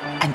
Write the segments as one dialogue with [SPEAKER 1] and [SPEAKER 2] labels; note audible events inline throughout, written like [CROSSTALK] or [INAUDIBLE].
[SPEAKER 1] an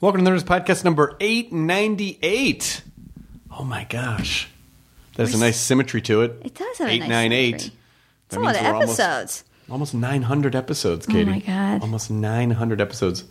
[SPEAKER 2] Welcome to the Nerdist Podcast number 898. Oh my gosh. There's a nice symmetry to it.
[SPEAKER 3] It does have a nice
[SPEAKER 2] 898.
[SPEAKER 3] symmetry.
[SPEAKER 2] That
[SPEAKER 3] It's a lot
[SPEAKER 2] means
[SPEAKER 3] of
[SPEAKER 2] we're almost-
[SPEAKER 3] episodes. Oh
[SPEAKER 2] Almost 900 episodes, Katie.
[SPEAKER 3] my God.
[SPEAKER 2] Almost 900 episodes.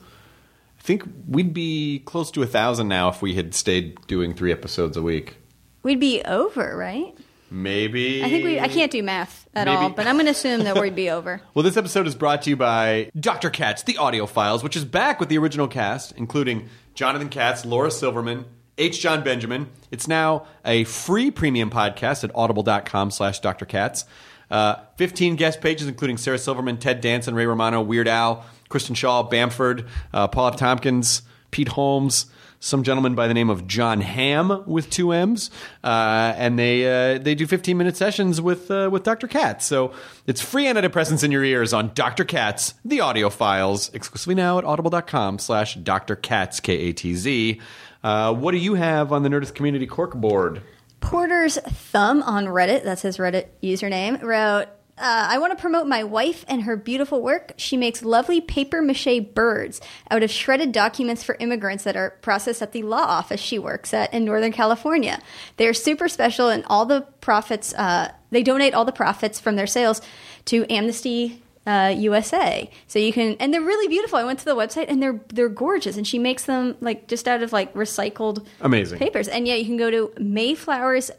[SPEAKER 2] I think we'd be close to a 1,000 now if we had stayed doing three episodes a week.
[SPEAKER 3] We'd be over, right?
[SPEAKER 2] Maybe.
[SPEAKER 3] I think we. I can't do math at all,
[SPEAKER 2] Eh, Maybe.
[SPEAKER 3] but I'm going to assume that we'd
[SPEAKER 2] [LAUGHS]
[SPEAKER 3] be over.
[SPEAKER 2] Well, this episode is brought to you by Dr. Katz, the audio files, which is back with the original cast, including Jonathan Katz, Laura Silverman, H. John Benjamin. It's now a free premium podcast at audible.com slash Dr. Katz. Uh, 15 guest pages, including Sarah Silverman, Ted Danson, Ray Romano, Weird Al, Kristen Shaw, Bamford, uh, Paula Tompkins, Pete Holmes, some gentleman by the name of John Ham with two M's, uh, and they uh, they do 15 minute sessions with uh, with Dr. Katz. So it's free antidepressants in your ears on Dr. Katz, the audio files, exclusively now at audible.com slash Dr. Katz, K-A-T-Z. Uh, what do you have on the Nerdist Community Corkboard?
[SPEAKER 3] Porter's thumb on Reddit. That's his Reddit username. Wrote. Uh, I want to promote my wife and her beautiful work. She makes lovely paper mache birds out of shredded documents for immigrants that are processed at the law office she works at in Northern California. They are super special, and all the profits uh, they donate all the profits from their sales to Amnesty uh, USA. So you can, and they're really beautiful. I went to the website, and they're they're gorgeous. And she makes them like just out of like recycled
[SPEAKER 2] Amazing.
[SPEAKER 3] papers. And yeah, you can go to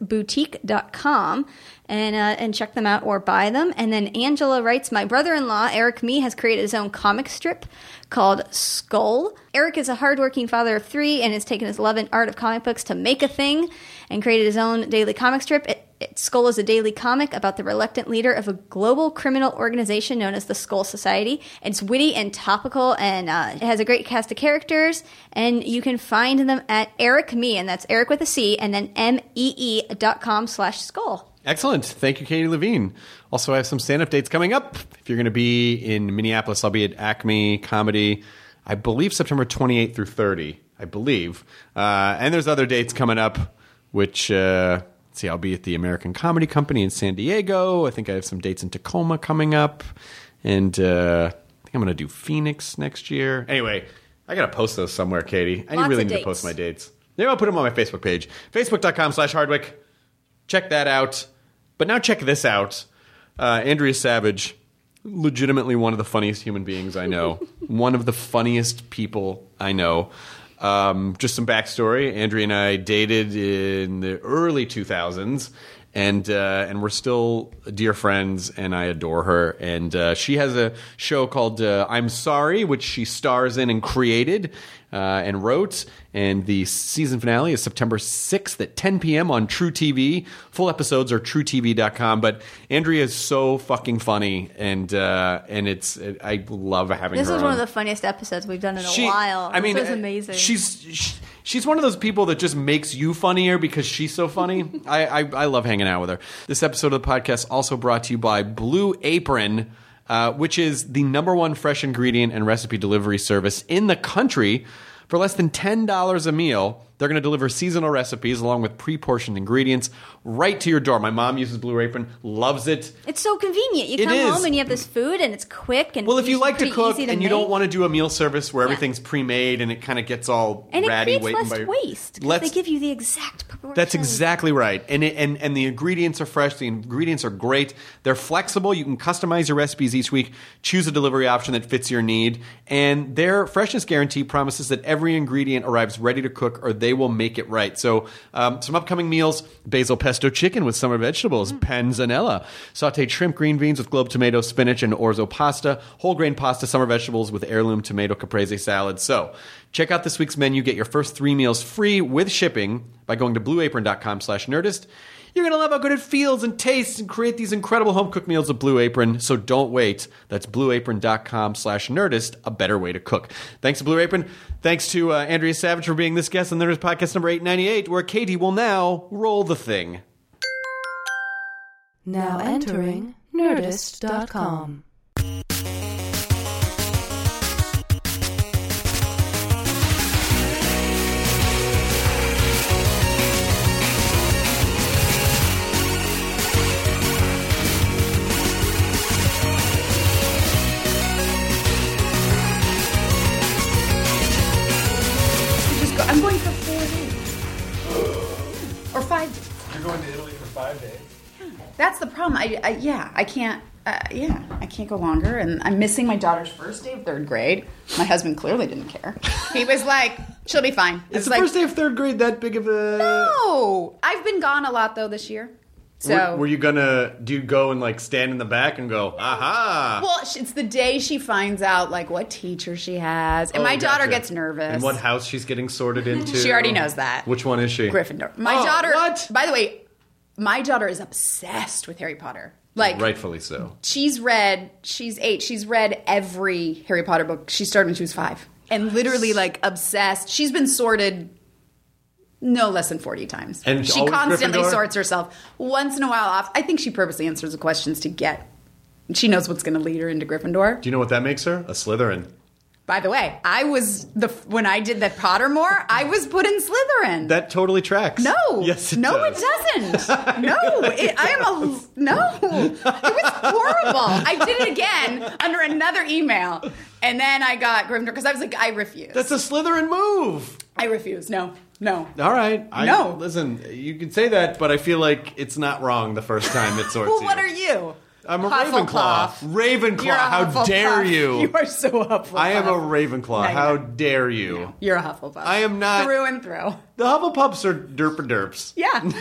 [SPEAKER 3] mayflowersboutique.com and uh, and check them out or buy them. And then Angela writes, "My brother-in-law Eric Me has created his own comic strip called Skull. Eric is a hardworking father of three and has taken his love and art of comic books to make a thing and created his own daily comic strip." It, it, Skull is a daily comic about the reluctant leader of a global criminal organization known as the Skull Society. It's witty and topical, and uh, it has a great cast of characters. And you can find them at Eric Me, and that's Eric with a C, and then M E E dot com slash Skull.
[SPEAKER 2] Excellent. Thank you, Katie Levine. Also, I have some stand up dates coming up. If you're going to be in Minneapolis, I'll be at Acme Comedy, I believe September 28 through 30. I believe. Uh, and there's other dates coming up, which, uh, let's see, I'll be at the American Comedy Company in San Diego. I think I have some dates in Tacoma coming up. And uh, I think I'm going to do Phoenix next year. Anyway, I got to post those somewhere, Katie. I
[SPEAKER 3] Lots
[SPEAKER 2] really
[SPEAKER 3] of
[SPEAKER 2] need to
[SPEAKER 3] dates.
[SPEAKER 2] post my dates. Maybe I'll put them on my Facebook page. Facebook.com slash Hardwick check that out. But now check this out. Uh, Andrea Savage, legitimately one of the funniest human beings I know, one of the funniest people I know. Um, just some backstory: Andrea and I dated in the early 2000s, and uh, and we're still dear friends, and I adore her. And uh, she has a show called uh, "I'm Sorry," which she stars in and created uh, and wrote. And the season finale is September 6th at 10 p.m. on True TV. Full episodes are TrueTV.com. But Andrea is so fucking funny, and uh, and it's I love having
[SPEAKER 3] This
[SPEAKER 2] her.
[SPEAKER 3] was one
[SPEAKER 2] on.
[SPEAKER 3] of the funniest episodes we've done in a
[SPEAKER 2] She-
[SPEAKER 3] while.
[SPEAKER 2] I mean,
[SPEAKER 3] this was
[SPEAKER 2] uh,
[SPEAKER 3] amazing.
[SPEAKER 2] She's sh she's one of those people that just makes you funnier because she's so
[SPEAKER 3] [LAUGHS]
[SPEAKER 2] funny. I, I I love hanging out with her. This episode of the podcast also brought to you by Blue Apron. Uh, which is the number one fresh ingredient and recipe delivery service in the country for less than $10 a meal They're going to deliver seasonal recipes along with pre portioned ingredients right to your door. My mom uses Blue Apron, loves it.
[SPEAKER 3] It's so convenient. You
[SPEAKER 2] It
[SPEAKER 3] come
[SPEAKER 2] is.
[SPEAKER 3] home and you have this food, and it's quick and
[SPEAKER 2] Well, if you
[SPEAKER 3] usually
[SPEAKER 2] like to
[SPEAKER 3] pretty
[SPEAKER 2] cook
[SPEAKER 3] easy
[SPEAKER 2] and
[SPEAKER 3] to
[SPEAKER 2] you don't
[SPEAKER 3] make.
[SPEAKER 2] want to do a meal service where
[SPEAKER 3] Yeah.
[SPEAKER 2] everything's pre-made and it kind of gets all
[SPEAKER 3] and it
[SPEAKER 2] ratty,
[SPEAKER 3] creates
[SPEAKER 2] waiting
[SPEAKER 3] less
[SPEAKER 2] by-
[SPEAKER 3] waste. 'cause
[SPEAKER 2] Let's-
[SPEAKER 3] They give you the exact proportion.
[SPEAKER 2] That's exactly right. And it, and and the ingredients are fresh. The ingredients are great. They're flexible. You can customize your recipes each week. Choose a delivery option that fits your need. And their freshness guarantee promises that every ingredient arrives ready to cook, or they will make it right. So um, some upcoming meals: basil pesto chicken with summer vegetables, panzanella, sautéed shrimp, green beans with globe tomato, spinach, and orzo pasta, whole grain pasta, summer vegetables with heirloom tomato caprese salad. So check out this week's menu. Get your first three meals free with shipping by going to blueapron.com slash nerdist. You're going to love how good it feels and tastes and create these incredible home cooked meals with Blue Apron. So don't wait. That's blueapron.com slash nerdist, a better way to cook. Thanks to Blue Apron. Thanks to uh, Andrea Savage for being this guest on Nerdist Podcast number 898, where Katie will now roll the thing.
[SPEAKER 4] Now entering Nerdist.com.
[SPEAKER 5] Just go, I'm going for four days. Or five days.
[SPEAKER 6] You're going to Italy for five days.
[SPEAKER 5] That's the problem. I, I yeah, I can't. Uh, yeah, I can't go longer, and I'm missing my daughter's first day of third grade. My husband clearly didn't care. He was like, "She'll be fine."
[SPEAKER 2] Is
[SPEAKER 5] It's
[SPEAKER 2] the
[SPEAKER 5] like,
[SPEAKER 2] first day of third grade that big of a.
[SPEAKER 5] no, I've been gone a lot though this year. So
[SPEAKER 2] Were, were you gonna do you go and like stand in the back and go, aha?
[SPEAKER 5] Well, sh- it's the day she finds out like what teacher she has, and
[SPEAKER 2] Oh,
[SPEAKER 5] my daughter
[SPEAKER 2] gotcha.
[SPEAKER 5] gets nervous.
[SPEAKER 2] And what house she's getting sorted into?
[SPEAKER 5] [LAUGHS] She already knows that.
[SPEAKER 2] Which one is she?
[SPEAKER 5] Gryffindor. My
[SPEAKER 2] Oh,
[SPEAKER 5] daughter.
[SPEAKER 2] What?
[SPEAKER 5] By the way, my daughter is obsessed with Harry Potter. Like
[SPEAKER 2] Rightfully so.
[SPEAKER 5] she's read she's eight she's read every harry potter book she started when she was five and literally like obsessed she's been sorted no less than 40 times
[SPEAKER 2] And
[SPEAKER 5] she
[SPEAKER 2] always
[SPEAKER 5] constantly
[SPEAKER 2] Gryffindor?
[SPEAKER 5] sorts herself once in a while off i think she purposely answers the questions to get she knows what's going to lead her into gryffindor
[SPEAKER 2] Do you know what that makes her? A Slytherin.
[SPEAKER 5] by the way i was the when i did the pottermore i was put in slytherin
[SPEAKER 2] That totally tracks.
[SPEAKER 5] no.
[SPEAKER 2] Yes, it
[SPEAKER 5] no,
[SPEAKER 2] does.
[SPEAKER 5] it
[SPEAKER 2] [LAUGHS]
[SPEAKER 5] doesn't. No, it, I am a no. It was horrible. I did it again under another email, and then I got Gryffindor because I was like, I refuse.
[SPEAKER 2] That's a Slytherin move.
[SPEAKER 5] I refuse. No, no.
[SPEAKER 2] All right. I,
[SPEAKER 5] No.
[SPEAKER 2] Listen, you can say that, but I feel like it's not wrong the first time it sorts
[SPEAKER 5] Well,
[SPEAKER 2] you.
[SPEAKER 5] [LAUGHS] what are you?
[SPEAKER 2] I'm a
[SPEAKER 5] Hufflepuff.
[SPEAKER 2] Ravenclaw. Ravenclaw.
[SPEAKER 5] You're a
[SPEAKER 2] How
[SPEAKER 5] Hufflepuff.
[SPEAKER 2] dare you?
[SPEAKER 5] [LAUGHS] You are so Hufflepuff.
[SPEAKER 2] I am a Ravenclaw.
[SPEAKER 5] No,
[SPEAKER 2] How
[SPEAKER 5] you're not.
[SPEAKER 2] dare you?
[SPEAKER 5] You're a Hufflepuff.
[SPEAKER 2] I am not-
[SPEAKER 5] through and through.
[SPEAKER 2] The Hufflepuffs are derp derps.
[SPEAKER 5] Yeah.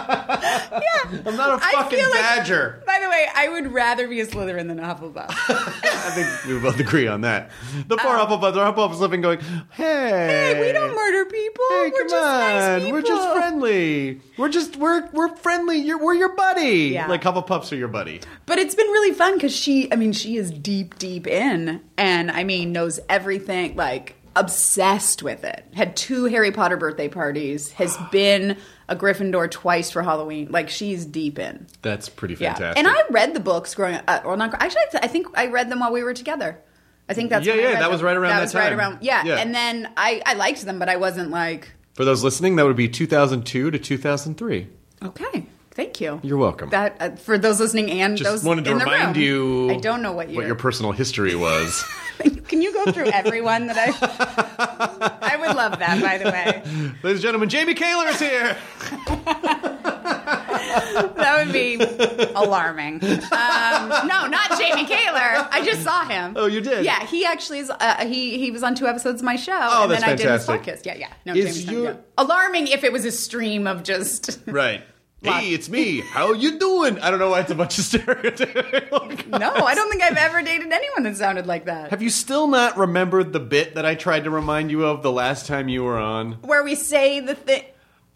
[SPEAKER 2] [LAUGHS] I'm not a
[SPEAKER 5] I
[SPEAKER 2] fucking
[SPEAKER 5] feel like-
[SPEAKER 2] badger.
[SPEAKER 5] By the way, I would rather be a Slytherin than a Hufflepuff.
[SPEAKER 2] I think we both agree on that. The poor Hufflepuffs are Hufflepuffs living going, hey.
[SPEAKER 5] Uh, Hey, we don't murder people.
[SPEAKER 2] Hey,
[SPEAKER 5] we're
[SPEAKER 2] come
[SPEAKER 5] just nice
[SPEAKER 2] on.
[SPEAKER 5] people.
[SPEAKER 2] we're just friendly. We're just, we're, we're friendly. You're, we're your buddy.
[SPEAKER 5] Yeah.
[SPEAKER 2] Like Hufflepuffs are your buddy.
[SPEAKER 5] But it's been really fun because she, I mean, she is deep, deep in, and I mean, knows everything, like obsessed with it. Had two Harry Potter birthday parties, has been a Gryffindor twice for Halloween. Like, she's deep in.
[SPEAKER 2] That's pretty
[SPEAKER 5] Yeah.
[SPEAKER 2] fantastic.
[SPEAKER 5] And I read the books growing up. Uh, well, not, actually, I, th- I think I read them while we were together. I think that's
[SPEAKER 2] Yeah,
[SPEAKER 5] when I
[SPEAKER 2] yeah,
[SPEAKER 5] read
[SPEAKER 2] that
[SPEAKER 5] them.
[SPEAKER 2] was right around that
[SPEAKER 5] was right
[SPEAKER 2] time.
[SPEAKER 5] around, yeah.
[SPEAKER 2] Yeah.
[SPEAKER 5] And then I, I liked them, but I wasn't like,
[SPEAKER 2] For those listening, that would be 2002 to 2003.
[SPEAKER 5] okay, thank you.
[SPEAKER 2] You're welcome.
[SPEAKER 5] That uh, for those listening and
[SPEAKER 2] Just
[SPEAKER 5] those
[SPEAKER 2] wanted to
[SPEAKER 5] in the
[SPEAKER 2] remind
[SPEAKER 5] room,
[SPEAKER 2] you.
[SPEAKER 5] I don't know what year.
[SPEAKER 2] What your personal history
[SPEAKER 5] [LAUGHS]
[SPEAKER 2] was.
[SPEAKER 5] Can you go through everyone that I? I would love that. By the way,
[SPEAKER 2] Ladies and gentlemen, Jamie Kaler is here.
[SPEAKER 5] that would be alarming. Um, no, not Jamie Kaler. I just saw him.
[SPEAKER 2] Oh, you did?
[SPEAKER 5] Yeah, he actually is. Uh, he he was on two episodes of my show,
[SPEAKER 2] Oh,
[SPEAKER 5] and
[SPEAKER 2] that's
[SPEAKER 5] then I did
[SPEAKER 2] fantastic.
[SPEAKER 5] his podcast. Yeah, yeah. No,
[SPEAKER 2] Is
[SPEAKER 5] Jamie's
[SPEAKER 2] your-
[SPEAKER 5] yeah. alarming if it was a stream of just
[SPEAKER 2] Right.
[SPEAKER 5] Lot-
[SPEAKER 2] Hey, it's me. How you doing? I don't know why it's a bunch of [LAUGHS] stereotypes.
[SPEAKER 5] no. I don't think I've ever dated anyone that sounded like that.
[SPEAKER 2] Have you still not remembered the bit that I tried to remind you of the last time you were on?
[SPEAKER 5] Where we say the thing.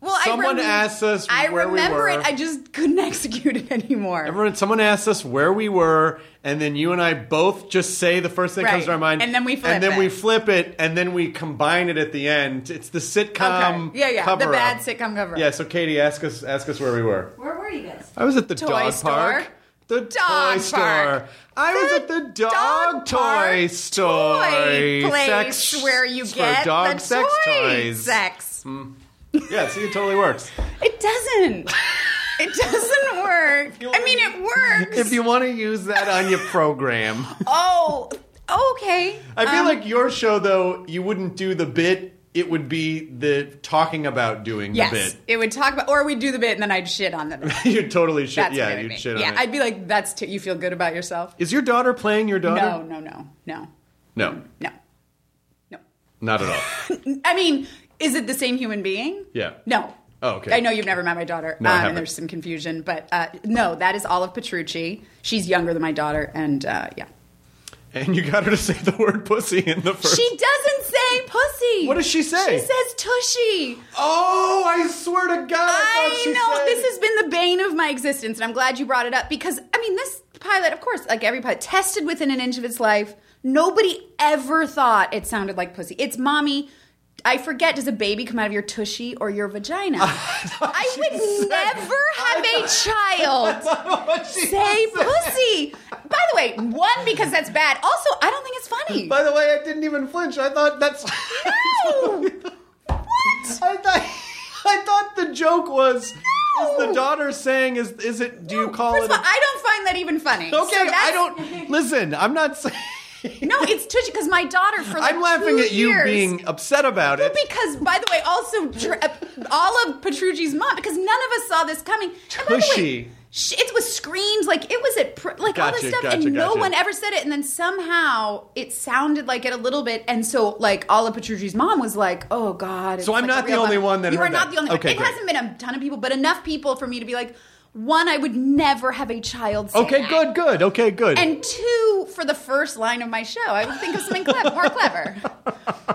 [SPEAKER 5] Well,
[SPEAKER 2] Someone
[SPEAKER 5] I remem-
[SPEAKER 2] asked us
[SPEAKER 5] I
[SPEAKER 2] where we
[SPEAKER 5] remember
[SPEAKER 2] were.
[SPEAKER 5] it. I just couldn't [LAUGHS] execute it anymore.
[SPEAKER 2] Everyone, someone asked us where we were, and then you and I both just say the first thing that comes
[SPEAKER 5] Right.
[SPEAKER 2] to our mind,
[SPEAKER 5] And then we flip
[SPEAKER 2] and then
[SPEAKER 5] it.
[SPEAKER 2] we flip it, and then we combine it at the end. It's the sitcom,
[SPEAKER 5] Okay. Yeah, yeah, the
[SPEAKER 2] cover-up.
[SPEAKER 5] bad sitcom cover-up.
[SPEAKER 2] Yeah, so Katie, ask us, ask us where we were.
[SPEAKER 3] Where were you guys?
[SPEAKER 2] I was at the
[SPEAKER 5] Toy
[SPEAKER 2] dog
[SPEAKER 5] store.
[SPEAKER 2] park. The toy
[SPEAKER 5] Dog
[SPEAKER 2] store.
[SPEAKER 5] park.
[SPEAKER 2] I was
[SPEAKER 5] The
[SPEAKER 2] at the dog,
[SPEAKER 5] dog
[SPEAKER 2] toy
[SPEAKER 5] park
[SPEAKER 2] store.
[SPEAKER 5] toy place
[SPEAKER 2] sex
[SPEAKER 5] where you
[SPEAKER 2] for
[SPEAKER 5] get
[SPEAKER 2] dog
[SPEAKER 5] the
[SPEAKER 2] sex
[SPEAKER 5] toy
[SPEAKER 2] toys. Hmm.
[SPEAKER 5] sex.
[SPEAKER 2] Yeah, see, it totally works.
[SPEAKER 5] It doesn't.
[SPEAKER 2] [LAUGHS]
[SPEAKER 5] it doesn't work. I mean, it works.
[SPEAKER 2] if you want to use that on your program,
[SPEAKER 5] oh, okay. Um,
[SPEAKER 2] I feel like your show though, you wouldn't do the bit. It would be the talking about doing
[SPEAKER 5] Yes,
[SPEAKER 2] the bit. [LAUGHS]
[SPEAKER 5] it would talk about, or we'd do the bit and then I'd shit on the bit.
[SPEAKER 2] You'd totally shit.
[SPEAKER 5] That's what
[SPEAKER 2] yeah,
[SPEAKER 5] it would
[SPEAKER 2] you'd
[SPEAKER 5] be.
[SPEAKER 2] shit
[SPEAKER 5] yeah,
[SPEAKER 2] on it.
[SPEAKER 5] I'd be like, "That's t- you feel good about yourself."
[SPEAKER 2] Is your daughter playing your
[SPEAKER 5] No,
[SPEAKER 2] daughter?
[SPEAKER 5] no, no, no,
[SPEAKER 2] No,
[SPEAKER 5] no, no.
[SPEAKER 2] not at
[SPEAKER 5] [LAUGHS]
[SPEAKER 2] all.
[SPEAKER 5] I mean, is it the same human being?
[SPEAKER 2] Yeah.
[SPEAKER 5] No.
[SPEAKER 2] Oh, okay.
[SPEAKER 5] I know you've never met my daughter, Um,
[SPEAKER 2] No, I haven't.
[SPEAKER 5] and there's some confusion, but uh, no, that is Olive Petrucci. She's younger than my daughter, and uh, yeah,
[SPEAKER 2] and you got her to say the word pussy in the first.
[SPEAKER 5] she doesn't say pussy.
[SPEAKER 2] What does she say?
[SPEAKER 5] She says tushy.
[SPEAKER 2] oh, I swear to God! I, thought
[SPEAKER 5] I
[SPEAKER 2] she
[SPEAKER 5] know
[SPEAKER 2] said-
[SPEAKER 5] this
[SPEAKER 2] [LAUGHS]
[SPEAKER 5] has been the bane of my existence, and I'm glad you brought it up because I mean, this pilot, of course, like every pilot, tested within an inch of its life. Nobody ever thought it sounded like pussy. It's mommy. I forget. Does a baby come out of your tushy or
[SPEAKER 2] [LAUGHS]
[SPEAKER 5] your vagina? I would never have a
[SPEAKER 2] [LAUGHS]
[SPEAKER 5] child say pussy. By the way, one because that's bad. Also, I don't think it's funny.
[SPEAKER 2] By the way, I didn't even flinch. I thought that's. [LAUGHS]
[SPEAKER 5] No! What?
[SPEAKER 2] I thought. I thought the joke was. Is the
[SPEAKER 5] No!
[SPEAKER 2] daughter saying? Is is it? Do you call
[SPEAKER 5] First
[SPEAKER 2] it?
[SPEAKER 5] of all, I don't find that even funny.
[SPEAKER 2] a, okay,
[SPEAKER 5] So that's-
[SPEAKER 2] I don't listen. I'm not saying.
[SPEAKER 5] [LAUGHS] No, it's tushy because my daughter for like
[SPEAKER 2] I'm laughing
[SPEAKER 5] two
[SPEAKER 2] at you
[SPEAKER 5] years-
[SPEAKER 2] being upset about
[SPEAKER 5] Well,
[SPEAKER 2] it.
[SPEAKER 5] because by the way, also Dr- uh, all of Petrucci's mom because none of us saw this coming. And by the
[SPEAKER 2] Tushy.
[SPEAKER 5] way, sh- it was screams like it was at pr- like all
[SPEAKER 2] Gotcha,
[SPEAKER 5] this stuff,
[SPEAKER 2] gotcha,
[SPEAKER 5] and no
[SPEAKER 2] gotcha.
[SPEAKER 5] one ever said it. And then somehow it sounded like it a little bit, and so like all of Petrucci's mom was like, "Oh God." it's
[SPEAKER 2] So I'm
[SPEAKER 5] like a
[SPEAKER 2] not the
[SPEAKER 5] real
[SPEAKER 2] only
[SPEAKER 5] bummer."
[SPEAKER 2] one that
[SPEAKER 5] you
[SPEAKER 2] heard
[SPEAKER 5] are not
[SPEAKER 2] that.
[SPEAKER 5] the only.
[SPEAKER 2] Okay,
[SPEAKER 5] one. It
[SPEAKER 2] great.
[SPEAKER 5] hasn't been a ton of people, but enough people for me to be like, one, I would never have a child. Say
[SPEAKER 2] okay,
[SPEAKER 5] that.
[SPEAKER 2] good, good. Okay, good.
[SPEAKER 5] And two, for the first line of my show, I would think of something clever, more clever.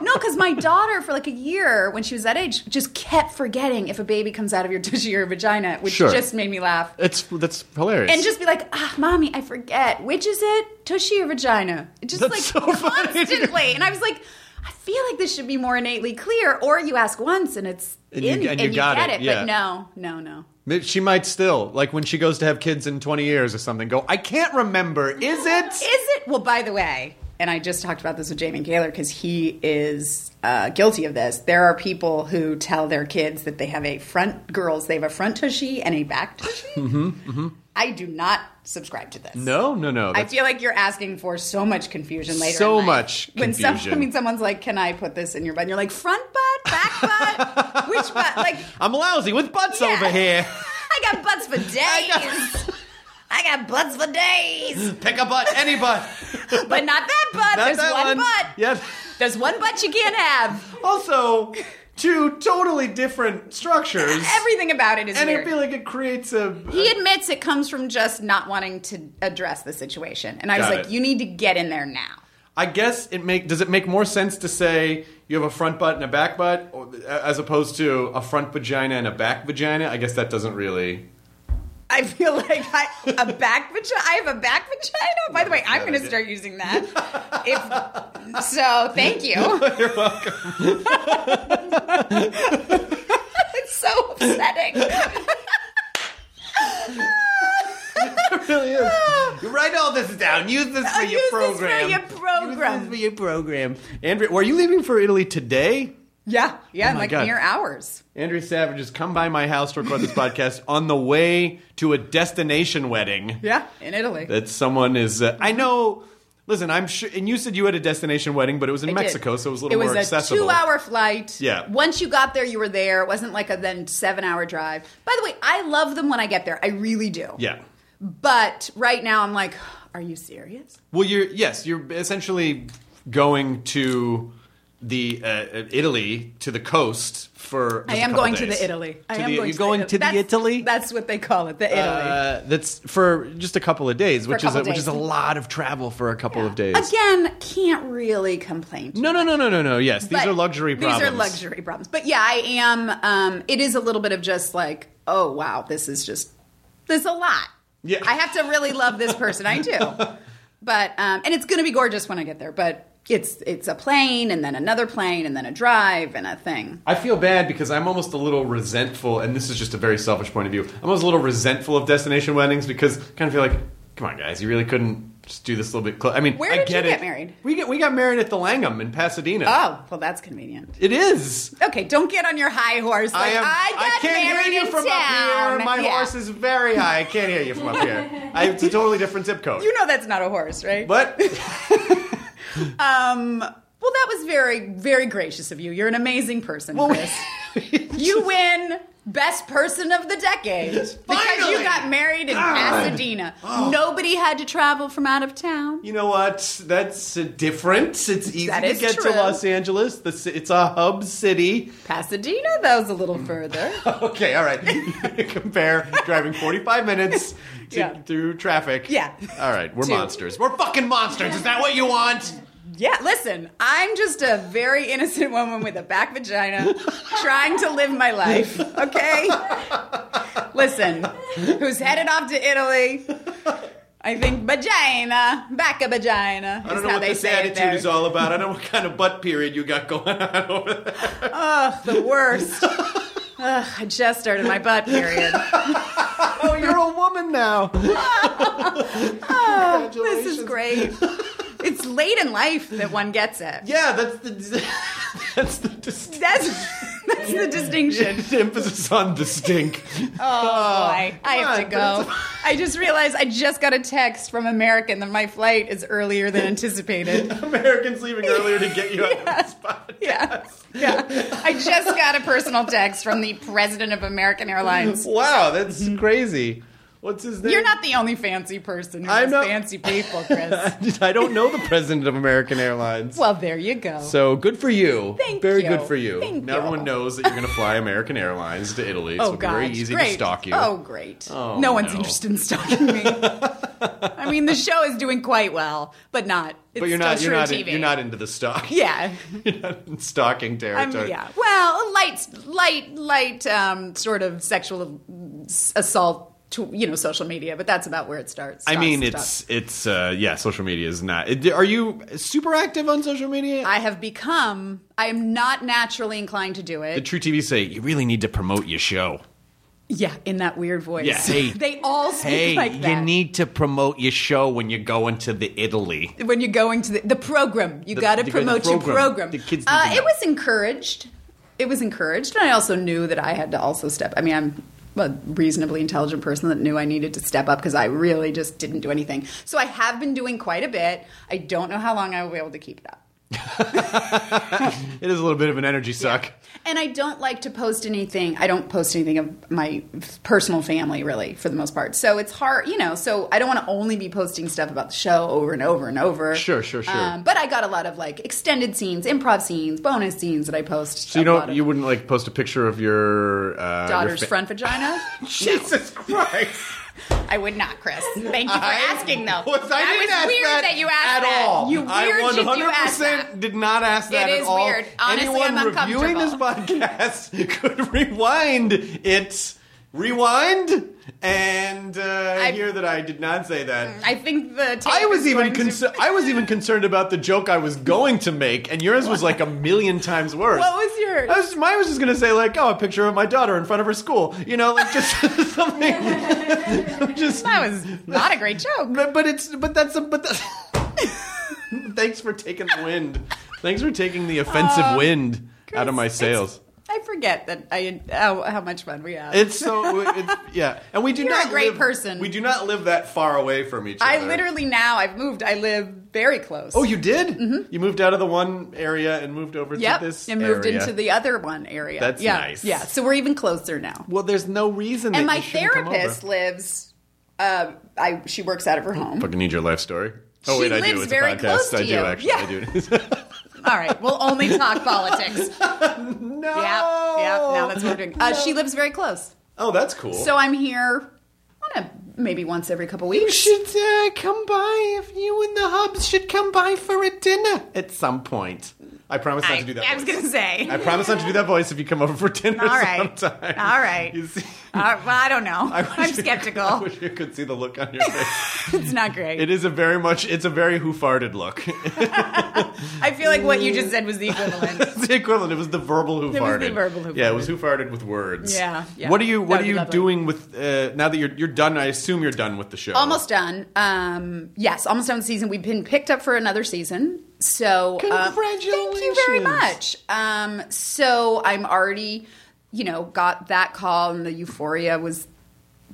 [SPEAKER 5] No, because my daughter, for like a year when she was that age, just kept forgetting if a baby comes out of your [LAUGHS] tushy or vagina, which
[SPEAKER 2] Sure.
[SPEAKER 5] just made me laugh.
[SPEAKER 2] it's that's hilarious.
[SPEAKER 5] And just be like, ah, mommy, I forget. Which is it? Tushy or vagina? It Just
[SPEAKER 2] That's
[SPEAKER 5] like
[SPEAKER 2] so funny.
[SPEAKER 5] constantly. And I was like, I feel like this should be more innately clear. Or you ask once and it's
[SPEAKER 2] And you-
[SPEAKER 5] in
[SPEAKER 2] and you got
[SPEAKER 5] get
[SPEAKER 2] it,
[SPEAKER 5] it.
[SPEAKER 2] yeah.
[SPEAKER 5] But no, no, no.
[SPEAKER 2] Maybe she might still like when she goes to have kids in 20 years or something. Go, I can't remember. Is
[SPEAKER 5] Is
[SPEAKER 2] it?
[SPEAKER 5] it? Well, by the way, and I just talked about this with Jamin Gaylor because he is uh, guilty of this. There are people who tell their kids that they have a front girls, they have a front tushy and a back
[SPEAKER 2] [LAUGHS]
[SPEAKER 5] tushy. mm-hmm, I do not subscribe to this.
[SPEAKER 2] No, no, no.
[SPEAKER 5] I
[SPEAKER 2] That's-
[SPEAKER 5] feel like you're asking for so much confusion later.
[SPEAKER 2] So
[SPEAKER 5] in life.
[SPEAKER 2] much
[SPEAKER 5] When some,
[SPEAKER 2] confusion.
[SPEAKER 5] I mean, someone's like, "Can I put this in your butt?" And you're like, "Front butt,
[SPEAKER 2] [LAUGHS]
[SPEAKER 5] back butt, which butt?" Like,
[SPEAKER 2] I'm lousy with butts
[SPEAKER 5] Yeah.
[SPEAKER 2] over
[SPEAKER 5] [LAUGHS]
[SPEAKER 2] here.
[SPEAKER 5] I got butts for days. I got butts for days,
[SPEAKER 2] Pick a butt, any
[SPEAKER 5] [LAUGHS]
[SPEAKER 2] butt.
[SPEAKER 5] but not that butt.
[SPEAKER 2] Not
[SPEAKER 5] There's
[SPEAKER 2] that
[SPEAKER 5] one, butt.
[SPEAKER 2] Yep.
[SPEAKER 5] There's one butt you can't have.
[SPEAKER 2] Also, two totally different
[SPEAKER 5] [LAUGHS]
[SPEAKER 2] structures.
[SPEAKER 5] Everything about it is
[SPEAKER 2] and I
[SPEAKER 5] weird.
[SPEAKER 2] feel like it creates a.
[SPEAKER 5] he admits it comes from just not wanting to address the situation. And I was
[SPEAKER 2] Got
[SPEAKER 5] like,
[SPEAKER 2] it.
[SPEAKER 5] you need to get in there now.
[SPEAKER 2] I guess it make does it make more sense to say you have a front butt and a back butt or- as opposed to a front vagina and a back vagina? I guess that doesn't really. [LAUGHS]
[SPEAKER 5] I feel like I a back vagina. I have a back vagina. By the way, I'm
[SPEAKER 2] not
[SPEAKER 5] going
[SPEAKER 2] a
[SPEAKER 5] to
[SPEAKER 2] dick.
[SPEAKER 5] start using that. If so,
[SPEAKER 2] [LAUGHS]
[SPEAKER 5] thank you. You're welcome. [LAUGHS] it's so upsetting.
[SPEAKER 2] It really is. You write all this down. Use this for
[SPEAKER 5] I'll
[SPEAKER 2] your
[SPEAKER 5] Ah. use this for
[SPEAKER 2] program.
[SPEAKER 5] your
[SPEAKER 2] Use this
[SPEAKER 5] program.
[SPEAKER 2] for your program. Andrea, were you leaving for Italy today?
[SPEAKER 5] Yeah, yeah, in
[SPEAKER 2] Oh my
[SPEAKER 5] like
[SPEAKER 2] God.
[SPEAKER 5] mere hours.
[SPEAKER 2] Andrea Savage has come by my house to
[SPEAKER 5] [LAUGHS]
[SPEAKER 2] record this podcast on the way to a destination wedding.
[SPEAKER 5] Yeah, in Italy.
[SPEAKER 2] that someone is. Uh, I know. Listen, I'm sure. And you said you had a destination wedding, but it was in
[SPEAKER 5] I did.
[SPEAKER 2] Mexico, so it was a little more accessible.
[SPEAKER 5] a two-hour flight.
[SPEAKER 2] Yeah.
[SPEAKER 5] Once you got there, you were there. It wasn't like a then seven-hour drive. By the way, I love them when I get there. I really do.
[SPEAKER 2] Yeah.
[SPEAKER 5] But right now, I'm like, are you serious?
[SPEAKER 2] Well, you're yes, you're essentially going to the uh, Italy to the coast for. just a
[SPEAKER 5] I am
[SPEAKER 2] couple
[SPEAKER 5] going to
[SPEAKER 2] days.
[SPEAKER 5] the Italy. I
[SPEAKER 2] To
[SPEAKER 5] am
[SPEAKER 2] the-
[SPEAKER 5] going
[SPEAKER 2] you're
[SPEAKER 5] to
[SPEAKER 2] going
[SPEAKER 5] the,
[SPEAKER 2] to the
[SPEAKER 5] That's-
[SPEAKER 2] Italy?
[SPEAKER 5] That's what they call it, the Italy.
[SPEAKER 2] Uh, that's for just a couple of days, which is a,
[SPEAKER 5] couple
[SPEAKER 2] which is a
[SPEAKER 5] days.
[SPEAKER 2] lot of travel for a couple of days.
[SPEAKER 5] Again, can't really complain.
[SPEAKER 2] No, no, no, no, no, no. Yes, these
[SPEAKER 5] But
[SPEAKER 2] are luxury problems.
[SPEAKER 5] These are luxury problems. But yeah, I am. Um, it is a little bit of just like, oh wow, this is just this is a lot.
[SPEAKER 2] Yeah.
[SPEAKER 5] I have to really love this person.
[SPEAKER 2] [LAUGHS]
[SPEAKER 5] I do. But um, and it's going to be gorgeous when I get there. But it's it's a plane and then another plane and then a drive and a thing.
[SPEAKER 2] I feel bad because I'm almost a little resentful, and this is just a very selfish point of view. I'm almost a little resentful of destination weddings because I kind of feel like come on, guys, you really couldn't just do this a little bit close. I mean,
[SPEAKER 5] Where
[SPEAKER 2] I
[SPEAKER 5] did
[SPEAKER 2] get
[SPEAKER 5] you
[SPEAKER 2] it.
[SPEAKER 5] get married?
[SPEAKER 2] We get we got married at the Langham in Pasadena.
[SPEAKER 5] Oh, well, that's convenient.
[SPEAKER 2] It is.
[SPEAKER 5] Okay, don't get on your high horse. Like, I,
[SPEAKER 2] am.
[SPEAKER 5] got
[SPEAKER 2] can't
[SPEAKER 5] married
[SPEAKER 2] hear you
[SPEAKER 5] in
[SPEAKER 2] from
[SPEAKER 5] town.
[SPEAKER 2] up here. My
[SPEAKER 5] Yeah.
[SPEAKER 2] horse is very high. I can't hear you from up here.
[SPEAKER 5] [LAUGHS]
[SPEAKER 2] I, it's a totally different zip code.
[SPEAKER 5] You know that's not a horse, right? [LAUGHS]
[SPEAKER 2] but
[SPEAKER 5] Well, that was very, very gracious of you. You're an amazing person,
[SPEAKER 2] we-
[SPEAKER 5] Chris.
[SPEAKER 2] [LAUGHS]
[SPEAKER 5] you win best person of the decade because
[SPEAKER 2] Finally! Oh.
[SPEAKER 5] you got married in Pasadena. Nobody had to travel from out of town.
[SPEAKER 2] you know what? That's a difference. It's easy
[SPEAKER 5] That
[SPEAKER 2] to
[SPEAKER 5] is
[SPEAKER 2] get
[SPEAKER 5] true.
[SPEAKER 2] to Los Angeles. The, ci- it's a hub city.
[SPEAKER 5] Pasadena, that was a little
[SPEAKER 2] [LAUGHS]
[SPEAKER 5] further.
[SPEAKER 2] Okay, all right. Compare driving 45 minutes to,
[SPEAKER 5] Yeah.
[SPEAKER 2] through traffic.
[SPEAKER 5] Yeah.
[SPEAKER 2] All right, we're
[SPEAKER 5] To-
[SPEAKER 2] monsters. We're fucking monsters. Is that what you want?
[SPEAKER 5] Yeah, listen, I'm just a very innocent woman with a back vagina trying to live my life, okay? Listen, who's headed off to Italy? I think vagina, back a vagina.
[SPEAKER 2] I
[SPEAKER 5] is
[SPEAKER 2] don't know
[SPEAKER 5] how
[SPEAKER 2] what
[SPEAKER 5] they
[SPEAKER 2] this
[SPEAKER 5] say it
[SPEAKER 2] attitude
[SPEAKER 5] there.
[SPEAKER 2] is all about. I don't know what kind of butt period you got going on [LAUGHS] over there.
[SPEAKER 5] the worst. Ugh, I just started my butt period.
[SPEAKER 2] Oh, you're a woman
[SPEAKER 5] [LAUGHS]
[SPEAKER 2] now.
[SPEAKER 5] Oh, this is great.
[SPEAKER 2] [LAUGHS]
[SPEAKER 5] It's late in life that one gets it.
[SPEAKER 2] Yeah, that's the [LAUGHS] that's the distinct
[SPEAKER 5] That's [LAUGHS] that's the
[SPEAKER 2] [LAUGHS]
[SPEAKER 5] distinction.
[SPEAKER 2] emphasis on distinct.
[SPEAKER 5] Boy, I have to
[SPEAKER 2] Oh, come on,
[SPEAKER 5] go. I just realized I just got a text from American that my flight is earlier
[SPEAKER 2] [LAUGHS]
[SPEAKER 5] than anticipated.
[SPEAKER 2] Americans leaving earlier to get you out of the spot.
[SPEAKER 5] Yeah. Yeah. I just got a personal text from the president of
[SPEAKER 2] [LAUGHS]
[SPEAKER 5] American Airlines.
[SPEAKER 2] Wow, that's crazy. What's his name?
[SPEAKER 5] You're not the only fancy person who
[SPEAKER 2] I'm
[SPEAKER 5] has
[SPEAKER 2] not-
[SPEAKER 5] fancy people, Chris.
[SPEAKER 2] [LAUGHS] I don't know the president of American Airlines.
[SPEAKER 5] well, there you go.
[SPEAKER 2] So good for you.
[SPEAKER 5] Thank
[SPEAKER 2] very
[SPEAKER 5] you.
[SPEAKER 2] good for you.
[SPEAKER 5] Thank
[SPEAKER 2] now
[SPEAKER 5] you.
[SPEAKER 2] everyone knows that you're going to fly American Airlines to Italy. so
[SPEAKER 5] Oh,
[SPEAKER 2] it'll be very
[SPEAKER 5] God.
[SPEAKER 2] easy
[SPEAKER 5] great.
[SPEAKER 2] to stalk you.
[SPEAKER 5] Oh, great.
[SPEAKER 2] Oh,
[SPEAKER 5] no one's
[SPEAKER 2] no.
[SPEAKER 5] interested in stalking
[SPEAKER 2] [LAUGHS]
[SPEAKER 5] me. I mean, the show is doing quite well, but not. It's
[SPEAKER 2] but you're not.
[SPEAKER 5] still
[SPEAKER 2] You're
[SPEAKER 5] true
[SPEAKER 2] not.
[SPEAKER 5] TV.
[SPEAKER 2] You're not into the stalk.
[SPEAKER 5] Yeah.
[SPEAKER 2] [LAUGHS] you're not in stalking
[SPEAKER 5] I'm,
[SPEAKER 2] territory.
[SPEAKER 5] yeah. Well, light, light, light um, sort of sexual assault to, you know, social media, but that's about where it starts.
[SPEAKER 2] I
[SPEAKER 5] Stops,
[SPEAKER 2] mean,
[SPEAKER 5] stops.
[SPEAKER 2] it's it's uh, yeah. Social media is not. it- Are you super active on social media?
[SPEAKER 5] I have become. I am not naturally inclined to do
[SPEAKER 2] the
[SPEAKER 5] it.
[SPEAKER 2] True TV say you really need to promote your show.
[SPEAKER 5] yeah, in that weird voice.
[SPEAKER 2] Yeah. Hey.
[SPEAKER 5] [LAUGHS] they all speak
[SPEAKER 2] Hey,
[SPEAKER 5] [LAUGHS] like that.
[SPEAKER 2] you need to promote your show when you're going to the Italy.
[SPEAKER 5] when you're going to the, the program. You
[SPEAKER 2] The-
[SPEAKER 5] got to
[SPEAKER 2] you gotta
[SPEAKER 5] promote your
[SPEAKER 2] program.
[SPEAKER 5] program.
[SPEAKER 2] The kids need
[SPEAKER 5] uh,
[SPEAKER 2] to know.
[SPEAKER 5] it was encouraged. It was encouraged, and I also knew that I had to also step. I mean, I'm a reasonably intelligent person that knew I needed to step up because I really just didn't do anything. So I have been doing quite a bit. I don't know how long I will be able to keep it up.
[SPEAKER 2] It is a little bit of an energy suck.
[SPEAKER 5] And I don't like to post anything. I don't post anything of my personal family, really, for the most part. So it's hard, you know. So I don't want to only be posting stuff about the show over and over and over. Um,
[SPEAKER 2] Sure, sure, sure.
[SPEAKER 5] but I got a lot of like extended scenes, improv scenes, bonus scenes that I post.
[SPEAKER 2] So you
[SPEAKER 5] A lot
[SPEAKER 2] don't.
[SPEAKER 5] of
[SPEAKER 2] You wouldn't like post a picture of your uh, your
[SPEAKER 5] daughter's
[SPEAKER 2] fa- [LAUGHS]
[SPEAKER 5] front vagina.
[SPEAKER 2] Jesus Christ.
[SPEAKER 5] I would not, Chris. Thank you for asking, though.
[SPEAKER 2] [LAUGHS] Was, I
[SPEAKER 5] that
[SPEAKER 2] didn't
[SPEAKER 5] was
[SPEAKER 2] ask
[SPEAKER 5] weird that, you asked
[SPEAKER 2] at
[SPEAKER 5] that.
[SPEAKER 2] all.
[SPEAKER 5] You weird
[SPEAKER 2] I
[SPEAKER 5] that you
[SPEAKER 2] 100%
[SPEAKER 5] asked that.
[SPEAKER 2] did not ask that
[SPEAKER 5] It
[SPEAKER 2] at
[SPEAKER 5] is
[SPEAKER 2] all.
[SPEAKER 5] weird. Honestly,
[SPEAKER 2] Anyone
[SPEAKER 5] I'm
[SPEAKER 2] reviewing this podcast [LAUGHS] could rewind it. Rewind and uh,
[SPEAKER 5] I- Mm.
[SPEAKER 2] hear that I did not say that.
[SPEAKER 5] I think the tape
[SPEAKER 2] I was
[SPEAKER 5] is
[SPEAKER 2] even
[SPEAKER 5] going to-
[SPEAKER 2] concer- I was even concerned about the joke I was going to make, and yours was like a million times worse.
[SPEAKER 5] What was yours?
[SPEAKER 2] I was, mine was just gonna say like, oh, a picture of my daughter in front of her school. You know, like just [LAUGHS]
[SPEAKER 5] [LAUGHS]
[SPEAKER 2] something. just
[SPEAKER 5] That was not a great
[SPEAKER 2] [LAUGHS]
[SPEAKER 5] joke.
[SPEAKER 2] but, but it's but that's a but that's [LAUGHS] thanks for taking the wind. Thanks for taking the offensive wind out of my
[SPEAKER 5] Oh, Chris,
[SPEAKER 2] sails.
[SPEAKER 5] I forget that I how, how much fun we have.
[SPEAKER 2] It's so it's, yeah, and we do
[SPEAKER 5] You're a
[SPEAKER 2] not
[SPEAKER 5] great
[SPEAKER 2] live-
[SPEAKER 5] person.
[SPEAKER 2] We do not live that far away from each other.
[SPEAKER 5] I literally now I've moved. I live very close.
[SPEAKER 2] Oh, you did? Mm-hmm. You moved out of the one area and moved over
[SPEAKER 5] yep.
[SPEAKER 2] to this
[SPEAKER 5] and moved
[SPEAKER 2] area.
[SPEAKER 5] into the other one area.
[SPEAKER 2] That's
[SPEAKER 5] yeah.
[SPEAKER 2] nice.
[SPEAKER 5] Yeah, so we're even closer now.
[SPEAKER 2] Well, there's no reason.
[SPEAKER 5] and
[SPEAKER 2] that
[SPEAKER 5] my
[SPEAKER 2] you shouldn't come over.
[SPEAKER 5] therapist lives. Um, I she works out of her home.
[SPEAKER 2] Fucking need your life story. Oh
[SPEAKER 5] She
[SPEAKER 2] wait, I do.
[SPEAKER 5] lives
[SPEAKER 2] It's
[SPEAKER 5] very
[SPEAKER 2] a podcast.
[SPEAKER 5] close to
[SPEAKER 2] I do
[SPEAKER 5] you.
[SPEAKER 2] actually.
[SPEAKER 5] Yeah.
[SPEAKER 2] I [LAUGHS] do.
[SPEAKER 5] All right, we'll only [LAUGHS] talk politics. Yeah,
[SPEAKER 2] no.
[SPEAKER 5] yeah. Now that's what we're doing. Uh, She lives very close,
[SPEAKER 2] Oh, that's cool.
[SPEAKER 5] so I'm here on a maybe once every couple
[SPEAKER 2] You
[SPEAKER 5] weeks.
[SPEAKER 2] should uh, come by if you and the hubs should come by for a dinner at some point. I promise not to do that.
[SPEAKER 7] I was
[SPEAKER 2] voice.
[SPEAKER 7] gonna say.
[SPEAKER 2] I promise not to do that voice if you come over for dinner
[SPEAKER 7] All right.
[SPEAKER 2] sometime.
[SPEAKER 7] All right.
[SPEAKER 2] You see-
[SPEAKER 7] Uh, well, I don't know.
[SPEAKER 2] I wish
[SPEAKER 7] I'm
[SPEAKER 2] you-
[SPEAKER 7] skeptical.
[SPEAKER 2] I wish you could see the look on your face.
[SPEAKER 7] it's not great.
[SPEAKER 2] it is a very much. It's a very who farted look.
[SPEAKER 7] I feel like what you just said was the equivalent.
[SPEAKER 2] it's [LAUGHS] the equivalent. It was the verbal who
[SPEAKER 7] It was
[SPEAKER 2] farted.
[SPEAKER 7] the verbal who
[SPEAKER 2] Yeah, it was who farted with words.
[SPEAKER 7] Yeah, yeah.
[SPEAKER 2] What are you What
[SPEAKER 7] would
[SPEAKER 2] are
[SPEAKER 7] be
[SPEAKER 2] you
[SPEAKER 7] lovely.
[SPEAKER 2] doing with uh, now that you're you're done? I assume you're done with the show.
[SPEAKER 5] Almost done. Um, yes, almost done with the season. We've been picked up for another season. So um, thank you very
[SPEAKER 2] Congratulations.
[SPEAKER 5] much. Um, so I'm already, you know, got that call, and the euphoria was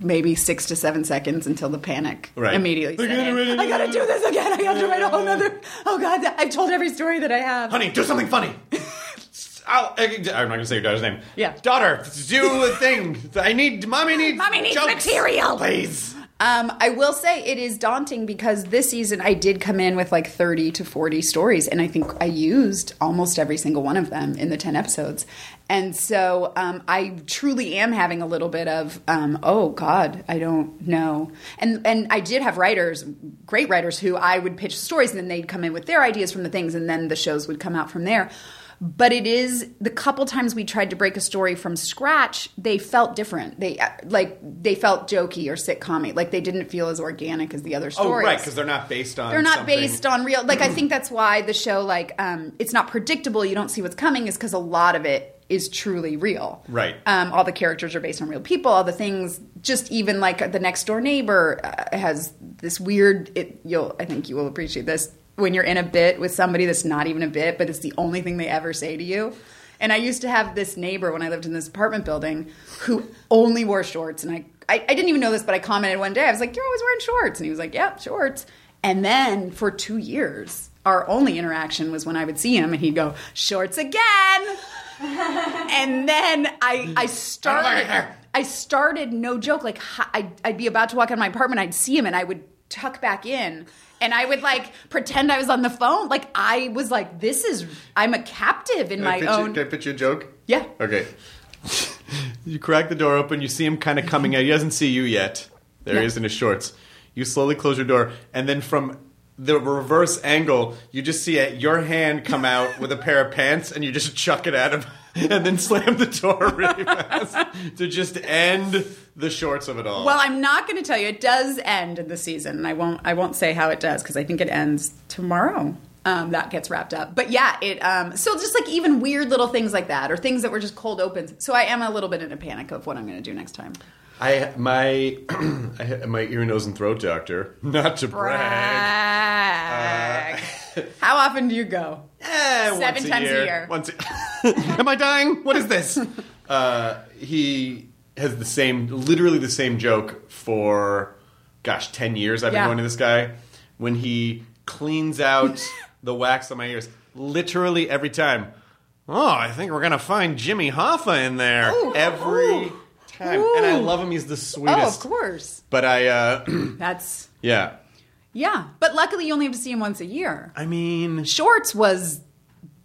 [SPEAKER 5] maybe six to seven seconds until the panic
[SPEAKER 2] Right.
[SPEAKER 5] immediately.
[SPEAKER 2] They're
[SPEAKER 5] set
[SPEAKER 2] gonna
[SPEAKER 5] in.
[SPEAKER 2] write it
[SPEAKER 5] I gotta do this again. I gotta write a whole other. Oh god, I've told every story that I have.
[SPEAKER 2] Honey, do something funny. I'll, I, am not gonna say your daughter's name.
[SPEAKER 5] Yeah.
[SPEAKER 2] daughter, do a thing. I need mommy needs
[SPEAKER 5] Mommy needs
[SPEAKER 2] jokes,
[SPEAKER 5] material.
[SPEAKER 2] please.
[SPEAKER 5] Um, I will say it is daunting because this season I did come in with like 30 to 40 stories, and I think I used almost every single one of them in the 10 episodes. And so um, I truly am having a little bit of, um, oh God, I don't know. And, and I did have writers, great writers, who I would pitch stories, and then they'd come in with their ideas from the things, and then the shows would come out from there. But it is the couple times we tried to break a story from scratch, they felt different. They uh, like they felt jokey or sitcom Like they didn't feel as organic as the other
[SPEAKER 2] Oh,
[SPEAKER 5] stories.
[SPEAKER 2] right, because they're not based on.
[SPEAKER 5] They're not
[SPEAKER 2] something.
[SPEAKER 5] based on real. Like I think that's why the show like um, it's not predictable. You don't see what's coming is because a lot of it is truly real.
[SPEAKER 2] Right.
[SPEAKER 5] Um, all the characters are based on real people. All the things, just even like the next door neighbor uh, has this weird. It, you'll I think you will appreciate this when you're in a bit with somebody that's not even a bit, but it's the only thing they ever say to you. And I used to have this neighbor when I lived in this apartment building who only wore shorts. And I, I, I didn't even know this, but I commented one day. I was like, "You're always wearing shorts," and he was like, "Yep, shorts." And then for two years, our only interaction was when I would see him, and he'd go, "Shorts again." and then I I started I started no joke like hi- I'd, I'd be about to walk out of my apartment I'd see him and I would tuck back in and I would like pretend I was on the phone like I was like this is I'm a captive in
[SPEAKER 2] Can I
[SPEAKER 5] my
[SPEAKER 2] pitch you-
[SPEAKER 5] own
[SPEAKER 2] can I pitch you a joke?
[SPEAKER 5] Yeah.
[SPEAKER 2] Okay. [LAUGHS] you crack the door open. You see him kind of coming out. He doesn't see you yet. There he is in his shorts. You slowly close your door, and then from the reverse angle, you just see uh, your hand come out with a pair of pants, and you just chuck it at him, [LAUGHS] and then slam the door really
[SPEAKER 5] [LAUGHS]
[SPEAKER 2] fast to just end the shorts of it all.
[SPEAKER 5] well I'm not going to tell you it does end in the season and I won't I won't say how it does because I think it ends tomorrow. Um, that gets wrapped up, but yeah, it. Um, so just like even weird little things like that, or things that were just cold opens. So I am a little bit in a panic of what I'm going to do next time.
[SPEAKER 2] I my [CLEARS THROAT] I had my ear, nose, and throat doctor. Not to brag. Uh, [LAUGHS]
[SPEAKER 5] How often do you go?
[SPEAKER 2] Eh, once
[SPEAKER 5] Seven times a year.
[SPEAKER 2] Once a- [LAUGHS] Am I dying? What is this? [LAUGHS] uh, he has the same, literally the same joke for, gosh, 10 years I've
[SPEAKER 5] Yeah.
[SPEAKER 2] been going to this guy. When he cleans [LAUGHS] out the wax on my ears, literally every time. Oh, I think we're going to find Jimmy Hoffa in there every time. And I love him. He's the sweetest.
[SPEAKER 5] Oh, of course.
[SPEAKER 2] But I, uh, [CLEARS THROAT]
[SPEAKER 5] That's
[SPEAKER 2] yeah.
[SPEAKER 5] yeah. But luckily, you only have to see him once a year.
[SPEAKER 2] I mean,
[SPEAKER 5] Shorts was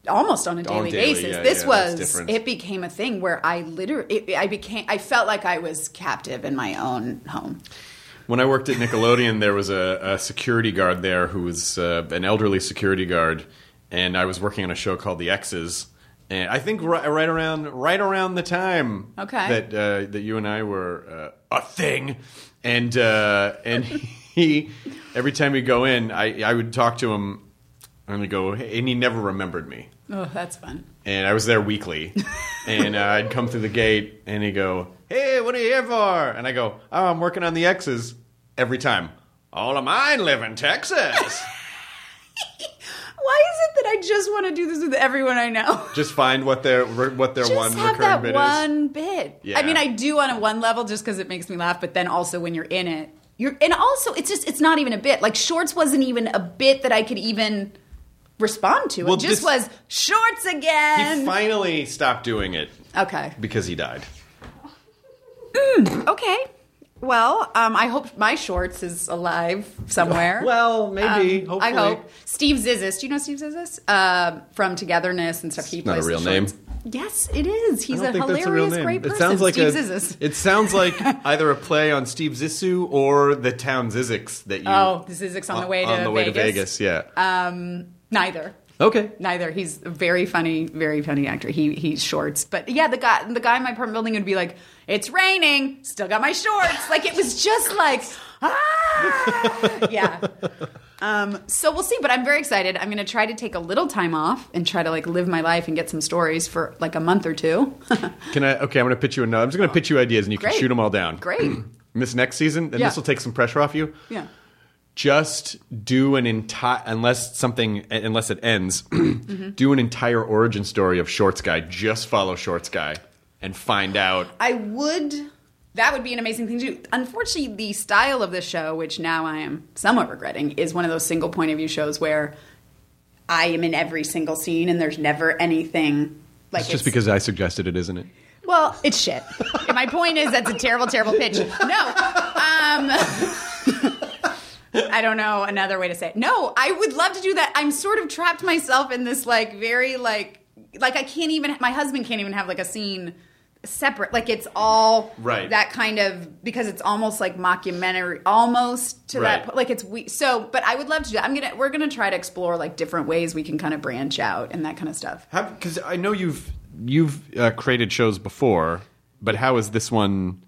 [SPEAKER 5] almost on a
[SPEAKER 2] On
[SPEAKER 5] daily,
[SPEAKER 2] daily,
[SPEAKER 5] basis.
[SPEAKER 2] yeah,
[SPEAKER 5] this
[SPEAKER 2] yeah, that's
[SPEAKER 5] was
[SPEAKER 2] different.
[SPEAKER 5] it became a thing where I literally I became I felt like I was captive in my own home.
[SPEAKER 2] When I worked at Nickelodeon, there was a, a security guard there who was uh, an elderly security guard, and I was working on a show called The X's. And I think right, right around right around the time
[SPEAKER 5] Okay.
[SPEAKER 2] that uh, that you and I were uh, a thing, and uh, and [LAUGHS] he every time we go in, I I would talk to him and we go, hey, and he never remembered me
[SPEAKER 5] Oh, that's fun.
[SPEAKER 2] and I was there
[SPEAKER 5] [LAUGHS]
[SPEAKER 2] weekly. and uh, I'd come through the gate, and he'd go, "Hey, what are you here for?" And I go, "Oh, I'm working on the X's." Every time, all of mine live in
[SPEAKER 5] [LAUGHS]
[SPEAKER 2] Texas.
[SPEAKER 5] Why is it that I just want to do this with everyone I know? [LAUGHS]
[SPEAKER 2] Just find what their what their
[SPEAKER 5] Just
[SPEAKER 2] one
[SPEAKER 5] have
[SPEAKER 2] recurring
[SPEAKER 5] that
[SPEAKER 2] bit is.
[SPEAKER 5] one bit.
[SPEAKER 2] Yeah.
[SPEAKER 5] I mean, I do on a one level just because it makes me laugh, but then also when you're in it, you're and also it's just it's not even a bit. Like shorts wasn't even a bit that I could even respond to.
[SPEAKER 2] Well,
[SPEAKER 5] it
[SPEAKER 2] this-
[SPEAKER 5] just was shorts
[SPEAKER 2] He
[SPEAKER 5] again.
[SPEAKER 2] finally stopped doing it
[SPEAKER 5] okay.
[SPEAKER 2] because he died.
[SPEAKER 5] Okay. Well, um, I hope my shorts is alive somewhere.
[SPEAKER 2] [LAUGHS] Well, maybe.
[SPEAKER 5] Um, I
[SPEAKER 2] Hopefully.
[SPEAKER 5] hope Steve Zizis. Do you know Steve Zizis Um from Togetherness and stuff? he
[SPEAKER 2] not a
[SPEAKER 5] plays the
[SPEAKER 2] real
[SPEAKER 5] shorts.
[SPEAKER 2] name.
[SPEAKER 5] Yes, it is. He's
[SPEAKER 2] I
[SPEAKER 5] a
[SPEAKER 2] don't think
[SPEAKER 5] hilarious,
[SPEAKER 2] that's a real name.
[SPEAKER 5] great person.
[SPEAKER 2] It sounds like
[SPEAKER 5] Steve
[SPEAKER 2] a,
[SPEAKER 5] Zizis.
[SPEAKER 2] It sounds like
[SPEAKER 5] [LAUGHS]
[SPEAKER 2] either a play on Steve Zissou or the town Zizix that you.
[SPEAKER 5] Oh, the Zizix Uh, on the way to
[SPEAKER 2] on the way to
[SPEAKER 5] Vegas. Uh,
[SPEAKER 2] Vegas. Yeah.
[SPEAKER 5] Um, neither.
[SPEAKER 2] Okay.
[SPEAKER 5] Neither. He's a very funny, very funny actor. He he's shorts, but yeah, the guy the guy in my apartment building would be like, "It's raining, still got my shorts." Like it was just like [LAUGHS] ah, yeah. Um, so we'll see, but I'm very excited. I'm gonna try to take a little time off and try to like live my life and get some stories for like a month or two. [LAUGHS]
[SPEAKER 2] Can I? Okay, I'm going to pitch you another. I'm just going to pitch you ideas, and you
[SPEAKER 5] Great.
[SPEAKER 2] can shoot them all down.
[SPEAKER 5] Great.
[SPEAKER 2] Miss next season, and [CLEARS THROAT]
[SPEAKER 5] Yeah.
[SPEAKER 2] this will take some pressure off you.
[SPEAKER 5] yeah.
[SPEAKER 2] Just do an entire unless something unless it ends. [CLEARS THROAT] Do an entire origin story of Shorts Guy. Just follow Shorts Guy and find out.
[SPEAKER 5] I would. That would be an amazing thing to do. Unfortunately, the style of this show, which now I am somewhat regretting, is one of those single point of view shows where I am in every single scene and there's never anything like
[SPEAKER 2] It's just because I suggested it, isn't it?
[SPEAKER 5] Well, it's shit. And My point is that's a terrible, terrible pitch. No. Um, [LAUGHS] I don't know another way to say it. No, I would love to do that. I'm sort of trapped myself in this like very like like I can't even my husband can't even have like a scene separate. Like it's all
[SPEAKER 2] Right.
[SPEAKER 5] that kind of because it's almost like mockumentary almost to that
[SPEAKER 2] Right.
[SPEAKER 5] po- like it's we so but I would love to do that. I'm gonna we're gonna try to explore like different ways we can kind of branch out and that kind of stuff.
[SPEAKER 2] Because I know you've you've uh, created shows before, but how is this one?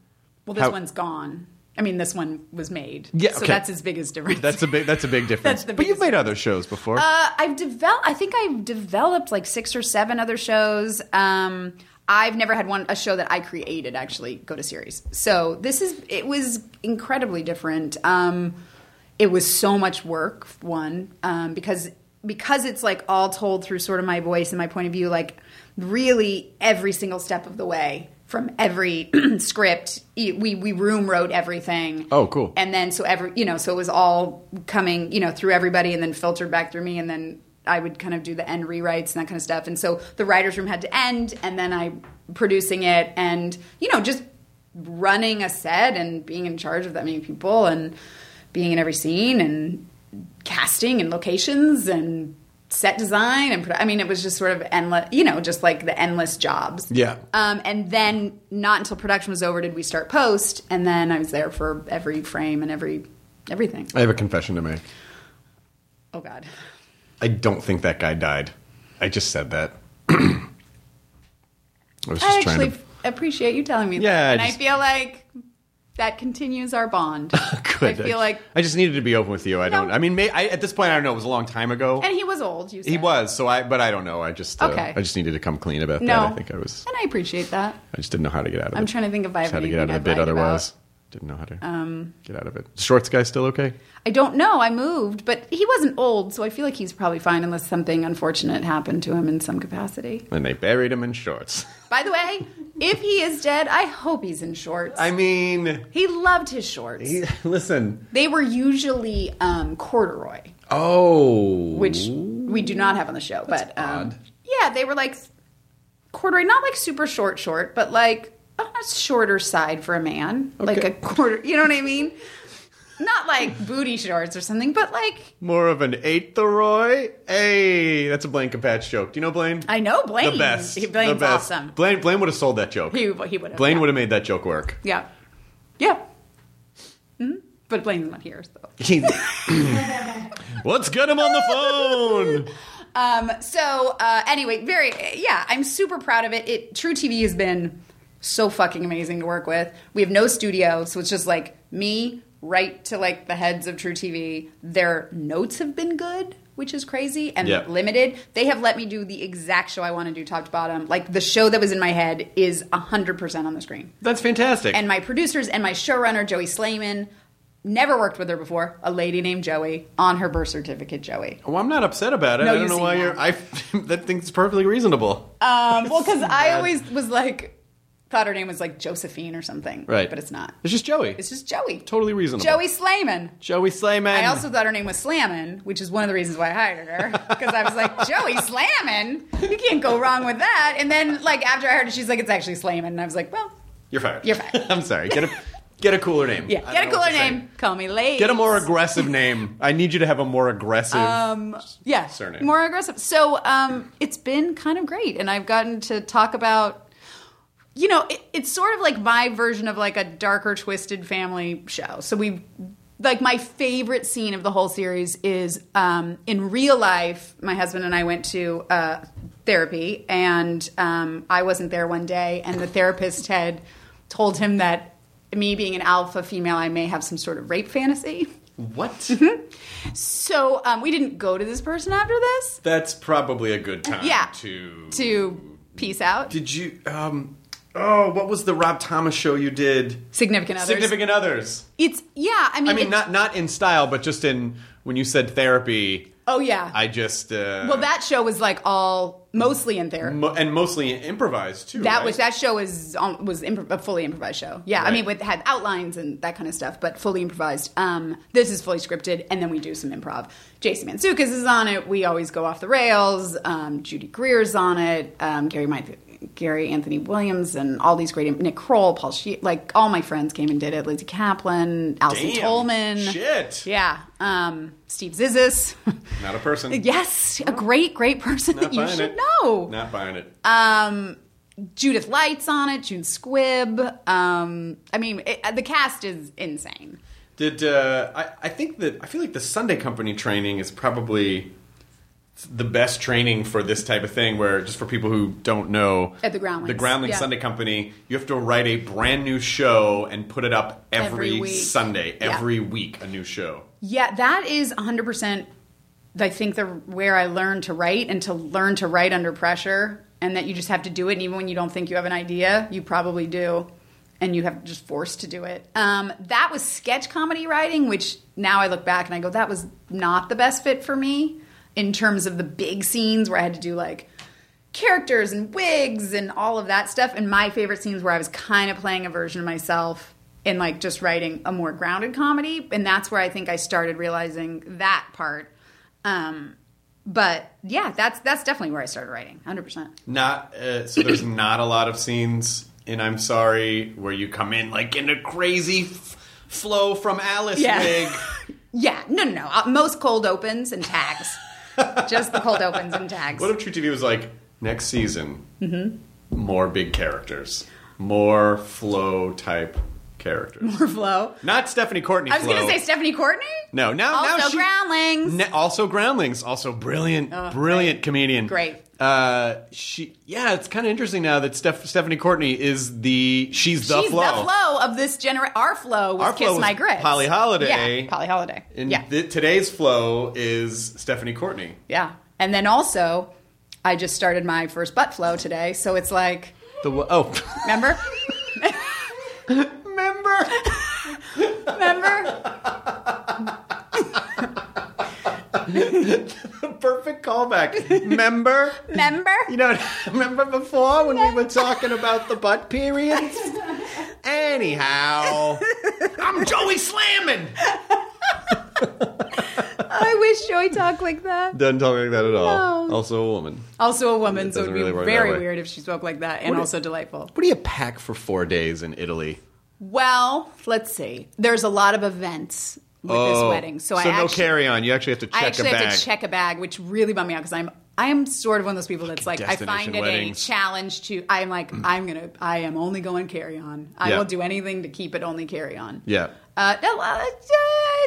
[SPEAKER 5] Well, this
[SPEAKER 2] How-
[SPEAKER 5] one's gone. I mean, this one was made.
[SPEAKER 2] Yeah,
[SPEAKER 5] So
[SPEAKER 2] okay.
[SPEAKER 5] that's as big as difference.
[SPEAKER 2] That's a big that's a
[SPEAKER 5] [LAUGHS]
[SPEAKER 2] big difference.
[SPEAKER 5] the
[SPEAKER 2] but you've
[SPEAKER 5] biggest
[SPEAKER 2] made other shows before.
[SPEAKER 5] Uh, I've developed. I think I've developed like six or seven other shows. Um, I've never had one a show that I created actually go to series. So this is it was incredibly different. Um, it was so much work. One um, because because it's like all told through sort of my voice and my point of view. Like really every single step of the way from every [CLEARS THROAT] script e- we we room wrote everything
[SPEAKER 2] Oh, cool.
[SPEAKER 5] and then so every you know so it was all coming you know through everybody and then filtered back through me and then i would kind of do the end rewrites and that kind of stuff and so the writers room had to end and then i producing it and you know just running a set and being in charge of that many people and being in every scene and casting and locations and set design and produ- i mean it was just sort of endless you know just like the endless jobs
[SPEAKER 2] Yeah.
[SPEAKER 5] um, and then not until production was over did we start post, and then I was there for every frame and every everything.
[SPEAKER 2] I have a confession to make.
[SPEAKER 5] Oh God.
[SPEAKER 2] I don't think that guy died. I just said that. [CLEARS THROAT] I was just
[SPEAKER 5] I
[SPEAKER 2] trying
[SPEAKER 5] actually
[SPEAKER 2] to.
[SPEAKER 5] appreciate you telling me
[SPEAKER 2] Yeah, I
[SPEAKER 5] that. And
[SPEAKER 2] just-
[SPEAKER 5] I feel like that continues our
[SPEAKER 2] [LAUGHS]
[SPEAKER 5] bond.
[SPEAKER 2] Good.
[SPEAKER 5] I feel like
[SPEAKER 2] I just needed to be open with you. I
[SPEAKER 5] No.
[SPEAKER 2] don't. I mean, may, I, at this point, I don't know. It was a long time ago.
[SPEAKER 5] and he was old, you said.
[SPEAKER 2] He was. So I. But I don't know. I just. Uh,
[SPEAKER 5] Okay.
[SPEAKER 2] I just needed to come clean about
[SPEAKER 5] No.
[SPEAKER 2] that. I think I was.
[SPEAKER 5] And I appreciate that.
[SPEAKER 2] I just didn't know how to get out of it.
[SPEAKER 5] I'm trying to think if I
[SPEAKER 2] Just
[SPEAKER 5] have
[SPEAKER 2] how to get out of
[SPEAKER 5] anything
[SPEAKER 2] the
[SPEAKER 5] I've
[SPEAKER 2] bit.
[SPEAKER 5] lied
[SPEAKER 2] Otherwise, didn't know how to
[SPEAKER 5] Um,
[SPEAKER 2] get out of it. Shorts guy still okay?
[SPEAKER 5] I don't know, I moved, but he wasn't old, so I feel like he's probably fine unless something unfortunate happened to him in some capacity.
[SPEAKER 2] And they buried him in shorts. [LAUGHS]
[SPEAKER 5] By the way, if he is dead, I hope he's in shorts.
[SPEAKER 2] I mean,
[SPEAKER 5] he loved his shorts.
[SPEAKER 2] listen.
[SPEAKER 5] They were usually um, corduroy,
[SPEAKER 2] Oh.
[SPEAKER 5] which we do not have on the show. but um, yeah, they were like corduroy, not like super short, short, but like on a shorter side for a man, like a quarter. You know what I mean? not like booty shorts or something, but like
[SPEAKER 2] More of an eighth Roy. Hey, that's a Blaine Patch joke. Do you know Blaine?
[SPEAKER 5] I know Blaine.
[SPEAKER 2] The best.
[SPEAKER 5] He- Blaine's
[SPEAKER 2] the best.
[SPEAKER 5] awesome.
[SPEAKER 2] Blaine, Blaine would have sold that joke.
[SPEAKER 5] he he would have.
[SPEAKER 2] Blaine
[SPEAKER 5] yeah.
[SPEAKER 2] would have made that joke work.
[SPEAKER 5] Yeah, yeah. Mhm. But Blaine's not here, so.
[SPEAKER 2] Let's get him on the
[SPEAKER 5] [LAUGHS]
[SPEAKER 2] phone.
[SPEAKER 5] Um, so uh, anyway, very yeah, I'm super proud of it. It True TV has been so fucking amazing to work with. We have no studio, so it's just like me right to like the heads of True TV. Their notes have been good, which is crazy and
[SPEAKER 2] Yeah.
[SPEAKER 5] limited. They have let me do the exact show I want to do, top to bottom. Like the show that was in my head is hundred percent on the screen
[SPEAKER 2] That's fantastic.
[SPEAKER 5] and my producers and my showrunner Joey Slayman. Never worked with her before. A lady named Joey on her birth certificate, Joey.
[SPEAKER 2] well, I'm not upset about it.
[SPEAKER 5] No,
[SPEAKER 2] I don't
[SPEAKER 5] you
[SPEAKER 2] know
[SPEAKER 5] see
[SPEAKER 2] why
[SPEAKER 5] that.
[SPEAKER 2] you're. I [LAUGHS] that thing's perfectly reasonable.
[SPEAKER 5] Um, well, because I always was like, thought her name was like Josephine or something.
[SPEAKER 2] right,
[SPEAKER 5] But it's not.
[SPEAKER 2] It's just Joey.
[SPEAKER 5] It's just Joey.
[SPEAKER 2] Totally reasonable.
[SPEAKER 5] Joey Slayman.
[SPEAKER 2] Joey Slayman.
[SPEAKER 5] I also thought her name was Slammin', which is one of the reasons why I hired her. Because I was like,
[SPEAKER 2] [LAUGHS]
[SPEAKER 5] Joey Slammin'? You can't go wrong with that. And then, like, after I heard it, she's like, it's actually Slayman. And I was like, well,
[SPEAKER 2] You're fired.
[SPEAKER 5] You're fired.
[SPEAKER 2] [LAUGHS] I'm sorry. Get a get a cooler name.
[SPEAKER 5] yeah,
[SPEAKER 2] I
[SPEAKER 5] get a
[SPEAKER 2] don't know what to
[SPEAKER 5] cooler
[SPEAKER 2] say.
[SPEAKER 5] name. Call me late.
[SPEAKER 2] Get a more aggressive name. I need you to have a more aggressive. Um,
[SPEAKER 5] yeah,
[SPEAKER 2] surname.
[SPEAKER 5] more aggressive. So um, it's been kind of great, and I've gotten to talk about, you know, it, it's sort of like my version of like a darker, twisted family show. So we like my favorite scene of the whole series is um, in real life. My husband and I went to uh, therapy, and um, I wasn't there one day, and the therapist had told him that me being an alpha female, I may have some sort of rape fantasy.
[SPEAKER 2] What?
[SPEAKER 5] mm-hmm. So um, we didn't go to this person after this
[SPEAKER 2] That's probably a good time
[SPEAKER 5] Yeah.
[SPEAKER 2] to
[SPEAKER 5] to peace out.
[SPEAKER 2] Did you um oh, what was the Rob Thomas show you did?
[SPEAKER 5] significant others.
[SPEAKER 2] Significant others.
[SPEAKER 5] It's yeah. I mean,
[SPEAKER 2] I mean
[SPEAKER 5] it-
[SPEAKER 2] not not in style but just in when you said therapy,
[SPEAKER 5] Oh yeah.
[SPEAKER 2] I just uh
[SPEAKER 5] well, that show was like all mostly in therapy.
[SPEAKER 2] mo- and mostly improvised too.
[SPEAKER 5] That
[SPEAKER 2] Mm, right?
[SPEAKER 5] was that show was um, was improv- a fully improvised show. Yeah, I
[SPEAKER 2] Right.
[SPEAKER 5] mean, with had outlines and that kind of stuff, but fully improvised. Um, this is fully scripted, and then we do some improv. Jason Mansukas is on it. We always go off the rails. Um, Judy Greer's on it. Um, Gary Myth- Gary Anthony Williams and all these great Nick Kroll, Paul She like all my friends came and did it. Lizzie Kaplan, Alison
[SPEAKER 2] Damn.
[SPEAKER 5] Tolman,
[SPEAKER 2] Shit.
[SPEAKER 5] yeah, um, Steve
[SPEAKER 2] [LAUGHS]
[SPEAKER 5] Zizis. [LAUGHS]
[SPEAKER 2] Not a person.
[SPEAKER 5] yes, a great, great person
[SPEAKER 2] Not
[SPEAKER 5] that you
[SPEAKER 2] buying
[SPEAKER 5] should
[SPEAKER 2] it.
[SPEAKER 5] know.
[SPEAKER 2] Not buying it.
[SPEAKER 5] Um, Judith Light's on it. June Squibb. Um, I mean, it, the cast is insane.
[SPEAKER 2] Did uh, I? I think that I feel like the Sunday Company training is probably the best training for this type of thing. Where just for people who don't know,
[SPEAKER 5] At the Groundlings,
[SPEAKER 2] the Groundling
[SPEAKER 5] yeah.
[SPEAKER 2] Sunday Company, you have to write a brand new show and put it up every,
[SPEAKER 5] Every week.
[SPEAKER 2] Sunday,
[SPEAKER 5] Yeah.
[SPEAKER 2] every week, a new show.
[SPEAKER 5] Yeah, that is 100%. I think the where I learned to write and to learn to write under pressure, and that you just have to do it. And even when you don't think you have an idea, you probably do, and you have just forced to do it. Um, that was sketch comedy writing, which now I look back and I go, that was not the best fit for me in terms of the big scenes where I had to do like characters and wigs and all of that stuff. And my favorite scenes where I was kind of playing a version of myself and like just writing a more grounded comedy. And that's where I think I started realizing that part. Um, but yeah, that's that's definitely where I started writing, hundred percent.
[SPEAKER 2] Not uh, so.
[SPEAKER 5] [CLEARS THROAT]
[SPEAKER 2] There's not a lot of scenes in I'm Sorry where you come in like in a crazy f- flow from Alice
[SPEAKER 5] Yeah.
[SPEAKER 2] wig.
[SPEAKER 5] [LAUGHS] Yeah, no, no, no. Uh, most cold opens
[SPEAKER 2] [LAUGHS]
[SPEAKER 5] and tags, just the cold opens and tags.
[SPEAKER 2] What if True TV was like next season?
[SPEAKER 5] Mm-hmm.
[SPEAKER 2] More big characters, more flow type characters.
[SPEAKER 5] flow.
[SPEAKER 2] Not Stephanie Courtney.
[SPEAKER 5] I was
[SPEAKER 2] flow.
[SPEAKER 5] gonna say Stephanie Courtney.
[SPEAKER 2] No, now
[SPEAKER 5] also
[SPEAKER 2] now she,
[SPEAKER 5] Groundlings. Oh,
[SPEAKER 2] Ne- also groundlings. Also brilliant, brilliant comedian.
[SPEAKER 5] Great.
[SPEAKER 2] Uh, she yeah, it's kind of interesting now that Steph- Stephanie Courtney is the she's the
[SPEAKER 5] She's
[SPEAKER 2] flow.
[SPEAKER 5] the flow of this gener. Our flow was
[SPEAKER 2] Our
[SPEAKER 5] Kiss
[SPEAKER 2] flow was
[SPEAKER 5] My Grits.
[SPEAKER 2] Polly Holiday.
[SPEAKER 5] Yeah, Polly Holiday.
[SPEAKER 2] And
[SPEAKER 5] yeah.
[SPEAKER 2] thi- today's flow is Stephanie Courtney.
[SPEAKER 5] yeah. And then also, I just started my first butt flow today. So it's like,
[SPEAKER 2] The wo- oh, [LAUGHS]
[SPEAKER 5] remember?
[SPEAKER 2] remember. [LAUGHS]
[SPEAKER 5] remember?
[SPEAKER 2] Perfect callback. Remember?
[SPEAKER 5] Remember?
[SPEAKER 2] You know, [LAUGHS] remember before when we were talking about the butt periods? Anyhow, I'm Joey Slamming.
[SPEAKER 5] I wish Joy talked like that.
[SPEAKER 2] Doesn't talk like that at all.
[SPEAKER 5] No.
[SPEAKER 2] Also a woman.
[SPEAKER 5] Also a woman,
[SPEAKER 2] It
[SPEAKER 5] so
[SPEAKER 2] doesn't
[SPEAKER 5] it'd be
[SPEAKER 2] really work that
[SPEAKER 5] very
[SPEAKER 2] way.
[SPEAKER 5] weird if she spoke like that, and
[SPEAKER 2] What
[SPEAKER 5] also
[SPEAKER 2] i-
[SPEAKER 5] delightful.
[SPEAKER 2] What do you pack for four days in Italy?
[SPEAKER 5] Well, let's see. There's a lot of events with this wedding, so,
[SPEAKER 2] Oh.
[SPEAKER 5] I
[SPEAKER 2] no
[SPEAKER 5] actually,
[SPEAKER 2] carry on. You actually have to check
[SPEAKER 5] I actually
[SPEAKER 2] a bag.
[SPEAKER 5] have to check a bag, which really bummed me out because I'm I'm sort of one of those people that's
[SPEAKER 2] Fucking
[SPEAKER 5] like I find
[SPEAKER 2] destination
[SPEAKER 5] it
[SPEAKER 2] weddings. Mm.
[SPEAKER 5] a challenge to I'm like I'm gonna I am only going carry on. I
[SPEAKER 2] Yeah.
[SPEAKER 5] will do anything to keep it only carry on.
[SPEAKER 2] Yeah.
[SPEAKER 5] Uh, no, uh,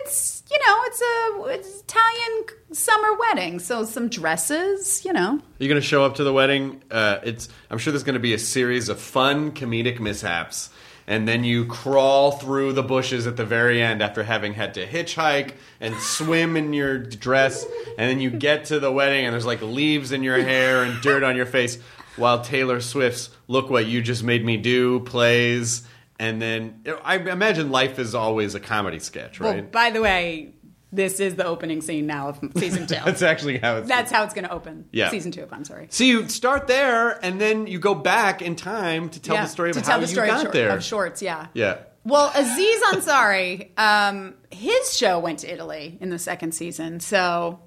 [SPEAKER 5] it's you know it's a it's Italian summer wedding, so some dresses, you know.
[SPEAKER 2] You're going to show up to the wedding. Uh, it's. I'm sure there's going to be a series of fun comedic mishaps, and then you crawl through the bushes at the very end after having had to hitchhike and swim in your dress, and then you get to the wedding and there's like leaves in your hair and dirt on your face, while Taylor Swift's "Look What You Just Made Me Do" plays, and then I imagine life is always a comedy sketch,
[SPEAKER 5] Well,
[SPEAKER 2] right?
[SPEAKER 5] Oh, by the way, this is the opening scene now of [LAUGHS] season two.
[SPEAKER 2] That's actually how it's.
[SPEAKER 5] That's how it's going to open.
[SPEAKER 2] Yeah.
[SPEAKER 5] season two. If I'm sorry.
[SPEAKER 2] So you start there, and then you go back in time to tell
[SPEAKER 5] Yeah,
[SPEAKER 2] the story of
[SPEAKER 5] to
[SPEAKER 2] how
[SPEAKER 5] tell the story
[SPEAKER 2] you
[SPEAKER 5] of,
[SPEAKER 2] got
[SPEAKER 5] short-
[SPEAKER 2] there.
[SPEAKER 5] of shorts. Yeah.
[SPEAKER 2] Yeah.
[SPEAKER 5] Well, Aziz Ansari, um, his show went to Italy in the second season, so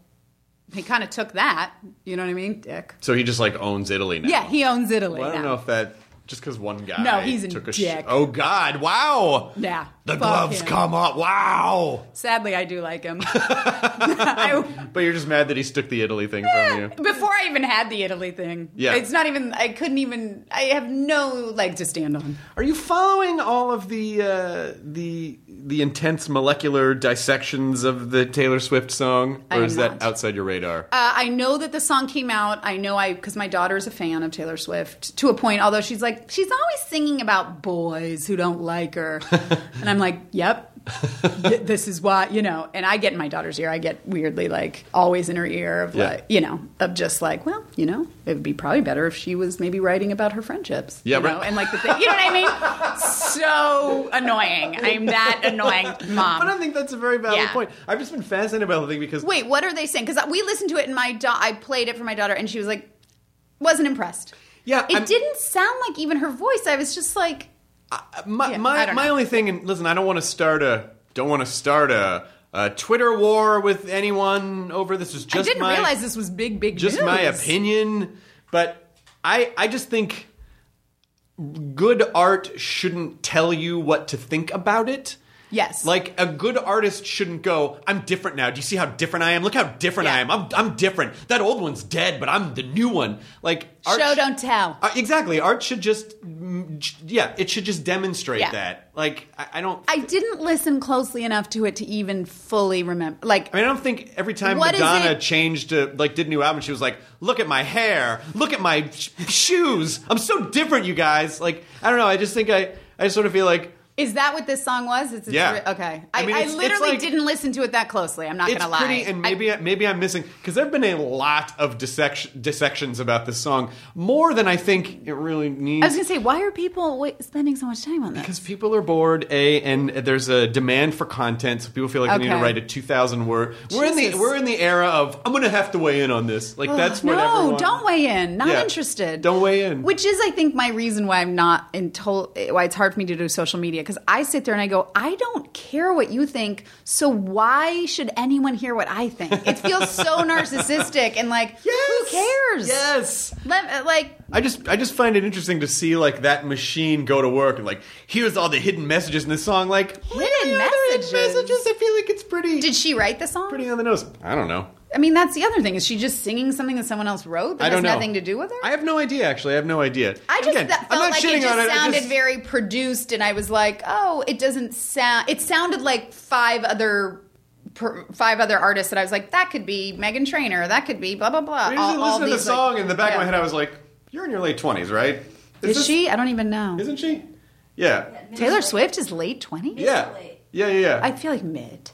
[SPEAKER 5] he kind of took that. You know what I mean, Dick?
[SPEAKER 2] So he just like owns Italy now.
[SPEAKER 5] Yeah, he owns Italy.
[SPEAKER 2] Well, I don't
[SPEAKER 5] now.
[SPEAKER 2] know if that just because one guy.
[SPEAKER 5] No, he's a
[SPEAKER 2] took a
[SPEAKER 5] dick.
[SPEAKER 2] oh God! Wow.
[SPEAKER 5] Yeah.
[SPEAKER 2] The
[SPEAKER 5] Fuck
[SPEAKER 2] gloves
[SPEAKER 5] him.
[SPEAKER 2] come up. Wow.
[SPEAKER 5] Sadly, I do
[SPEAKER 2] [LAUGHS]
[SPEAKER 5] like him. [LAUGHS] I,
[SPEAKER 2] But you're just mad that he stuck the Italy thing from you.
[SPEAKER 5] before I even had the Italy thing,
[SPEAKER 2] Yeah.
[SPEAKER 5] it's not even. I couldn't even. I have no leg to stand on.
[SPEAKER 2] Are you following all of the uh, the the intense molecular dissections of the Taylor Swift song,
[SPEAKER 5] I
[SPEAKER 2] or
[SPEAKER 5] am
[SPEAKER 2] is that
[SPEAKER 5] not.
[SPEAKER 2] outside your radar?
[SPEAKER 5] Uh, I know that the song came out. I know I because my daughter's a fan of Taylor Swift to a point. Although she's like she's always singing about boys who don't
[SPEAKER 2] [LAUGHS]
[SPEAKER 5] like her, and I'm like, yep, y- this is why you know. And I get in my daughter's ear. I get weirdly like always in her ear of
[SPEAKER 2] Yeah.
[SPEAKER 5] like you know of just like well you know it would be probably better if she was maybe writing about her friendships.
[SPEAKER 2] Yeah,
[SPEAKER 5] you know?
[SPEAKER 2] right.
[SPEAKER 5] And like the thing, you know what
[SPEAKER 2] [LAUGHS]
[SPEAKER 5] I mean? so annoying. I'm that annoying mom.
[SPEAKER 2] but I think that's a very valid
[SPEAKER 5] Yeah.
[SPEAKER 2] point. I've just been fascinated by the thing because
[SPEAKER 5] Wait, what are they saying? Because we listened to it, and my da- I played it for my daughter, and she was like, wasn't impressed.
[SPEAKER 2] Yeah,
[SPEAKER 5] it
[SPEAKER 2] I'm-
[SPEAKER 5] didn't sound like even her voice. I was just like,
[SPEAKER 2] my
[SPEAKER 5] Yeah, I
[SPEAKER 2] my,
[SPEAKER 5] don't
[SPEAKER 2] my
[SPEAKER 5] know.
[SPEAKER 2] only thing and listen i don't want to start a don't want to start a, a twitter war with anyone over this is just
[SPEAKER 5] I didn't
[SPEAKER 2] my
[SPEAKER 5] realize this was big, big.
[SPEAKER 2] just
[SPEAKER 5] news.
[SPEAKER 2] my opinion but i i just think good art shouldn't tell you what to think about it
[SPEAKER 5] Yes.
[SPEAKER 2] like a good artist shouldn't go i'm different now do you see how different i am look how different i
[SPEAKER 5] Yeah.
[SPEAKER 2] am I'm, I'm different that old one's dead but i'm the new one like art
[SPEAKER 5] Show,
[SPEAKER 2] sh-
[SPEAKER 5] don't tell.
[SPEAKER 2] uh, exactly art should just mm, j- yeah it should just demonstrate
[SPEAKER 5] Yeah.
[SPEAKER 2] that like i, I don't
[SPEAKER 5] I didn't listen closely enough to it to even fully remember. Like,
[SPEAKER 2] I mean, I don't think every time
[SPEAKER 5] What is
[SPEAKER 2] Madonna
[SPEAKER 5] it-
[SPEAKER 2] changed to like did a new album, she was like, "Look at my hair, look at my sh- shoes. I'm so different, you guys." Like, I don't know. I just think I, I just sort of feel like
[SPEAKER 5] is that what this song was? It's, it's
[SPEAKER 2] Yeah.
[SPEAKER 5] re- okay.
[SPEAKER 2] I
[SPEAKER 5] I, I,
[SPEAKER 2] mean, it's- it's
[SPEAKER 5] literally
[SPEAKER 2] like-
[SPEAKER 5] didn't listen to it that closely. I'm not
[SPEAKER 2] it's
[SPEAKER 5] gonna lie.
[SPEAKER 2] pretty, and
[SPEAKER 5] I-
[SPEAKER 2] maybe I, maybe I'm missing because there've been a lot of dissection, dissections about this song, more than I think it really needs.
[SPEAKER 5] I was gonna say, why are people wait, spending so much time on this?
[SPEAKER 2] Because people are bored, a, and there's a demand for content, so people feel like they need to
[SPEAKER 5] Okay.
[SPEAKER 2] write a two thousand word. We're in the
[SPEAKER 5] Jesus.
[SPEAKER 2] we're in the era of I'm gonna have to weigh in on this. Like that's what
[SPEAKER 5] no,
[SPEAKER 2] everyone-
[SPEAKER 5] don't weigh in. Not
[SPEAKER 2] Yeah.
[SPEAKER 5] interested.
[SPEAKER 2] Don't weigh in.
[SPEAKER 5] Which is, I think, my reason why I'm not in total. Why it's hard for me to do social media because I sit there and I go, I don't care what you think. So why should anyone hear what I think? It
[SPEAKER 2] [LAUGHS]
[SPEAKER 5] feels so narcissistic and like, who cares?
[SPEAKER 2] Yes.
[SPEAKER 5] Let, like,
[SPEAKER 2] I just I just find it interesting to see like that machine go to work and like here's all the hidden messages in this song. Like
[SPEAKER 5] Hidden
[SPEAKER 2] "Are there
[SPEAKER 5] messages?"
[SPEAKER 2] messages. I feel like it's pretty
[SPEAKER 5] did she write the song?
[SPEAKER 2] pretty on the nose. I don't know.
[SPEAKER 5] I mean, that's the other thing. Is she just singing something that someone else wrote that
[SPEAKER 2] I don't
[SPEAKER 5] has
[SPEAKER 2] know.
[SPEAKER 5] nothing to do with her?
[SPEAKER 2] I have no idea. Actually, I have no idea.
[SPEAKER 5] I just
[SPEAKER 2] Again,
[SPEAKER 5] that
[SPEAKER 2] I'm
[SPEAKER 5] felt
[SPEAKER 2] not
[SPEAKER 5] like
[SPEAKER 2] shitting
[SPEAKER 5] it just
[SPEAKER 2] on I
[SPEAKER 5] sounded
[SPEAKER 2] just-
[SPEAKER 5] very produced, and I was like, oh, it doesn't sound. It sounded like five other. per- Five other artists that I was like, that could be Megan Trainor, that could be blah blah blah.
[SPEAKER 2] I usually listen to the
[SPEAKER 5] these, like-
[SPEAKER 2] song in the back of my
[SPEAKER 5] Yeah.
[SPEAKER 2] head. I was like, "You're in your late twenties, right?
[SPEAKER 5] is
[SPEAKER 2] this-
[SPEAKER 5] she? I don't even know.
[SPEAKER 2] Isn't she? Yeah.
[SPEAKER 5] Taylor Swift is late twenties.
[SPEAKER 2] Yeah. Yeah. Yeah. Yeah.
[SPEAKER 5] I feel like mid.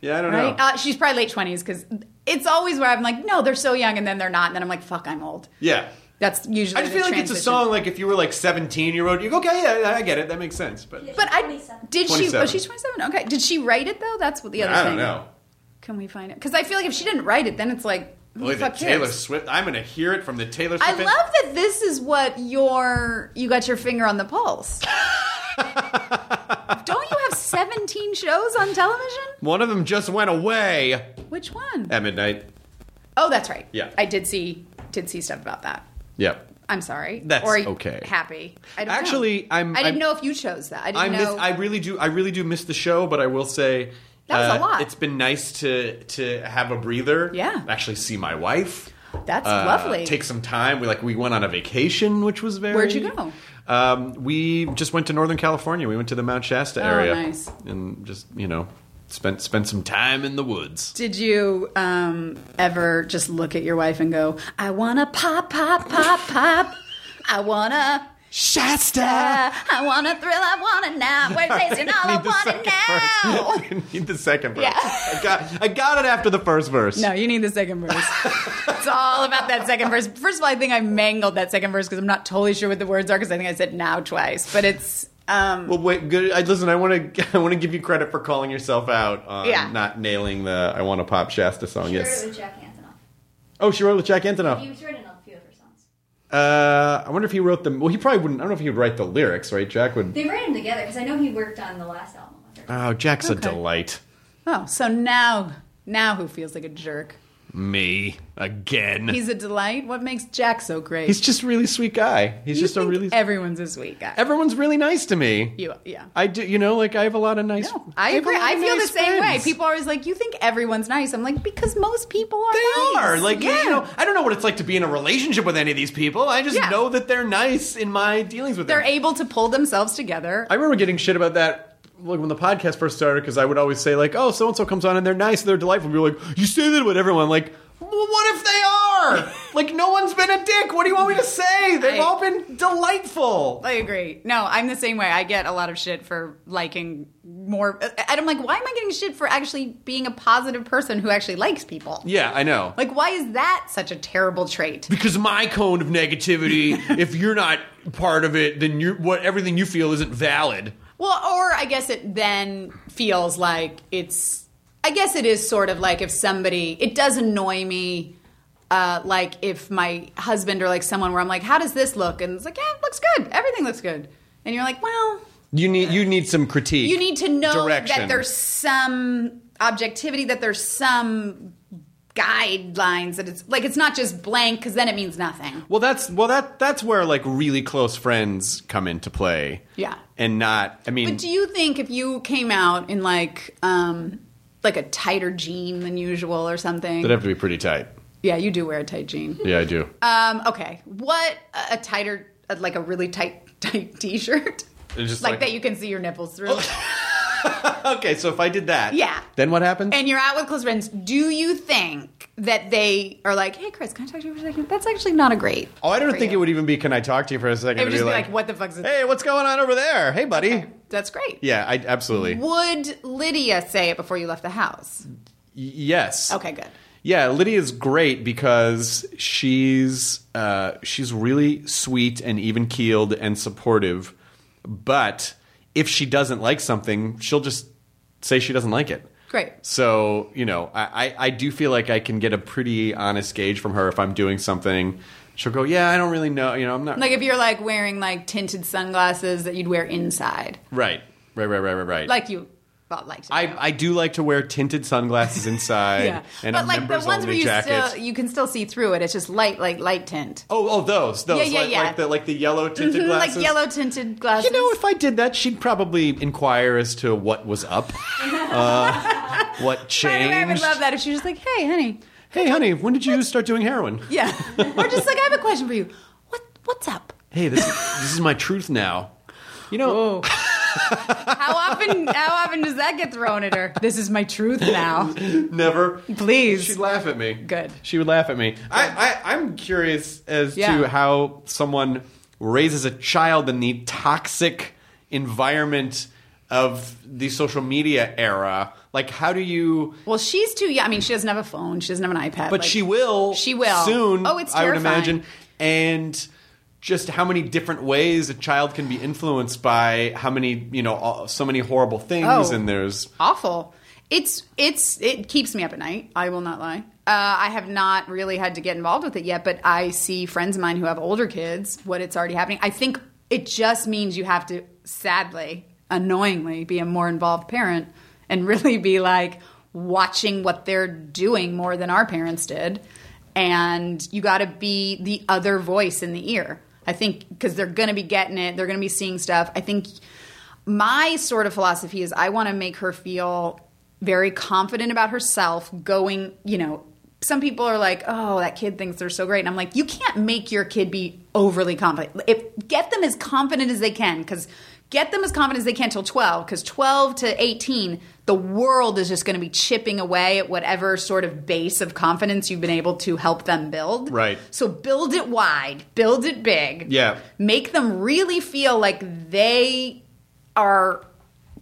[SPEAKER 2] yeah I don't
[SPEAKER 5] Right?
[SPEAKER 2] know.
[SPEAKER 5] Uh, she's probably late twenties because it's always where I'm like, no, they're so young, and then they're not, and then I'm like, fuck, I'm old.
[SPEAKER 2] yeah.
[SPEAKER 5] That's usually.
[SPEAKER 2] I just
[SPEAKER 5] the
[SPEAKER 2] feel like it's a
[SPEAKER 5] transition.
[SPEAKER 2] song like if you were like 17, you wrote, you go, okay, yeah, I get it. That makes sense. But
[SPEAKER 5] But I did she?
[SPEAKER 2] 27.
[SPEAKER 5] Was she twenty seven? Okay, did she write it though? That's what the other
[SPEAKER 2] I don't
[SPEAKER 5] thing.
[SPEAKER 2] know.
[SPEAKER 5] Can we find it? Because I feel like if she didn't write it, then it's like who
[SPEAKER 2] Boy,
[SPEAKER 5] the
[SPEAKER 2] the
[SPEAKER 5] fuck
[SPEAKER 2] Taylor
[SPEAKER 5] cares?
[SPEAKER 2] Swift. I'm going to hear it from the Taylor Swift.
[SPEAKER 5] I
[SPEAKER 2] fan-
[SPEAKER 5] love that this is what your you got your finger on
[SPEAKER 2] [LAUGHS]
[SPEAKER 5] the pulse. Don't you have seventeen shows on television?
[SPEAKER 2] One of them just went away
[SPEAKER 5] Which one?
[SPEAKER 2] at midnight.
[SPEAKER 5] Oh, that's right.
[SPEAKER 2] Yeah.
[SPEAKER 5] I did see did see stuff about that.
[SPEAKER 2] Yeah.
[SPEAKER 5] I'm sorry.
[SPEAKER 2] That's
[SPEAKER 5] or
[SPEAKER 2] okay.
[SPEAKER 5] Happy. I don't know.
[SPEAKER 2] Actually, I'm-
[SPEAKER 5] I didn't
[SPEAKER 2] I'm-
[SPEAKER 5] know if you chose that. I didn't
[SPEAKER 2] I miss.
[SPEAKER 5] know.
[SPEAKER 2] I really do. I really do miss the show, but I will say
[SPEAKER 5] That was a
[SPEAKER 2] uh,
[SPEAKER 5] lot.
[SPEAKER 2] It's been nice to to have a breather.
[SPEAKER 5] Yeah.
[SPEAKER 2] actually see my wife.
[SPEAKER 5] That's
[SPEAKER 2] uh,
[SPEAKER 5] lovely.
[SPEAKER 2] Take some time. We like we went on a vacation, which was very.
[SPEAKER 5] Where'd you go?
[SPEAKER 2] Um, we just went to Northern California. We went to the Mount Shasta area.
[SPEAKER 5] Oh, nice.
[SPEAKER 2] And just you know, spent spent some time in the woods.
[SPEAKER 5] Did you um, ever just look at your wife and go, I wanna pop, pop, pop, pop. I wanna
[SPEAKER 2] Shasta.
[SPEAKER 5] uh, I wanna thrill, I wanna
[SPEAKER 2] [LAUGHS]
[SPEAKER 5] now. We're tasting all I
[SPEAKER 2] Need the
[SPEAKER 5] wanna
[SPEAKER 2] second [LAUGHS]
[SPEAKER 5] now.
[SPEAKER 2] verse. [LAUGHS] You need the second verse.
[SPEAKER 5] Yeah.
[SPEAKER 2] I got I got it after the first verse.
[SPEAKER 5] No, you need the second verse. it's all about that second verse. First of all, I think I mangled that second verse because I'm not totally sure what the words are because I think I said now twice. But it's um,
[SPEAKER 2] Well, wait. Good. I, listen, I want to. [LAUGHS] I want to give you credit for calling yourself out on
[SPEAKER 5] Yeah.
[SPEAKER 2] not nailing the "I Want to Pop Shasta" song.
[SPEAKER 3] Sure,
[SPEAKER 2] yes.
[SPEAKER 3] with Jack Antonoff.
[SPEAKER 2] Oh, she wrote with Jack Antonoff.
[SPEAKER 3] He's written a few of her songs.
[SPEAKER 2] Uh, I wonder if he wrote them. Well, he probably wouldn't. I don't know if he would write the lyrics, right? Jack would.
[SPEAKER 3] They written them together because I know he worked on the last album with her.
[SPEAKER 2] Oh, Jack's a delight.
[SPEAKER 5] oh, so now now who feels like a jerk?
[SPEAKER 2] Me again. He's,
[SPEAKER 5] He's a delight. What makes Jack so great?
[SPEAKER 2] just a really sweet guy. He's
[SPEAKER 5] You
[SPEAKER 2] just a
[SPEAKER 5] think
[SPEAKER 2] really
[SPEAKER 5] everyone's a sweet guy.
[SPEAKER 2] everyone's really nice to me.
[SPEAKER 5] You- yeah.
[SPEAKER 2] I do. You know, like I have a lot of nice.
[SPEAKER 5] No, I
[SPEAKER 2] have a
[SPEAKER 5] agree.
[SPEAKER 2] lot
[SPEAKER 5] I
[SPEAKER 2] of
[SPEAKER 5] feel
[SPEAKER 2] nice
[SPEAKER 5] the same way.
[SPEAKER 2] friends.
[SPEAKER 5] People are always like, "You think everyone's nice?" I'm like, because most people are.
[SPEAKER 2] They
[SPEAKER 5] nice.
[SPEAKER 2] are like
[SPEAKER 5] yeah.
[SPEAKER 2] you know. I don't know what it's like to be in a relationship with any of these people. I just
[SPEAKER 5] Yeah.
[SPEAKER 2] know that they're nice in my dealings with
[SPEAKER 5] They're
[SPEAKER 2] them.
[SPEAKER 5] able to pull themselves together.
[SPEAKER 2] I remember getting shit about that like when the podcast first started because I would always say like, "Oh, so and so comes on and they're nice, and they're delightful." People were like, "You say that about everyone." I'm like, well, what if
[SPEAKER 5] [LAUGHS]
[SPEAKER 2] they are? like, no one's been a dick. What do you want me to say? They've
[SPEAKER 5] I-
[SPEAKER 2] all been delightful.
[SPEAKER 5] I agree. No, I'm the same way. I get a lot of shit for liking more. And I'm like, why am I getting shit for actually being a positive person who actually likes people?
[SPEAKER 2] yeah, I know.
[SPEAKER 5] Like, why is that such a terrible trait?
[SPEAKER 2] because my cone of
[SPEAKER 5] [LAUGHS]
[SPEAKER 2] negativity, if you're not part of it, then you what everything you feel isn't valid.
[SPEAKER 5] Well, or I guess it then feels like it's. I guess it is sort of like if somebody. It does annoy me. Uh, like if my husband or like someone where I'm like, how does this look? And it's like, yeah, it looks good. Everything looks good. And you're like, well,
[SPEAKER 2] You need you need some critique.
[SPEAKER 5] you need to know that there's some objectivity, that there's some guidelines, that it's like it's not just blank because then it means nothing.
[SPEAKER 2] well, that's well that that's where like really close friends come into play.
[SPEAKER 5] Yeah.
[SPEAKER 2] and not. I mean,
[SPEAKER 5] But do you think if you came out in like um like a tighter jean than usual or something?
[SPEAKER 2] that'd have to be pretty tight.
[SPEAKER 5] yeah, you do wear a tight jean.
[SPEAKER 2] Yeah, I do.
[SPEAKER 5] Um, okay, what a- a tighter uh, like a really tight [LAUGHS] tight t-shirt.
[SPEAKER 2] It's just
[SPEAKER 5] like,
[SPEAKER 2] like-
[SPEAKER 5] that you can see your nipples through.
[SPEAKER 2] okay, so if I did that,
[SPEAKER 5] Yeah.
[SPEAKER 2] then what happens?
[SPEAKER 5] and you're out with close friends. Do you think that they are like, "Hey, Chris, can I talk to you for a second? That's actually not a great."
[SPEAKER 2] oh, I don't
[SPEAKER 5] for
[SPEAKER 2] think it
[SPEAKER 5] you.
[SPEAKER 2] would even be. Can I talk to you for a second?
[SPEAKER 5] It would
[SPEAKER 2] It'd
[SPEAKER 5] just be like, "What the fuck's this?"
[SPEAKER 2] Hey, what's going on over there? Hey, buddy.
[SPEAKER 5] That's great.
[SPEAKER 2] Yeah, I absolutely.
[SPEAKER 5] Would Lydia say it before you left the house?
[SPEAKER 2] Y- yes.
[SPEAKER 5] Okay, good.
[SPEAKER 2] Yeah, Lydia's great because she's uh, she's really sweet and even keeled and supportive. But if she doesn't like something, she'll just say she doesn't like it.
[SPEAKER 5] Great.
[SPEAKER 2] So you know, I, I, I do feel like I can get a pretty honest gauge from her if I'm doing something. She'll go, yeah, I don't really know. You know, I'm not
[SPEAKER 5] Like if you're like wearing like tinted sunglasses that you'd wear inside,
[SPEAKER 2] right, right, right, right, right, right.
[SPEAKER 5] like you felt like. to do.
[SPEAKER 2] I, I do like to wear tinted sunglasses inside
[SPEAKER 5] [LAUGHS] yeah,
[SPEAKER 2] and
[SPEAKER 5] but
[SPEAKER 2] a
[SPEAKER 5] like the
[SPEAKER 2] members
[SPEAKER 5] ones where
[SPEAKER 2] only
[SPEAKER 5] you
[SPEAKER 2] jacket.
[SPEAKER 5] still you can still see through it. It's just light, like light tint.
[SPEAKER 2] Oh, oh, those, those,
[SPEAKER 5] Yeah, yeah,
[SPEAKER 2] like,
[SPEAKER 5] yeah.
[SPEAKER 2] like the like the yellow Oh, tinted
[SPEAKER 5] Mhm,
[SPEAKER 2] glasses,
[SPEAKER 5] [LAUGHS] Like yellow tinted glasses.
[SPEAKER 2] You know, if I did that, she'd probably inquire as to what was up,
[SPEAKER 5] [LAUGHS]
[SPEAKER 2] uh, what
[SPEAKER 5] By the
[SPEAKER 2] changed.
[SPEAKER 5] way, I would love that if she was like, "Hey, honey,
[SPEAKER 2] Hey, honey, when did you start doing heroin? [LAUGHS]
[SPEAKER 5] yeah," or just like, "I have a question for you. What what's up?
[SPEAKER 2] Hey, this this is my truth now. You [LAUGHS] know,
[SPEAKER 5] How often how often does that get thrown at her? This is my
[SPEAKER 2] [LAUGHS]
[SPEAKER 5] truth now.
[SPEAKER 2] never.
[SPEAKER 5] Please.
[SPEAKER 2] she'd laugh at me.
[SPEAKER 5] Good.
[SPEAKER 2] she would laugh at me. I, I I'm curious as
[SPEAKER 5] Yeah.
[SPEAKER 2] to how someone raises a child in the toxic environment of the social media era. Like, how do you?
[SPEAKER 5] Well, she's too young. I mean, she doesn't have a phone. She doesn't have an iPad.
[SPEAKER 2] but
[SPEAKER 5] like-
[SPEAKER 2] she will.
[SPEAKER 5] She will
[SPEAKER 2] soon.
[SPEAKER 5] Oh, it's
[SPEAKER 2] I would
[SPEAKER 5] terrifying.
[SPEAKER 2] imagine, and just how many different ways a child can be influenced by how many you know all- so many horrible things,
[SPEAKER 5] Oh.
[SPEAKER 2] and there's
[SPEAKER 5] awful. It's it's it keeps me up at night. I will not lie. Uh, I have not really had to get involved with it yet, but I see friends of mine who have older kids. What it's already happening. I think it just means you have to, sadly, annoyingly, be a more involved parent and really be like watching what they're doing more than our parents did, and you got to be the other voice in the ear. I think because they're going to be getting it, they're going to be seeing stuff. I think my sort of philosophy is I want to make her feel very confident about herself going, you know, some people are like, "Oh, that kid thinks they're so great." And I'm like, "You can't make your kid be overly confident. If get them as confident as they can cuz get them as confident as they can till 12 cuz 12 to 18, the world is just going to be chipping away at whatever sort of base of confidence you've been able to help them build.
[SPEAKER 2] Right.
[SPEAKER 5] So build it wide, build it big.
[SPEAKER 2] Yeah.
[SPEAKER 5] Make them really feel like they are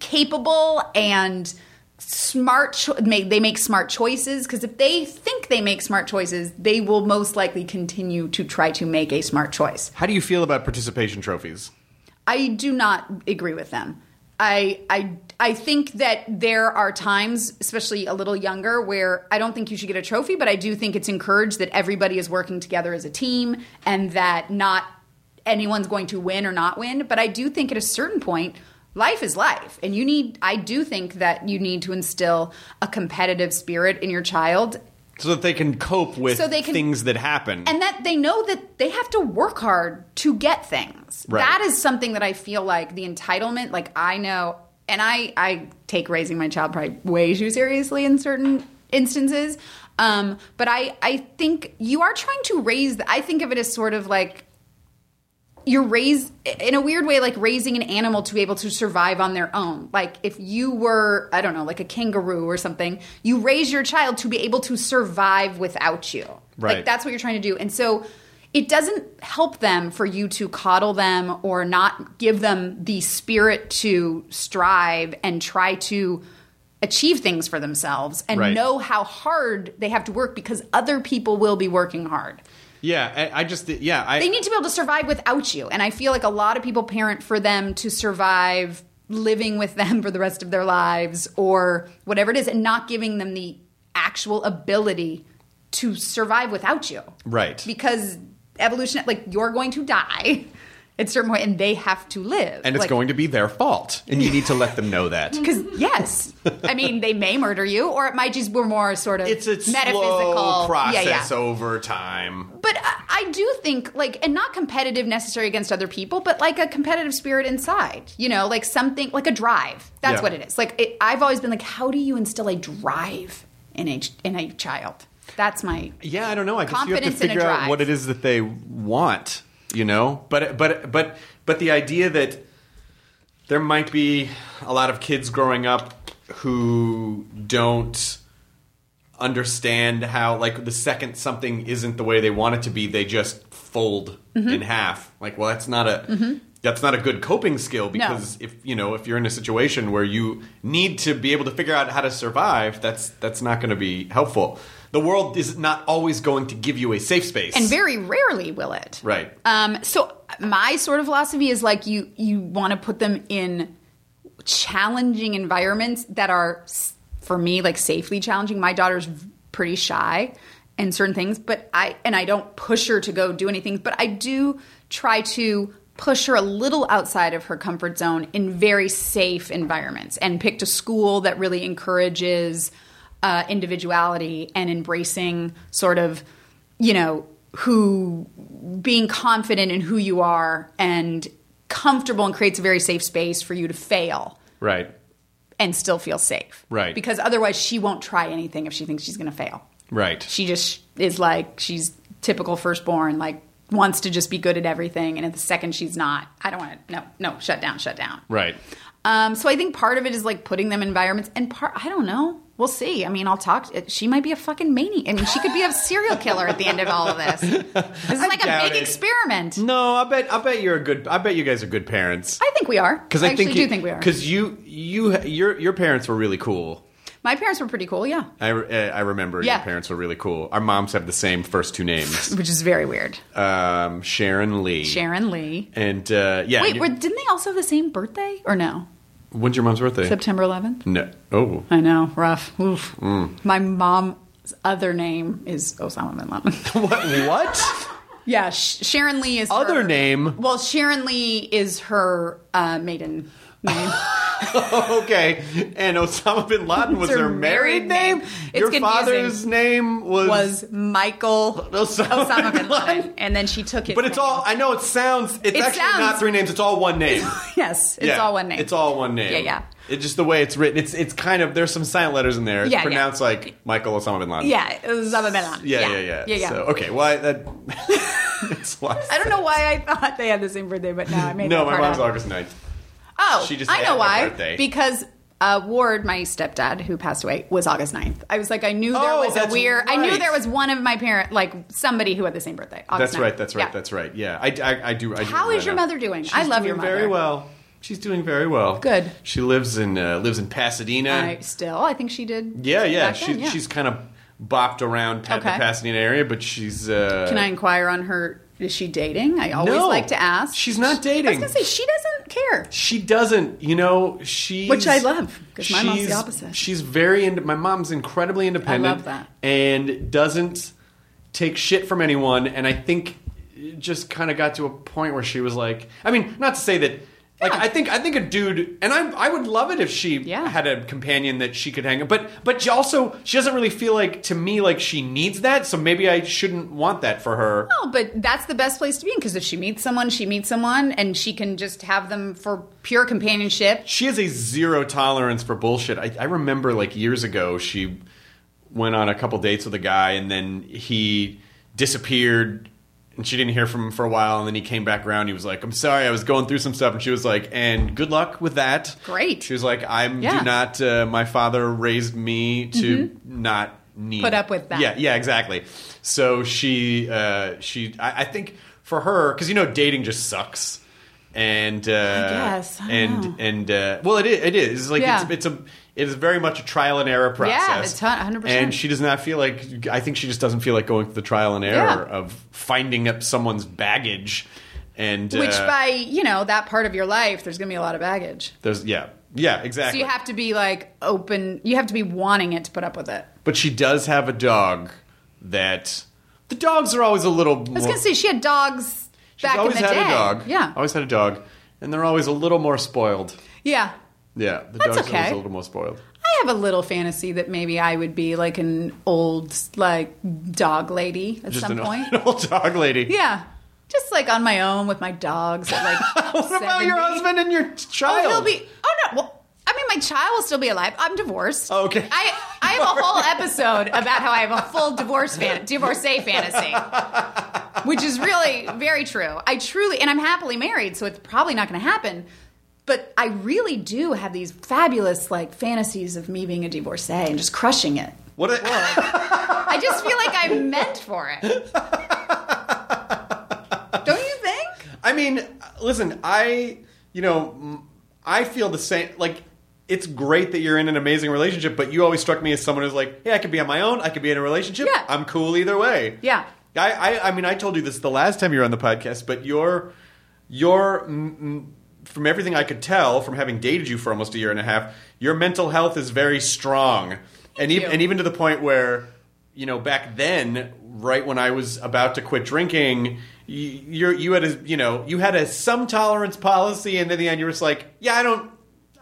[SPEAKER 5] capable and smart cho- make, they make smart choices because if they think they make smart choices they will most likely continue to try to make a smart choice
[SPEAKER 2] how do you feel about participation trophies?
[SPEAKER 5] I do not agree with them. I I I think that there are times, especially a little younger, where I don't think you should get a trophy, but I do think it's encouraged that everybody is working together as a team and that not anyone's going to win or not win, but I do think at a certain point life is life and you need I do think that you need to instill a competitive spirit in your child
[SPEAKER 2] so that they can cope with
[SPEAKER 5] So they can-
[SPEAKER 2] things that happen.
[SPEAKER 5] and that they know that they have to work hard to get things.
[SPEAKER 2] Right.
[SPEAKER 5] That is something that I feel like the entitlement. Like I know, and I I take raising my child probably way too seriously in certain instances. Um, but I I think you are trying to raise. I think of it as sort of like you're raised in a weird way like raising an animal to be able to survive on their own like if you were i don't know like a kangaroo or something you raise your child to be able to survive without you
[SPEAKER 2] Right.
[SPEAKER 5] like that's what you're trying to do and so it doesn't help them for you to coddle them or not give them the spirit to strive and try to achieve things for themselves and
[SPEAKER 2] Right.
[SPEAKER 5] know how hard they have to work because other people will be working hard
[SPEAKER 2] yeah, I, I just yeah, I
[SPEAKER 5] they need to be able to survive without you. And I feel like a lot of people parent for them to survive living with them for the rest of their lives or whatever it is and not giving them the actual ability to survive without you.
[SPEAKER 2] Right.
[SPEAKER 5] Because evolution, like you're going to die at a certain point and they have to live.
[SPEAKER 2] and it's going to be their fault, and you need to let them know
[SPEAKER 5] [LAUGHS]
[SPEAKER 2] that.
[SPEAKER 5] because yes, I mean they may murder you, or it might just be more sort of
[SPEAKER 2] It's a
[SPEAKER 5] metaphysical
[SPEAKER 2] slow
[SPEAKER 5] Yeah,
[SPEAKER 2] process
[SPEAKER 5] yeah.
[SPEAKER 2] over time.
[SPEAKER 5] But I, I do think, like, and not competitive necessarily against other people, but like a competitive spirit inside, you know, like something, like a drive. That's
[SPEAKER 2] Yeah.
[SPEAKER 5] what it is. Like, it, I've always been like, how do you instill a drive in a, in a child? That's my.
[SPEAKER 2] Yeah, I don't know. I guess you have to
[SPEAKER 5] Confidence in a
[SPEAKER 2] figure out
[SPEAKER 5] drive.
[SPEAKER 2] what it is that they want, you know. But but but but the idea that there might be a lot of kids growing up who don't understand how like the second something isn't the way they want it to be, they just fold
[SPEAKER 5] Mm-hmm.
[SPEAKER 2] in half. Like, well, that's not a that's not a good coping skill because if you know if you're in a situation where you need to be able to figure out how to survive, that's that's not going to be helpful. The world is not always going to give you a safe space.
[SPEAKER 5] And very rarely will it.
[SPEAKER 2] Right.
[SPEAKER 5] Um, so my sort of philosophy is like you you want to put them in challenging environments that are s- for me like safely challenging. My daughter's v- pretty shy in certain things, but I and I don't push her to go do anything, but I do try to push her a little outside of her comfort zone in very safe environments and picked a school that really encourages uh, individuality and embracing sort of you know who being confident in who you are and comfortable and creates a very safe space for you to fail
[SPEAKER 2] right.
[SPEAKER 5] and still feel safe.
[SPEAKER 2] Right.
[SPEAKER 5] Because otherwise she won't try anything if she thinks she's going to fail.
[SPEAKER 2] Right.
[SPEAKER 5] She just is like she's typical firstborn like wants to just be good at everything and at the second she's not, I don't want to no no shut down shut down.
[SPEAKER 2] Right.
[SPEAKER 5] Um, so I think part of it is like putting them in environments, and part I don't know. We'll see. I mean, I'll talk. She might be a fucking maniac. I mean, she could be a serial killer at the end of all of this.
[SPEAKER 2] [LAUGHS]
[SPEAKER 5] This is like a
[SPEAKER 2] doubt
[SPEAKER 5] big
[SPEAKER 2] it.
[SPEAKER 5] experiment.
[SPEAKER 2] No, I bet I bet you're a good I bet you guys are good parents.
[SPEAKER 5] I think we are.
[SPEAKER 2] Because
[SPEAKER 5] I,
[SPEAKER 2] I,
[SPEAKER 5] actually
[SPEAKER 2] think
[SPEAKER 5] do think we are.
[SPEAKER 2] Because you, you, your your parents were really cool.
[SPEAKER 5] My parents were pretty cool, yeah,
[SPEAKER 2] I, re- uh, I remember
[SPEAKER 5] Yeah.
[SPEAKER 2] your parents were really cool. Our moms have the same first two
[SPEAKER 5] [LAUGHS]
[SPEAKER 2] names,
[SPEAKER 5] which is very weird.
[SPEAKER 2] um, Sharon Lee.
[SPEAKER 5] Sharon Lee.
[SPEAKER 2] And uh, yeah,
[SPEAKER 5] Wait,
[SPEAKER 2] you-
[SPEAKER 5] were, didn't they also have the same birthday or no?
[SPEAKER 2] when's your mom's birthday?
[SPEAKER 5] September 11th.
[SPEAKER 2] No.
[SPEAKER 5] [LAUGHS]
[SPEAKER 2] Oh,
[SPEAKER 5] I know, rough. Oof.
[SPEAKER 2] Mm.
[SPEAKER 5] My mom's other name is Osama bin Laden.
[SPEAKER 2] [LAUGHS] what?
[SPEAKER 5] [LAUGHS]
[SPEAKER 2] What?
[SPEAKER 5] Yeah, Sh- Sharon Lee is
[SPEAKER 2] Other
[SPEAKER 5] her-
[SPEAKER 2] name?
[SPEAKER 5] Well, Sharon Lee is her uh, maiden
[SPEAKER 2] [LAUGHS]
[SPEAKER 5] name.
[SPEAKER 2] okay. And Osama bin Laden was
[SPEAKER 5] her
[SPEAKER 2] her married
[SPEAKER 5] married
[SPEAKER 2] name.
[SPEAKER 5] name. It's
[SPEAKER 2] your
[SPEAKER 5] confusing.
[SPEAKER 2] father's name was.
[SPEAKER 5] was Michael
[SPEAKER 2] Osama [LAUGHS]
[SPEAKER 5] Osama,
[SPEAKER 2] bin
[SPEAKER 5] bin
[SPEAKER 2] Laden.
[SPEAKER 5] Laden, and then she took it.
[SPEAKER 2] but it's all. I know it sounds. It's
[SPEAKER 5] It
[SPEAKER 2] actually not
[SPEAKER 5] sounds-
[SPEAKER 2] three names. It's all one name.
[SPEAKER 5] yes, [LAUGHS] it's
[SPEAKER 2] Yeah,
[SPEAKER 5] all one name.
[SPEAKER 2] It's all one name.
[SPEAKER 5] Yeah, yeah.
[SPEAKER 2] It's just the way it's written. It's it's kind of there's some silent letters in there. It's
[SPEAKER 5] Yeah, yeah.
[SPEAKER 2] pronounced like Michael Osama bin Laden.
[SPEAKER 5] Yeah, Osama bin Laden.
[SPEAKER 2] Yeah, yeah, yeah.
[SPEAKER 5] yeah, yeah.
[SPEAKER 2] So okay, why that? [LAUGHS] it's a lot.
[SPEAKER 5] I don't know why I thought they had the same birthday, but now I
[SPEAKER 2] [LAUGHS]
[SPEAKER 5] made
[SPEAKER 2] No,
[SPEAKER 5] that
[SPEAKER 2] my
[SPEAKER 5] part
[SPEAKER 2] mom's
[SPEAKER 5] up.
[SPEAKER 2] August 9th.
[SPEAKER 5] Oh,
[SPEAKER 2] She just
[SPEAKER 5] I
[SPEAKER 2] had her
[SPEAKER 5] know why.
[SPEAKER 2] birthday.
[SPEAKER 5] Because uh, Ward, my stepdad, who passed away, was August 9th. I was like, I knew there
[SPEAKER 2] Oh,
[SPEAKER 5] was a
[SPEAKER 2] that's
[SPEAKER 5] weird. I knew
[SPEAKER 2] right.
[SPEAKER 5] there was one of my parent, like somebody who had the same birthday. August
[SPEAKER 2] That's right.
[SPEAKER 5] 9th.
[SPEAKER 2] That's right.
[SPEAKER 5] Yeah.
[SPEAKER 2] That's right. Yeah, I, I, I do. I do
[SPEAKER 5] How
[SPEAKER 2] remember
[SPEAKER 5] is your
[SPEAKER 2] that now.
[SPEAKER 5] mother doing?
[SPEAKER 2] She's
[SPEAKER 5] I love your
[SPEAKER 2] doing Very
[SPEAKER 5] mother.
[SPEAKER 2] well. She's doing very well.
[SPEAKER 5] Good.
[SPEAKER 2] She lives in uh, lives in Pasadena.
[SPEAKER 5] I, still, I think she did.
[SPEAKER 2] yeah, yeah.
[SPEAKER 5] back
[SPEAKER 2] She,
[SPEAKER 5] then, yeah.
[SPEAKER 2] She's kind of bopped around pa- the
[SPEAKER 5] Okay.
[SPEAKER 2] Pasadena area, but she's. Uh,
[SPEAKER 5] Can I inquire on her? Is she dating? I always
[SPEAKER 2] No.
[SPEAKER 5] like to ask.
[SPEAKER 2] She's not dating.
[SPEAKER 5] I was gonna say she doesn't care.
[SPEAKER 2] She doesn't, you know. She
[SPEAKER 5] Which I love, 'cause my mom's the
[SPEAKER 2] she's-
[SPEAKER 5] opposite.
[SPEAKER 2] She's very ind- my mom's incredibly independent.
[SPEAKER 5] that.
[SPEAKER 2] and doesn't take shit from anyone. And I think it just kind of got to a point where she was like, I mean, not to say that Like I think I think a dude, and I I would love it if she
[SPEAKER 5] Yeah.
[SPEAKER 2] had a companion that she could hang. with. But but she also she doesn't really feel like to me like she needs that. So maybe I shouldn't want that for her.
[SPEAKER 5] No, but that's the best place to be in because if she meets someone, she meets someone, and she can just have them for pure companionship.
[SPEAKER 2] She has a zero tolerance for bullshit. I, I remember like years ago she went on a couple dates with a guy and then he disappeared and she didn't hear from him for a while and then he came back around. He was like, "I'm sorry, I was going through some stuff," and she was like, "And good luck with that."
[SPEAKER 5] Great.
[SPEAKER 2] She was like, "I'm
[SPEAKER 5] Yeah. Mm-hmm.
[SPEAKER 2] do not. Uh, my father raised me to not need
[SPEAKER 5] Put up with that.
[SPEAKER 2] Yeah, yeah, exactly. So she uh, she I, I think for her because you know dating just sucks. And uh,
[SPEAKER 5] guess. I don't
[SPEAKER 2] and
[SPEAKER 5] know.
[SPEAKER 2] and uh, well, it is, it is It's like
[SPEAKER 5] Yeah.
[SPEAKER 2] it's, it's a it is very much a trial and error process.
[SPEAKER 5] it's hun- 100%.
[SPEAKER 2] And she does not feel like I think she just doesn't feel like going through the trial and error
[SPEAKER 5] Yeah.
[SPEAKER 2] of finding up someone's baggage. And
[SPEAKER 5] Which,
[SPEAKER 2] uh,
[SPEAKER 5] by you know that part of your life, there's going to be a lot of baggage.
[SPEAKER 2] there's yeah yeah
[SPEAKER 5] So
[SPEAKER 2] exactly.
[SPEAKER 5] you have to be like open. You have to be wanting it to put up with it.
[SPEAKER 2] but she does have a dog that the dogs are always a little.
[SPEAKER 5] I was going to say she had dogs
[SPEAKER 2] she's
[SPEAKER 5] back
[SPEAKER 2] always
[SPEAKER 5] in the
[SPEAKER 2] had
[SPEAKER 5] day.
[SPEAKER 2] a dog.
[SPEAKER 5] Yeah,
[SPEAKER 2] always had a dog, and they're always a little more spoiled.
[SPEAKER 5] yeah.
[SPEAKER 2] Yeah, the
[SPEAKER 5] That's
[SPEAKER 2] dog's are always
[SPEAKER 5] okay.
[SPEAKER 2] a little more spoiled.
[SPEAKER 5] I have a little fantasy that maybe I would be like an old like dog lady at
[SPEAKER 2] Just an,
[SPEAKER 5] some
[SPEAKER 2] old- [LAUGHS]
[SPEAKER 5] point.
[SPEAKER 2] an old dog lady.
[SPEAKER 5] Yeah. Just like on my own with my dogs at
[SPEAKER 2] [LAUGHS]
[SPEAKER 5] like
[SPEAKER 2] What about your
[SPEAKER 5] 70?
[SPEAKER 2] husband and your child?
[SPEAKER 5] Oh, he'll be Oh no. Well, I mean my child will still be alive. I'm divorced.
[SPEAKER 2] Oh, Okay.
[SPEAKER 5] I I have a whole episode about how I have a full divorce fan divorcee fantasy. Which is really very true. I truly and I'm happily married, so it's probably not gonna happen. But I really do have these fabulous like fantasies of me being a divorcee and just crushing it.
[SPEAKER 2] What? A,
[SPEAKER 5] I just feel like I'm meant for it. Don't you think?
[SPEAKER 2] [LAUGHS] I mean, listen, I you know, m- I feel the same. Like, it's great that you're in an amazing relationship, but you always struck me as someone who's like, yeah, I could be on my own, I could be in a relationship,
[SPEAKER 5] Yeah.
[SPEAKER 2] I'm cool either way.
[SPEAKER 5] Yeah.
[SPEAKER 2] I, I, I mean, I told you this the last time you were on the podcast, but your your mm, mm, from everything I could tell from having dated you for almost a year and a half, your mental health is very strong, and even
[SPEAKER 5] you.
[SPEAKER 2] and even to the point where you know back then, right when I was about to quit drinking. You you're- you had a you know you had a some tolerance policy, and in the end you were just like, yeah, I don't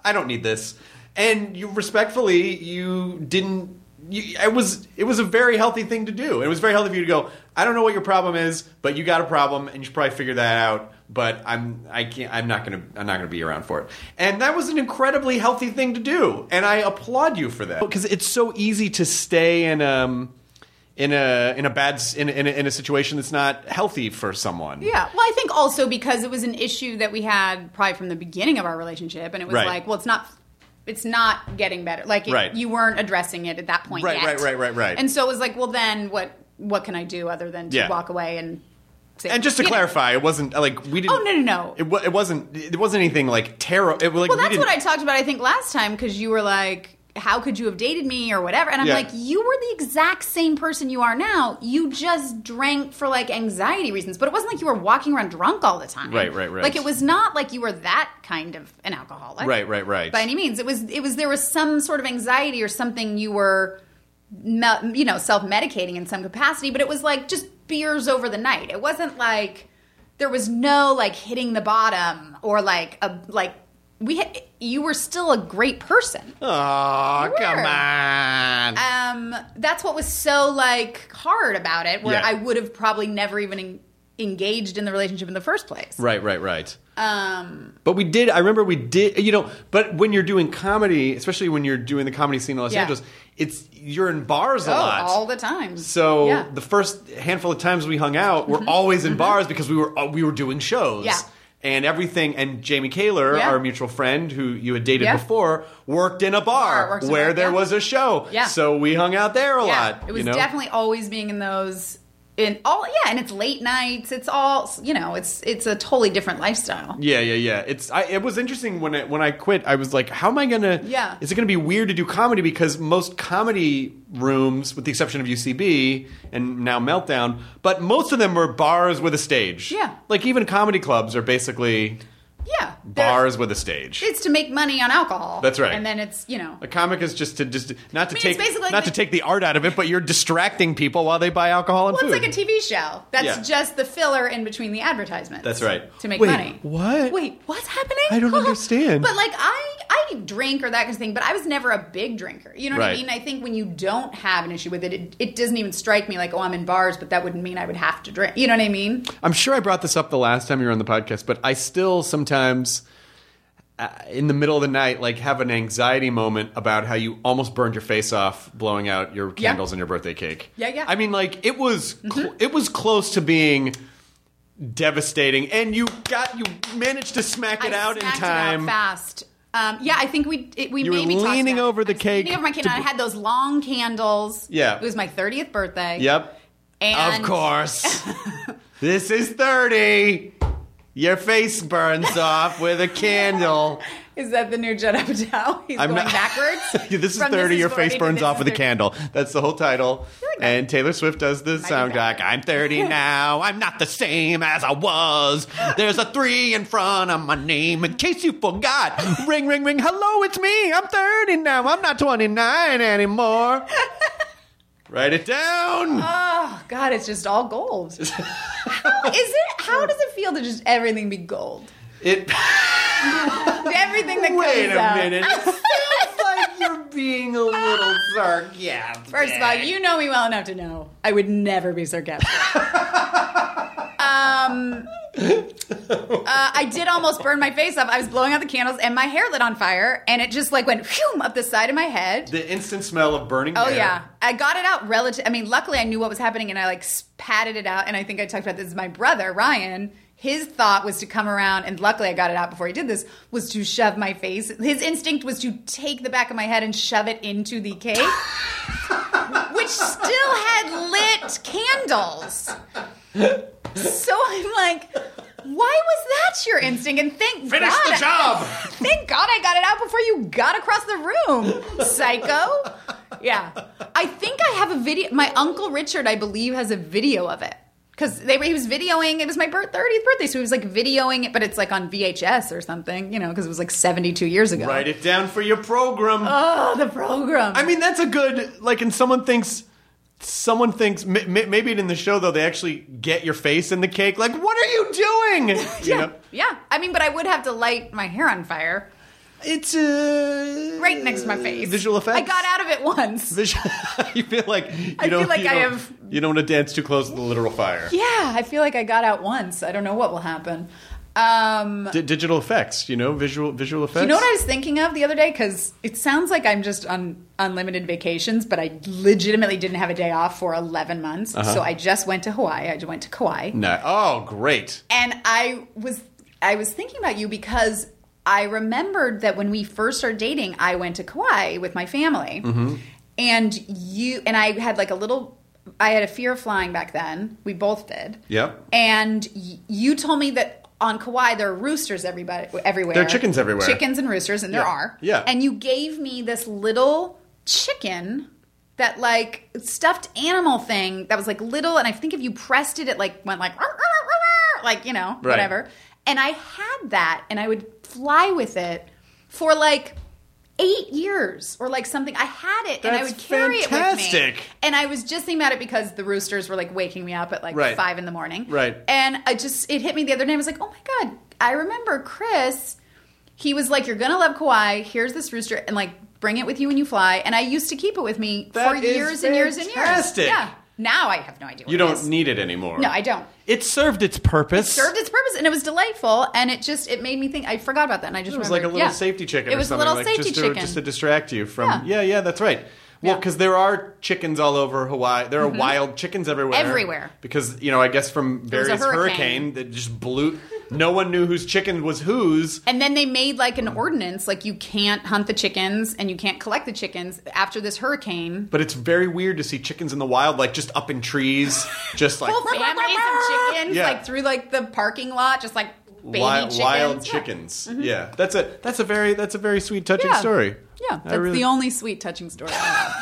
[SPEAKER 2] I don't need this, and you respectfully you didn't you, it was it was a very healthy thing to do. It was very healthy for you to go. I don't know what your problem is, but you got a problem, and you should probably figure that out. But I'm I can't I'm not gonna I'm not gonna be around for it. And that was an incredibly healthy thing to do, and I applaud you for that because it's so easy to stay in um in a in a bad s- in a- in a, in a situation that's not healthy for someone.
[SPEAKER 5] Yeah. Well, I think also because it was an issue that we had probably from the beginning of our relationship, and it was
[SPEAKER 2] Right.
[SPEAKER 5] like, well, it's not. It's not getting better. Like it,
[SPEAKER 2] Right.
[SPEAKER 5] you weren't addressing it at that point.
[SPEAKER 2] Right,
[SPEAKER 5] yet.
[SPEAKER 2] right, right, right, right.
[SPEAKER 5] And so it was like, well, then what? What can I do other than to
[SPEAKER 2] Yeah.
[SPEAKER 5] walk away and? Say,
[SPEAKER 2] And just to
[SPEAKER 5] you know.
[SPEAKER 2] clarify, it wasn't like we didn't.
[SPEAKER 5] Oh, no, no, no.
[SPEAKER 2] It, wa- it wasn't. It wasn't anything like terrible. Like,
[SPEAKER 5] Well,
[SPEAKER 2] we
[SPEAKER 5] that's
[SPEAKER 2] didn't-
[SPEAKER 5] what I talked about. I think last time because you were like, "How could you have dated me?" or whatever, and I'm
[SPEAKER 2] Yeah.
[SPEAKER 5] like, "You were the exact same person you are now. You just drank for like anxiety reasons, but it wasn't like you were walking around drunk all the time.
[SPEAKER 2] Right, right, right.
[SPEAKER 5] Like it was not like you were that kind of an alcoholic.
[SPEAKER 2] Right, right, right.
[SPEAKER 5] By any means, it was. It was there was some sort of anxiety or something you were, me- you know, self medicating in some capacity, but it was like just beers over the night. It wasn't like there was no like hitting the bottom or like a like we ha- you were still a great person.
[SPEAKER 2] Oh, come
[SPEAKER 5] Where?
[SPEAKER 2] on.
[SPEAKER 5] Um, that's what was so like hard about it, where
[SPEAKER 2] Yeah.
[SPEAKER 5] I would have probably never even en- engaged in the relationship in the first place.
[SPEAKER 2] right, right, right.
[SPEAKER 5] Um,
[SPEAKER 2] But we did. I remember we did. You know, but when you're doing comedy, especially when you're doing the comedy scene in Los
[SPEAKER 5] Yeah.
[SPEAKER 2] Angeles, it's you're in bars a
[SPEAKER 5] oh,
[SPEAKER 2] lot.
[SPEAKER 5] all the time.
[SPEAKER 2] so
[SPEAKER 5] Yeah. Mm-hmm.
[SPEAKER 2] the first handful of times we hung out, we're always in bars because we were uh, we were doing shows.
[SPEAKER 5] Yeah.
[SPEAKER 2] And everything, and Jamie Kaler,
[SPEAKER 5] Yeah.
[SPEAKER 2] our mutual friend who you had dated
[SPEAKER 5] Yeah.
[SPEAKER 2] before, worked in a
[SPEAKER 5] Bar,
[SPEAKER 2] bar
[SPEAKER 5] works in a
[SPEAKER 2] where
[SPEAKER 5] bar,
[SPEAKER 2] there
[SPEAKER 5] yeah.
[SPEAKER 2] was a show.
[SPEAKER 5] Yeah.
[SPEAKER 2] So we hung out there a
[SPEAKER 5] yeah,
[SPEAKER 2] lot.
[SPEAKER 5] It was
[SPEAKER 2] you know?
[SPEAKER 5] definitely always being in those in all yeah, and it's late nights. It's all you know. It's it's a totally different lifestyle.
[SPEAKER 2] Yeah, yeah, yeah. It's I, it was interesting when I, when I quit. I was like, how am I gonna?
[SPEAKER 5] Yeah.
[SPEAKER 2] Is it gonna be weird to do comedy because most comedy rooms, with the exception of UCB and now Meltdown, but most of them were bars with a stage.
[SPEAKER 5] Yeah.
[SPEAKER 2] Like even comedy clubs are basically
[SPEAKER 5] Yeah.
[SPEAKER 2] bars with a stage.
[SPEAKER 5] It's to make money on alcohol.
[SPEAKER 2] That's right.
[SPEAKER 5] And then it's you know
[SPEAKER 2] A comic is just to just not to
[SPEAKER 5] I mean,
[SPEAKER 2] take
[SPEAKER 5] it's basically
[SPEAKER 2] not
[SPEAKER 5] like
[SPEAKER 2] to
[SPEAKER 5] the-
[SPEAKER 2] take the art out of it, but you're distracting people while they buy alcohol and
[SPEAKER 5] Well,
[SPEAKER 2] food.
[SPEAKER 5] it's like a TV show. That's
[SPEAKER 2] Yeah.
[SPEAKER 5] just the filler in between the advertisements.
[SPEAKER 2] That's right.
[SPEAKER 5] To make
[SPEAKER 2] Wait,
[SPEAKER 5] money.
[SPEAKER 2] what?
[SPEAKER 5] Wait, what's happening?
[SPEAKER 2] I
[SPEAKER 5] [LAUGHS]
[SPEAKER 2] don't understand.
[SPEAKER 5] But like I I drink or that kind of thing, but I was never a big drinker. You know what
[SPEAKER 2] Right.
[SPEAKER 5] I mean? I think when you don't have an issue with it, it, it doesn't even strike me like, oh, I'm in bars, but that wouldn't mean I would have to drink. You know what I mean?
[SPEAKER 2] I'm sure I brought this up the last time you were on the podcast, but I still sometimes uh, in the middle of the night like have an anxiety moment about how you almost burned your face off blowing out your
[SPEAKER 5] Yeah.
[SPEAKER 2] candles and your birthday cake.
[SPEAKER 5] Yeah, yeah. Mm-hmm.
[SPEAKER 2] I mean like it was cl- it was close to being devastating and you got you managed to smack it
[SPEAKER 5] I
[SPEAKER 2] out in
[SPEAKER 5] smacked it
[SPEAKER 2] time.
[SPEAKER 5] fast. Um, yeah, I think we it, we
[SPEAKER 2] You were
[SPEAKER 5] maybe talked
[SPEAKER 2] leaning
[SPEAKER 5] about it.
[SPEAKER 2] over the
[SPEAKER 5] I was leaning
[SPEAKER 2] cake
[SPEAKER 5] over my candle.
[SPEAKER 2] to-
[SPEAKER 5] I had those long candles.
[SPEAKER 2] Yeah.
[SPEAKER 5] it was my thirtieth birthday.
[SPEAKER 2] Yep.
[SPEAKER 5] And
[SPEAKER 2] of
[SPEAKER 5] [LAUGHS]
[SPEAKER 2] course. this is 30. Your face burns off with a candle.
[SPEAKER 5] Is that the new Judd Apatow? [LAUGHS] He's
[SPEAKER 2] I'm
[SPEAKER 5] going
[SPEAKER 2] not-
[SPEAKER 5] backwards.
[SPEAKER 2] [LAUGHS] Yeah, this is
[SPEAKER 5] From
[SPEAKER 2] 30,
[SPEAKER 5] This
[SPEAKER 2] your
[SPEAKER 5] 40
[SPEAKER 2] face
[SPEAKER 5] to
[SPEAKER 2] burns
[SPEAKER 5] This
[SPEAKER 2] off
[SPEAKER 5] Is
[SPEAKER 2] with a
[SPEAKER 5] 30.
[SPEAKER 2] candle. That's the whole title.
[SPEAKER 5] like that.
[SPEAKER 2] And Taylor Swift does the soundtrack.
[SPEAKER 5] better.
[SPEAKER 2] I'm
[SPEAKER 5] [LAUGHS]
[SPEAKER 2] 30 now. I'm not the same as I was. There's a three in front of my name in case you forgot. Ring, ring, ring. Hello, it's me. I'm 30 now. I'm not 29
[SPEAKER 5] [LAUGHS]
[SPEAKER 2] anymore. Write it down.
[SPEAKER 5] Oh God, it's just
[SPEAKER 2] [LAUGHS]
[SPEAKER 5] all gold. how, is it? How does it feel to just everything be gold?
[SPEAKER 2] it.
[SPEAKER 5] [LAUGHS] Everything that
[SPEAKER 2] Wait
[SPEAKER 5] comes
[SPEAKER 2] a
[SPEAKER 5] out. [LAUGHS]
[SPEAKER 2] minute. It feels like you're being a [LAUGHS] little sarcastic.
[SPEAKER 5] First of all, you know me well enough to know I would never be sarcastic. um, uh, I did almost burn my face up. I was blowing out the candles and my hair lit on fire, and it just like went whew, up the side of my head.
[SPEAKER 2] The instant smell of burning
[SPEAKER 5] Oh
[SPEAKER 2] hair.
[SPEAKER 5] yeah, I got it out relative. I mean, luckily I knew what was happening, and I like s- patted it out. And I think I talked about this. My brother Ryan, his thought was to come around, and luckily I got it out before he did this. Was to shove my face. His instinct was to take the back of my head and shove it into the cake,
[SPEAKER 2] [LAUGHS]
[SPEAKER 5] which still had lit candles. So I'm like, why was that your instinct? And thank
[SPEAKER 2] Finish
[SPEAKER 5] God
[SPEAKER 2] the job!
[SPEAKER 5] Thank God I got it out before you got across the room, psycho. Yeah. I think I have a video. My uncle Richard, I believe, has a video of it. Because they were, he was videoing. It was my birth, 30th birthday, so he was like videoing it, but it's like on VHS or something, you know, because it was like 72 years ago.
[SPEAKER 2] Write it down for your program.
[SPEAKER 5] Oh, the program.
[SPEAKER 2] I mean, that's a good like. And someone thinks, someone thinks. M- m- maybe in the show though, they actually get your face in the cake. Like, what are you [LAUGHS] doing? You know?
[SPEAKER 5] yeah. I mean, but I would have to light my hair on fire
[SPEAKER 2] It's uh,
[SPEAKER 5] right next to my face.
[SPEAKER 2] Visual effects.
[SPEAKER 5] I got out of it once.
[SPEAKER 2] Visual- [LAUGHS] you feel like you
[SPEAKER 5] I feel
[SPEAKER 2] don't-
[SPEAKER 5] like
[SPEAKER 2] you
[SPEAKER 5] I
[SPEAKER 2] don't-
[SPEAKER 5] have-
[SPEAKER 2] You don't want to dance too close to the literal fire.
[SPEAKER 5] Yeah, I feel like I got out once. I don't know what will happen. Um,
[SPEAKER 2] D- digital effects, you know, visual visual effects.
[SPEAKER 5] You know what I was thinking of the other day? Because it sounds like I'm just on unlimited vacations, but I legitimately didn't have a day off for 11 months. So I just went to Hawaii. I just went to Kauai.
[SPEAKER 2] No. Oh, great.
[SPEAKER 5] And I was I was thinking about you because I remembered that when we first started dating, I went to Kauai with my family. And you and I had like a little I had a fear of flying back then. We both did.
[SPEAKER 2] Yep.
[SPEAKER 5] And y- you told me that on Kauai there are roosters everybody everywhere.
[SPEAKER 2] There are chickens everywhere.
[SPEAKER 5] Chickens and roosters and there
[SPEAKER 2] Yeah.
[SPEAKER 5] are.
[SPEAKER 2] Yeah.
[SPEAKER 5] And you gave me this little chicken that like stuffed animal thing that was like little and I think if you pressed it it like went like "Rah, rah, rah, rah, rah," like you know
[SPEAKER 2] Right.
[SPEAKER 5] whatever. And I had that and I would fly with it for like 8 years or like something. I had it and I
[SPEAKER 2] That's
[SPEAKER 5] would carry it with
[SPEAKER 2] fantastic.
[SPEAKER 5] me. And I was just thinking about it because the roosters were like waking me up at like
[SPEAKER 2] Right.
[SPEAKER 5] 5 in the morning.
[SPEAKER 2] Right.
[SPEAKER 5] And I just it hit me the other day. I was like, "Oh my god, I remember Chris he was like, "You're gonna love Kauai. Here's this rooster, and like, bring it with you when you fly." And I used to keep it with me
[SPEAKER 2] That
[SPEAKER 5] for
[SPEAKER 2] is
[SPEAKER 5] years and years and years.
[SPEAKER 2] fantastic.
[SPEAKER 5] Yeah. Now I have no idea. What
[SPEAKER 2] You
[SPEAKER 5] it
[SPEAKER 2] don't
[SPEAKER 5] is.
[SPEAKER 2] need it anymore.
[SPEAKER 5] No, I don't.
[SPEAKER 2] It served its purpose.
[SPEAKER 5] Served its purpose, and it was delightful. And it just it made me think. I forgot about that, and I just
[SPEAKER 2] It was like a
[SPEAKER 5] remembered,
[SPEAKER 2] little
[SPEAKER 5] yeah.
[SPEAKER 2] safety chicken.
[SPEAKER 5] It
[SPEAKER 2] or
[SPEAKER 5] was a
[SPEAKER 2] something,
[SPEAKER 5] little
[SPEAKER 2] like,
[SPEAKER 5] safety
[SPEAKER 2] just to,
[SPEAKER 5] chicken.
[SPEAKER 2] just to distract you from. Yeah,
[SPEAKER 5] Yeah.
[SPEAKER 2] yeah, that's right. Well,
[SPEAKER 5] Yeah. Mm-hmm.
[SPEAKER 2] because there are chickens all over Hawaii. There are wild chickens everywhere.
[SPEAKER 5] Everywhere.
[SPEAKER 2] Because you know, I guess from
[SPEAKER 5] was a
[SPEAKER 2] various hurricane.
[SPEAKER 5] hurricane.
[SPEAKER 2] that just blew. No one knew whose chicken was whose.
[SPEAKER 5] and then they made like
[SPEAKER 2] Mm.
[SPEAKER 5] an ordinance, like you can't hunt the chickens and you can't collect the chickens after this hurricane.
[SPEAKER 2] But it's very weird to see chickens in the wild, like just up in trees, just
[SPEAKER 5] [LAUGHS]
[SPEAKER 2] like
[SPEAKER 5] Whole families of chickens,
[SPEAKER 2] Yeah.
[SPEAKER 5] like through like the parking lot, just like baby
[SPEAKER 2] wild,
[SPEAKER 5] chickens.
[SPEAKER 2] wild
[SPEAKER 5] Yeah. Mm-hmm.
[SPEAKER 2] chickens. Yeah, that's a that's a very that's a very sweet, touching
[SPEAKER 5] Yeah.
[SPEAKER 2] story.
[SPEAKER 5] Yeah,
[SPEAKER 2] I
[SPEAKER 5] that's
[SPEAKER 2] really-
[SPEAKER 5] the only sweet, touching story.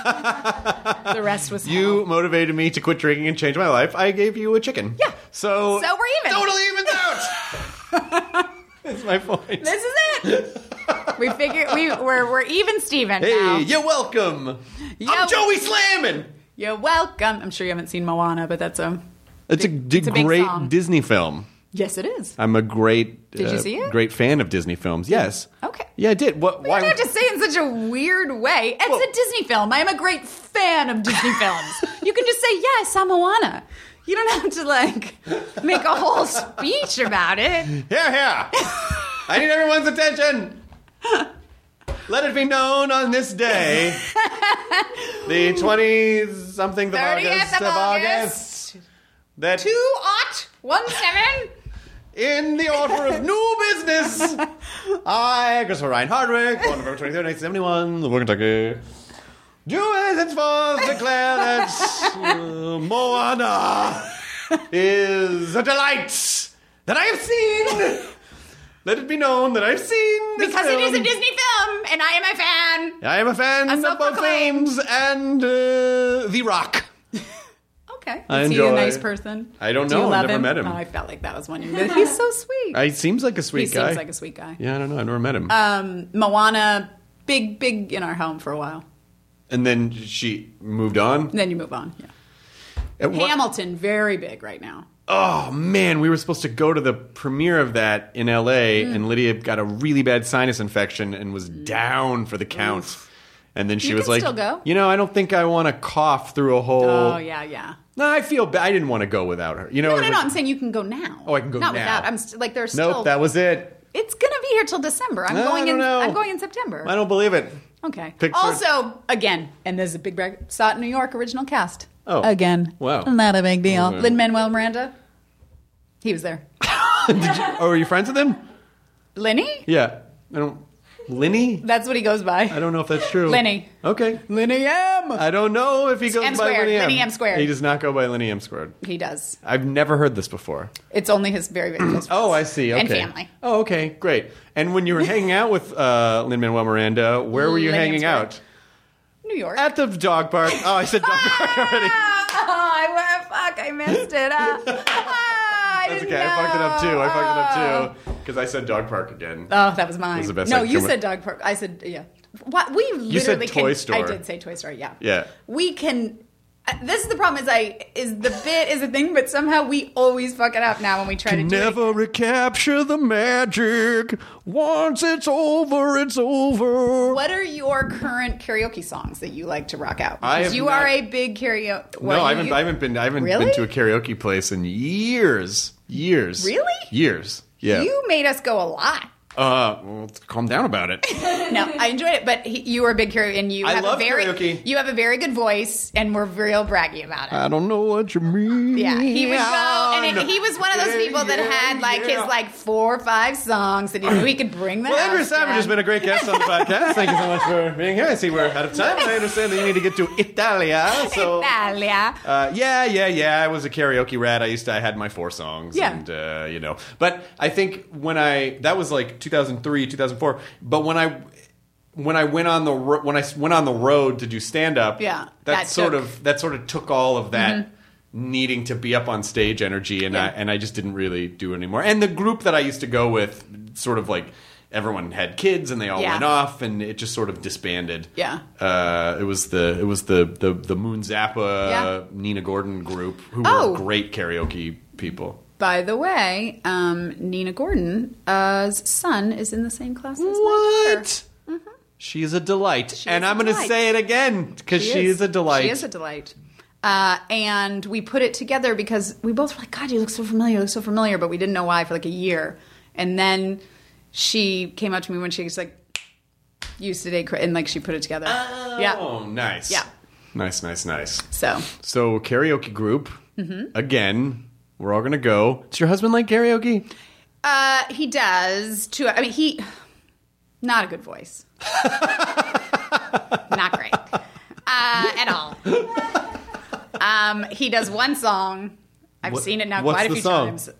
[SPEAKER 5] I
[SPEAKER 2] [LAUGHS]
[SPEAKER 5] know. the rest was
[SPEAKER 2] You
[SPEAKER 5] hell.
[SPEAKER 2] motivated me to quit drinking and change my life. I gave you a chicken.
[SPEAKER 5] Yeah.
[SPEAKER 2] So
[SPEAKER 5] So we're even.
[SPEAKER 2] Totally evens out. That's my
[SPEAKER 7] [LAUGHS]
[SPEAKER 2] point.
[SPEAKER 7] This is it. We figure we we're, we're even Steven now.
[SPEAKER 2] Hey, you're welcome.
[SPEAKER 7] Yo-
[SPEAKER 2] I'm Joey Slammin.
[SPEAKER 7] You're welcome.
[SPEAKER 5] I'm sure you haven't seen Moana, but that's a
[SPEAKER 2] It's a, d-
[SPEAKER 7] a big
[SPEAKER 2] great
[SPEAKER 7] song.
[SPEAKER 2] Disney film.
[SPEAKER 5] yes, it is.
[SPEAKER 2] I'm a great uh,
[SPEAKER 5] Did you see it?
[SPEAKER 2] great fan of Disney films. Yes.
[SPEAKER 5] Okay.
[SPEAKER 2] Yeah, I did. What?
[SPEAKER 7] You
[SPEAKER 2] Why?
[SPEAKER 7] don't have to say it in such a weird way. It's
[SPEAKER 2] Well-
[SPEAKER 7] a Disney film. I am a great fan of Disney films.
[SPEAKER 2] [LAUGHS]
[SPEAKER 7] you can just say yes, I'm Moana. You don't have to like make a whole speech about it.
[SPEAKER 2] Here, here. I need everyone's attention. Let it be known on this day, the 20 something of
[SPEAKER 7] 30th
[SPEAKER 2] August,
[SPEAKER 7] of
[SPEAKER 2] of
[SPEAKER 7] August.
[SPEAKER 2] August, that
[SPEAKER 7] Two ought one
[SPEAKER 5] [LAUGHS]
[SPEAKER 7] seven.
[SPEAKER 2] in the order of new
[SPEAKER 7] [LAUGHS]
[SPEAKER 2] business, I, Christopher Ryan Hardwick, born November 23rd, 1971, Louisville, Kentucky, do as henceforth declare that uh, Moana is a delight that I have seen. Let it be known that I've seen this
[SPEAKER 7] Because it is a
[SPEAKER 2] film.
[SPEAKER 7] Disney film, and I am a fan.
[SPEAKER 2] I am a fan
[SPEAKER 7] A
[SPEAKER 2] of both
[SPEAKER 7] self-proclaimed.
[SPEAKER 2] films and uh, The Rock.
[SPEAKER 7] Okay.
[SPEAKER 2] I
[SPEAKER 5] Is he a
[SPEAKER 2] enjoy-
[SPEAKER 5] nice person?
[SPEAKER 2] I don't
[SPEAKER 5] Do you
[SPEAKER 2] know. I've
[SPEAKER 5] love
[SPEAKER 2] never
[SPEAKER 5] him?
[SPEAKER 2] met him.
[SPEAKER 5] Oh, I felt like that was one. You knew. He's so sweet.
[SPEAKER 2] I, he seems like a sweet
[SPEAKER 5] he
[SPEAKER 2] guy.
[SPEAKER 5] seems like a sweet guy.
[SPEAKER 2] yeah, I don't know. I've never met him.
[SPEAKER 5] Um, Moana, big, big in our home for a while.
[SPEAKER 2] and then she moved on.
[SPEAKER 5] And then you move on. Yeah.
[SPEAKER 2] At what-
[SPEAKER 5] Hamilton, very big right now.
[SPEAKER 2] Oh man, we were supposed to go to the premiere of that in LA
[SPEAKER 5] Mm.
[SPEAKER 2] and Lydia got a really bad sinus infection and was down for the count. And then she
[SPEAKER 7] You
[SPEAKER 2] was
[SPEAKER 7] can
[SPEAKER 2] like,
[SPEAKER 7] still go.
[SPEAKER 2] "You know, I don't think I want to cough through a whole."
[SPEAKER 5] Oh, yeah, yeah.
[SPEAKER 2] No, I feel bad. I didn't want to go without her. You know,
[SPEAKER 5] No,
[SPEAKER 2] it
[SPEAKER 5] no,
[SPEAKER 2] was
[SPEAKER 5] no.
[SPEAKER 2] Oh, like,
[SPEAKER 5] I'm saying you can go now.
[SPEAKER 2] Oh, I can go
[SPEAKER 5] Not
[SPEAKER 2] now.
[SPEAKER 5] without. I'm st- like there's
[SPEAKER 2] nope,
[SPEAKER 5] still.
[SPEAKER 2] that was it.
[SPEAKER 5] It's gonna be here till December. I'm
[SPEAKER 2] No,
[SPEAKER 5] going
[SPEAKER 2] I don't
[SPEAKER 5] in.
[SPEAKER 2] know.
[SPEAKER 5] I'm going in September.
[SPEAKER 2] I don't believe it.
[SPEAKER 5] Okay.
[SPEAKER 2] Pixar-
[SPEAKER 5] Also, again, and there's a big break. Saw it in New York, original cast.
[SPEAKER 2] Oh.
[SPEAKER 5] Again.
[SPEAKER 2] Wow.
[SPEAKER 5] Not a big deal.
[SPEAKER 2] Okay.
[SPEAKER 5] Lin Manuel Miranda. He was there.
[SPEAKER 2] Oh, are you friends with him?
[SPEAKER 5] Lenny?
[SPEAKER 2] Yeah. I don't. Linny?
[SPEAKER 5] That's what he goes by.
[SPEAKER 2] I don't know if that's true.
[SPEAKER 5] Lenny.
[SPEAKER 2] Okay.
[SPEAKER 5] Lenny M.
[SPEAKER 2] I don't know if he goes by
[SPEAKER 5] squared.
[SPEAKER 2] Linny M.
[SPEAKER 5] Lenny M squared.
[SPEAKER 2] He does not go by Linny M squared.
[SPEAKER 5] He does.
[SPEAKER 2] I've never heard this before.
[SPEAKER 5] It's only his very, very close friends.
[SPEAKER 2] Oh, I see. Okay.
[SPEAKER 5] And family.
[SPEAKER 2] Oh, okay, great. And when you were hanging out with uh, Lin Manuel Miranda, where were you
[SPEAKER 5] Lin-Manuel
[SPEAKER 2] hanging
[SPEAKER 5] Square.
[SPEAKER 2] out?
[SPEAKER 5] New York. Ah,
[SPEAKER 2] At the dog park. Oh, I said dog
[SPEAKER 5] [LAUGHS]
[SPEAKER 2] park already.
[SPEAKER 7] Oh, I, fuck, I missed it.
[SPEAKER 2] [LAUGHS]
[SPEAKER 7] Ah, ah, I
[SPEAKER 2] That's
[SPEAKER 7] didn't
[SPEAKER 2] okay. I fucked it up too. I
[SPEAKER 5] Ah.
[SPEAKER 7] know.
[SPEAKER 2] fucked it up too because I said dog park again.
[SPEAKER 5] Oh, that was mine.
[SPEAKER 2] was the best
[SPEAKER 5] no,
[SPEAKER 2] I could
[SPEAKER 5] you
[SPEAKER 2] come
[SPEAKER 5] said dog park. I said yeah. What we literally
[SPEAKER 2] said Toy
[SPEAKER 5] can,
[SPEAKER 2] Store.
[SPEAKER 5] I did say toy store. Yeah.
[SPEAKER 2] Yeah.
[SPEAKER 5] We can. uh, This is the problem. Is I is the bit is the thing, but somehow we always fuck it up now when we try to do it.
[SPEAKER 2] Never recapture the magic. Once it's over, it's over.
[SPEAKER 5] What are your current karaoke songs that you like to rock out?
[SPEAKER 2] I
[SPEAKER 5] Because
[SPEAKER 2] have
[SPEAKER 5] you
[SPEAKER 2] not-
[SPEAKER 5] are a big karaoke.
[SPEAKER 2] no, I haven't. I haven't been. I haven't
[SPEAKER 5] Really?
[SPEAKER 2] been to a karaoke place in years. Years.
[SPEAKER 5] Really?
[SPEAKER 2] Years. Yeah.
[SPEAKER 5] You made us go a lot.
[SPEAKER 2] Uh, well, calm down about it.
[SPEAKER 5] No, I enjoyed it, but he, you were a big karaoke, and you
[SPEAKER 2] I
[SPEAKER 5] have
[SPEAKER 2] love
[SPEAKER 5] a very
[SPEAKER 2] karaoke.
[SPEAKER 5] you have a very good voice, and we're real braggy about it.
[SPEAKER 2] I don't know what you mean.
[SPEAKER 5] Yeah, he would go, and it, he was one of those people that had like his like four or five songs that he, we could bring them.
[SPEAKER 2] Well, Andrew Savage has been a great guest on the podcast. Thank you so much for being here. I see we're out of time. I understand that you need to get to Italia. So,
[SPEAKER 5] Italia.
[SPEAKER 2] uh, yeah, yeah, yeah. I was a karaoke rat. I used to. I had my four songs.
[SPEAKER 5] Yeah.
[SPEAKER 2] And uh, you know, but I think when I that was like 2003, 2004. But when I when I went on the ro- when I s- went on the road to do stand up,
[SPEAKER 5] Yeah,
[SPEAKER 2] that,
[SPEAKER 5] that
[SPEAKER 2] sort
[SPEAKER 5] took- Mm-hmm.
[SPEAKER 2] of that sort of took all of that. Needing to be up on stage energy, and I
[SPEAKER 5] Yeah.
[SPEAKER 2] and I just didn't really do it anymore. And the group that I used to go with, sort of like everyone had kids, and they all
[SPEAKER 5] Yeah.
[SPEAKER 2] went off, and it just sort of disbanded.
[SPEAKER 5] Yeah.
[SPEAKER 2] uh, it was the it was the the the Moon Zappa
[SPEAKER 5] Yeah.
[SPEAKER 2] Nina Gordon group who
[SPEAKER 5] Oh.
[SPEAKER 2] were great karaoke people.
[SPEAKER 5] By the way, um, Nina Gordon's son is in the same class as my daughter. Mm-hmm.
[SPEAKER 2] What? She's a delight, and
[SPEAKER 5] is a
[SPEAKER 2] I'm going to
[SPEAKER 5] delight.
[SPEAKER 2] say it again because she, is. a delight.
[SPEAKER 5] She is a delight. Uh, and we put it together because we both were like, God, you look so familiar, you look so familiar, but we didn't know why for like a year. And then she came up to me when she was like, used today, and like she put it together. Yeah.
[SPEAKER 2] Oh, nice.
[SPEAKER 5] Yeah.
[SPEAKER 2] Nice, nice, nice.
[SPEAKER 5] So
[SPEAKER 2] So karaoke group
[SPEAKER 5] Mm-hmm.
[SPEAKER 2] again. We're all going to go. Does your husband like karaoke?
[SPEAKER 5] uh, he does too. I mean, he, not a
[SPEAKER 2] [LAUGHS]
[SPEAKER 5] good voice. not great uh, at all. Um, he does one song. I've
[SPEAKER 2] What-
[SPEAKER 5] seen it now
[SPEAKER 2] what's
[SPEAKER 5] quite a
[SPEAKER 2] the
[SPEAKER 5] few
[SPEAKER 2] song?
[SPEAKER 5] times.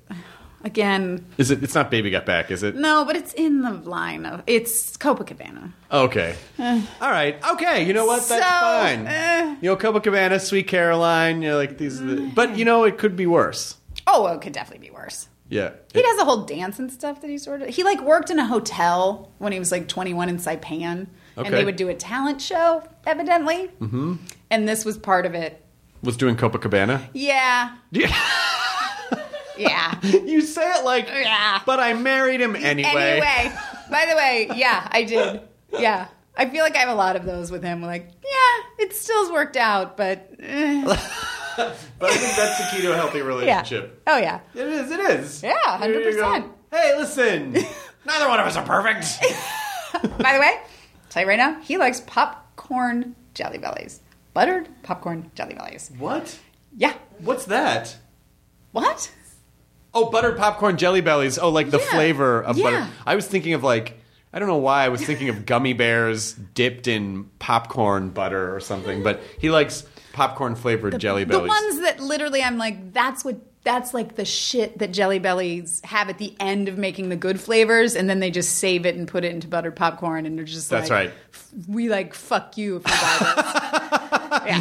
[SPEAKER 5] Again,
[SPEAKER 2] Is it? It's not Baby Got Back, is it?
[SPEAKER 5] No, but it's in the line of it's Copacabana.
[SPEAKER 2] Okay. All right. Okay. You know what? That's
[SPEAKER 5] Eh. So,
[SPEAKER 2] fine.
[SPEAKER 5] eh. Mm.
[SPEAKER 2] you know, Copacabana, Sweet Caroline. You know, like these. Are the, but you know, it could be worse.
[SPEAKER 5] Oh, well, it could definitely be worse.
[SPEAKER 2] Yeah.
[SPEAKER 5] He does a whole dance and stuff that he sort of. He like worked in a hotel when he was like 21 in Saipan, and
[SPEAKER 2] Okay.
[SPEAKER 5] they would do a talent show, evidently. Mm-hmm. And this was part of it.
[SPEAKER 2] was doing Copacabana.
[SPEAKER 5] Yeah,
[SPEAKER 2] Yeah.
[SPEAKER 5] [LAUGHS] yeah,
[SPEAKER 2] you say it like,
[SPEAKER 5] Yeah.
[SPEAKER 2] but I married him anyway.
[SPEAKER 5] Anyway, by the way, yeah, I did. Yeah, I feel like I have a lot of those with him. Like, yeah, it still's worked out, but eh,
[SPEAKER 2] But I think that's the key to a healthy
[SPEAKER 5] [LAUGHS] yeah.
[SPEAKER 2] relationship.
[SPEAKER 5] Oh yeah,
[SPEAKER 2] It is, it is.
[SPEAKER 5] Yeah,
[SPEAKER 2] Here you go.
[SPEAKER 5] 100%.
[SPEAKER 2] Hey,
[SPEAKER 5] [LAUGHS]
[SPEAKER 2] listen, neither one of us are perfect.
[SPEAKER 5] By the way, tell you right now, he likes popcorn jelly bellies. Buttered popcorn jelly bellies.
[SPEAKER 2] what?
[SPEAKER 5] Yeah.
[SPEAKER 2] What's that?
[SPEAKER 5] What?
[SPEAKER 2] Oh, buttered popcorn jelly bellies. Oh, like the
[SPEAKER 5] Yeah.
[SPEAKER 2] flavor of
[SPEAKER 5] Yeah.
[SPEAKER 2] butter. I was thinking of like I don't know why I was thinking
[SPEAKER 5] [LAUGHS]
[SPEAKER 2] of gummy bears dipped in popcorn butter or something, but he likes popcorn flavored jelly
[SPEAKER 5] The
[SPEAKER 2] bellies.
[SPEAKER 5] ones that literally I'm like, that's what that's like the shit that jelly bellies have at the end of making the good flavors, and then they just save it and put it into buttered popcorn and they're just
[SPEAKER 2] That's
[SPEAKER 5] like
[SPEAKER 2] right.
[SPEAKER 5] "F- we like fuck you if you
[SPEAKER 2] [LAUGHS]
[SPEAKER 5] buy this.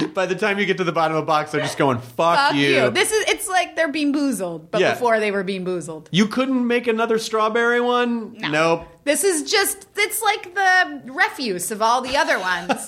[SPEAKER 5] yeah.
[SPEAKER 2] [LAUGHS] By the time you get to the bottom of the box, they're just going, fuck,
[SPEAKER 5] Fuck
[SPEAKER 2] you.
[SPEAKER 5] you. This is it's like they're being boozled, but
[SPEAKER 2] Yeah.
[SPEAKER 5] before they were being boozled.
[SPEAKER 2] you couldn't make another strawberry one? Nope.
[SPEAKER 5] This is just, it's like the refuse of all the other
[SPEAKER 2] [LAUGHS]
[SPEAKER 5] ones.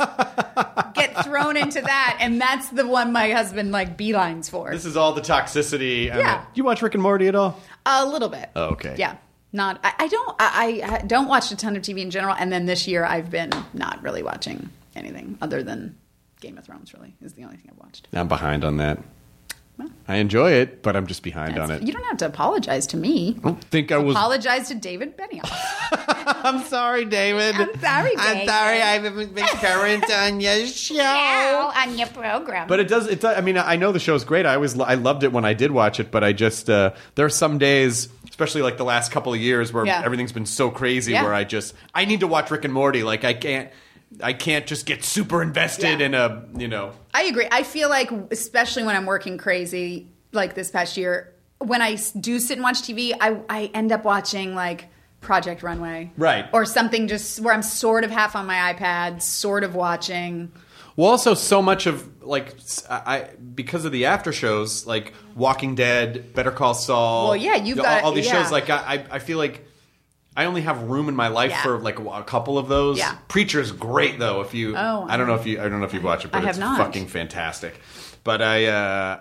[SPEAKER 5] Get thrown into that, and that's the one my husband like beelines for.
[SPEAKER 2] This is all the toxicity. Yeah.
[SPEAKER 5] Yeah.
[SPEAKER 2] do you watch Rick and Morty at all?
[SPEAKER 5] A little bit.
[SPEAKER 2] Oh, okay.
[SPEAKER 5] Yeah. Not, I, I don't, I, I I don't watch a ton of TV in general, and then this year I've been not really watching anything other than Game of Thrones, really, is the only thing I've watched.
[SPEAKER 2] I'm behind on that.
[SPEAKER 5] Well.
[SPEAKER 2] I enjoy it, but I'm just behind on it. Oh.
[SPEAKER 5] You don't have to apologize to me.
[SPEAKER 2] I don't think I was.
[SPEAKER 5] Apologize to David Benioff.
[SPEAKER 2] I'm sorry, David.
[SPEAKER 5] I'm sorry, David.
[SPEAKER 2] I haven't
[SPEAKER 5] [LAUGHS]
[SPEAKER 2] been current on your show.
[SPEAKER 5] on your program.
[SPEAKER 2] But it does. It does. I mean, I know the show's great. I always, I loved it when I did watch it. But I just, uh, there are some days, especially like the last couple of years, where
[SPEAKER 5] Yeah.
[SPEAKER 2] everything's been so crazy.
[SPEAKER 5] Yeah.
[SPEAKER 2] Where I just, I need to watch Rick and Morty. Like I can't, I can't just get super invested
[SPEAKER 5] Yeah.
[SPEAKER 2] in a, you know.
[SPEAKER 5] I agree. I feel like, especially when I'm working crazy, like this past year, when I s- do sit and watch TV, I, I end up watching like Project Runway.
[SPEAKER 2] Right.
[SPEAKER 5] Or something just where I'm sort of half on my iPad, sort of watching.
[SPEAKER 2] Well, also so much of like s- I I- because of the after shows, like Walking Dead, Better Call Saul.
[SPEAKER 5] Well, yeah, you've
[SPEAKER 2] all,
[SPEAKER 5] got-
[SPEAKER 2] all these
[SPEAKER 5] yeah.
[SPEAKER 2] shows. Like I, I- I feel like I only have room in my life
[SPEAKER 5] Yeah.
[SPEAKER 2] for like a, a couple of those.
[SPEAKER 5] Yeah.
[SPEAKER 2] Preacher's great though. If you,
[SPEAKER 5] Oh,
[SPEAKER 2] I don't know if you, I don't know if you watch it, but
[SPEAKER 5] I have
[SPEAKER 2] it's
[SPEAKER 5] not.
[SPEAKER 2] fucking fantastic. But I, uh, uh,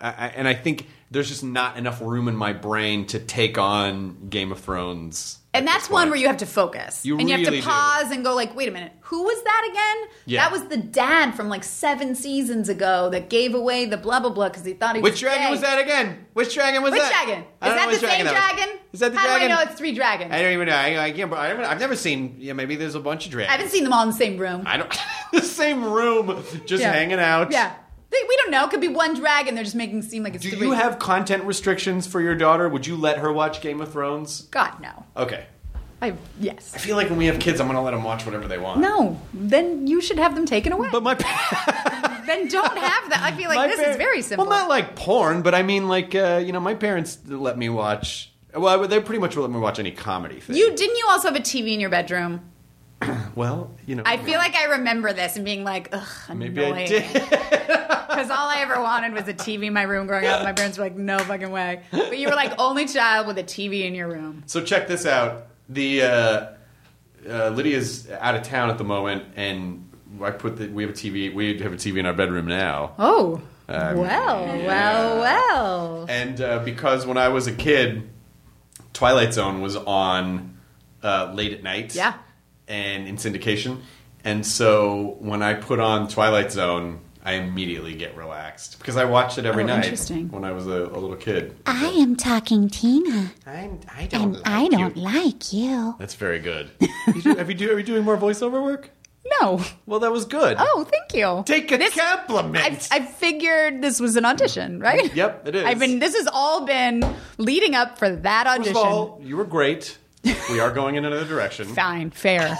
[SPEAKER 2] I, I- and I think there's just not enough room in my brain to take on Game of Thrones.
[SPEAKER 5] And
[SPEAKER 2] at
[SPEAKER 5] that's
[SPEAKER 2] this
[SPEAKER 5] one
[SPEAKER 2] point.
[SPEAKER 5] where you have to focus.
[SPEAKER 2] You
[SPEAKER 5] and you
[SPEAKER 2] really
[SPEAKER 5] have
[SPEAKER 2] do.
[SPEAKER 5] to pause and go like, wait a minute, who was that again?
[SPEAKER 2] Yeah.
[SPEAKER 5] That was the dad from like seven seasons ago that gave away the blah blah blah because he thought he
[SPEAKER 2] Which
[SPEAKER 5] was
[SPEAKER 2] dragon
[SPEAKER 5] gay.
[SPEAKER 2] was that again? Which dragon was
[SPEAKER 5] Which
[SPEAKER 2] that?
[SPEAKER 5] dragon? Is
[SPEAKER 2] I don't know
[SPEAKER 5] that
[SPEAKER 2] which
[SPEAKER 5] the same
[SPEAKER 2] that was.
[SPEAKER 5] dragon?
[SPEAKER 2] Is that the
[SPEAKER 5] How
[SPEAKER 2] dragon?
[SPEAKER 5] do I know it's three dragons?
[SPEAKER 2] I don't even know. I, I can't. I don't, I've never seen. Yeah, maybe there's a bunch of dragons.
[SPEAKER 5] I haven't seen them all in the same room.
[SPEAKER 2] I don't. [LAUGHS] the same room, just
[SPEAKER 5] Yeah.
[SPEAKER 2] hanging out.
[SPEAKER 5] Yeah. They, we don't know. It could be one dragon. They're just making it seem like it's
[SPEAKER 2] Do
[SPEAKER 5] three.
[SPEAKER 2] you have content restrictions for your daughter? Would you let her watch Game of Thrones?
[SPEAKER 5] God, no.
[SPEAKER 2] Okay.
[SPEAKER 5] I,
[SPEAKER 2] I
[SPEAKER 5] yes.
[SPEAKER 2] feel like when we have kids, I'm gonna let them watch whatever they want.
[SPEAKER 5] No. Then you should have them taken away.
[SPEAKER 2] But my pa-
[SPEAKER 5] then don't have that. I feel
[SPEAKER 2] [LAUGHS]
[SPEAKER 5] like
[SPEAKER 2] my
[SPEAKER 5] this
[SPEAKER 2] par-
[SPEAKER 5] is very simple.
[SPEAKER 2] Well, not like porn, but I mean like uh, you know, my parents let me watch. Well, they pretty much let me watch any comedy thing.
[SPEAKER 5] you didn't you also have a TV in your bedroom?
[SPEAKER 2] well, you know.
[SPEAKER 5] I feel like I remember this and being like, ugh,
[SPEAKER 2] maybe I
[SPEAKER 5] annoying.
[SPEAKER 2] did.
[SPEAKER 5] Because all I ever wanted was a TV in my room growing up. My parents were like, no fucking way. But you were like only child with a TV in your room.
[SPEAKER 2] So check this out. The uh, uh, Lydia's out of town at the moment, and I put the, we have a TV. We have a TV in our bedroom now.
[SPEAKER 5] Oh.
[SPEAKER 2] Um,
[SPEAKER 5] well,
[SPEAKER 2] yeah.
[SPEAKER 5] well, well.
[SPEAKER 2] And uh, because when I was a kid, Twilight Zone was on uh, late at night.
[SPEAKER 5] Yeah.
[SPEAKER 2] And in syndication. And so when I put on Twilight Zone, I immediately get relaxed because I watched it every
[SPEAKER 5] Oh,
[SPEAKER 2] night
[SPEAKER 5] interesting.
[SPEAKER 2] when I was a, a little kid.
[SPEAKER 8] I am talking Tina,
[SPEAKER 2] I'm, I do
[SPEAKER 8] and I don't like you.
[SPEAKER 2] That's very good. [LAUGHS] you do, have you do, are you doing more voiceover work?
[SPEAKER 5] No.
[SPEAKER 2] Well, that was good.
[SPEAKER 5] Oh, thank you.
[SPEAKER 2] Take a
[SPEAKER 5] This- I,
[SPEAKER 2] compliment.
[SPEAKER 5] I figured this was an audition, right?
[SPEAKER 2] Yep, it is.
[SPEAKER 5] I've been. This has all been leading up for that
[SPEAKER 2] First
[SPEAKER 5] audition. [LAUGHS]
[SPEAKER 2] of all, you were great. We are going in another direction.
[SPEAKER 5] Fine, fair.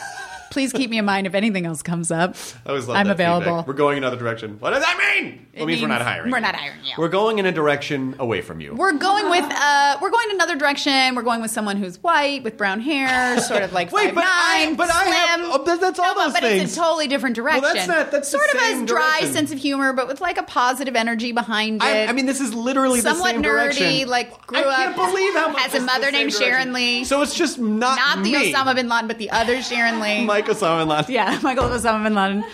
[SPEAKER 5] Please keep me in mind if anything else comes up.
[SPEAKER 2] I always love
[SPEAKER 5] I'm
[SPEAKER 2] that
[SPEAKER 5] available.
[SPEAKER 2] feedback. We're going another direction. What does that mean? It, means, we're not
[SPEAKER 5] means
[SPEAKER 2] hiring.
[SPEAKER 5] we're
[SPEAKER 2] you.
[SPEAKER 5] not hiring you.
[SPEAKER 2] We're going in a direction away from you.
[SPEAKER 5] We're going
[SPEAKER 2] Uh-huh.
[SPEAKER 5] with uh, we're going another direction. We're going with someone who's white with brown
[SPEAKER 2] [LAUGHS]
[SPEAKER 5] hair, sort of like
[SPEAKER 2] Wait,
[SPEAKER 5] five
[SPEAKER 2] but I-
[SPEAKER 5] nine,
[SPEAKER 2] but I have-
[SPEAKER 5] slim.
[SPEAKER 2] oh, that- that's all
[SPEAKER 5] No, but-
[SPEAKER 2] those
[SPEAKER 5] but
[SPEAKER 2] things.
[SPEAKER 5] it's a totally different
[SPEAKER 2] that's
[SPEAKER 5] direction.
[SPEAKER 2] not- that's the
[SPEAKER 5] sort of
[SPEAKER 2] same
[SPEAKER 5] a dry
[SPEAKER 2] direction.
[SPEAKER 5] sense of humor, but with like a positive energy behind it.
[SPEAKER 2] I, I mean, this is literally
[SPEAKER 5] somewhat
[SPEAKER 2] the same
[SPEAKER 5] nerdy,
[SPEAKER 2] direction.
[SPEAKER 5] like, grew
[SPEAKER 2] I can't
[SPEAKER 5] up,
[SPEAKER 2] believe how much
[SPEAKER 5] has a
[SPEAKER 2] this is
[SPEAKER 5] mother
[SPEAKER 2] the same
[SPEAKER 5] named
[SPEAKER 2] direction.
[SPEAKER 5] Sharon Lee.
[SPEAKER 2] So it's just not
[SPEAKER 5] not the
[SPEAKER 2] me.
[SPEAKER 5] Osama bin Laden, but the other
[SPEAKER 2] [LAUGHS]
[SPEAKER 5] Sharon Lee.
[SPEAKER 2] Mike Osama bin Laden.
[SPEAKER 5] yeah, [LAUGHS] Michael Osama bin Laden.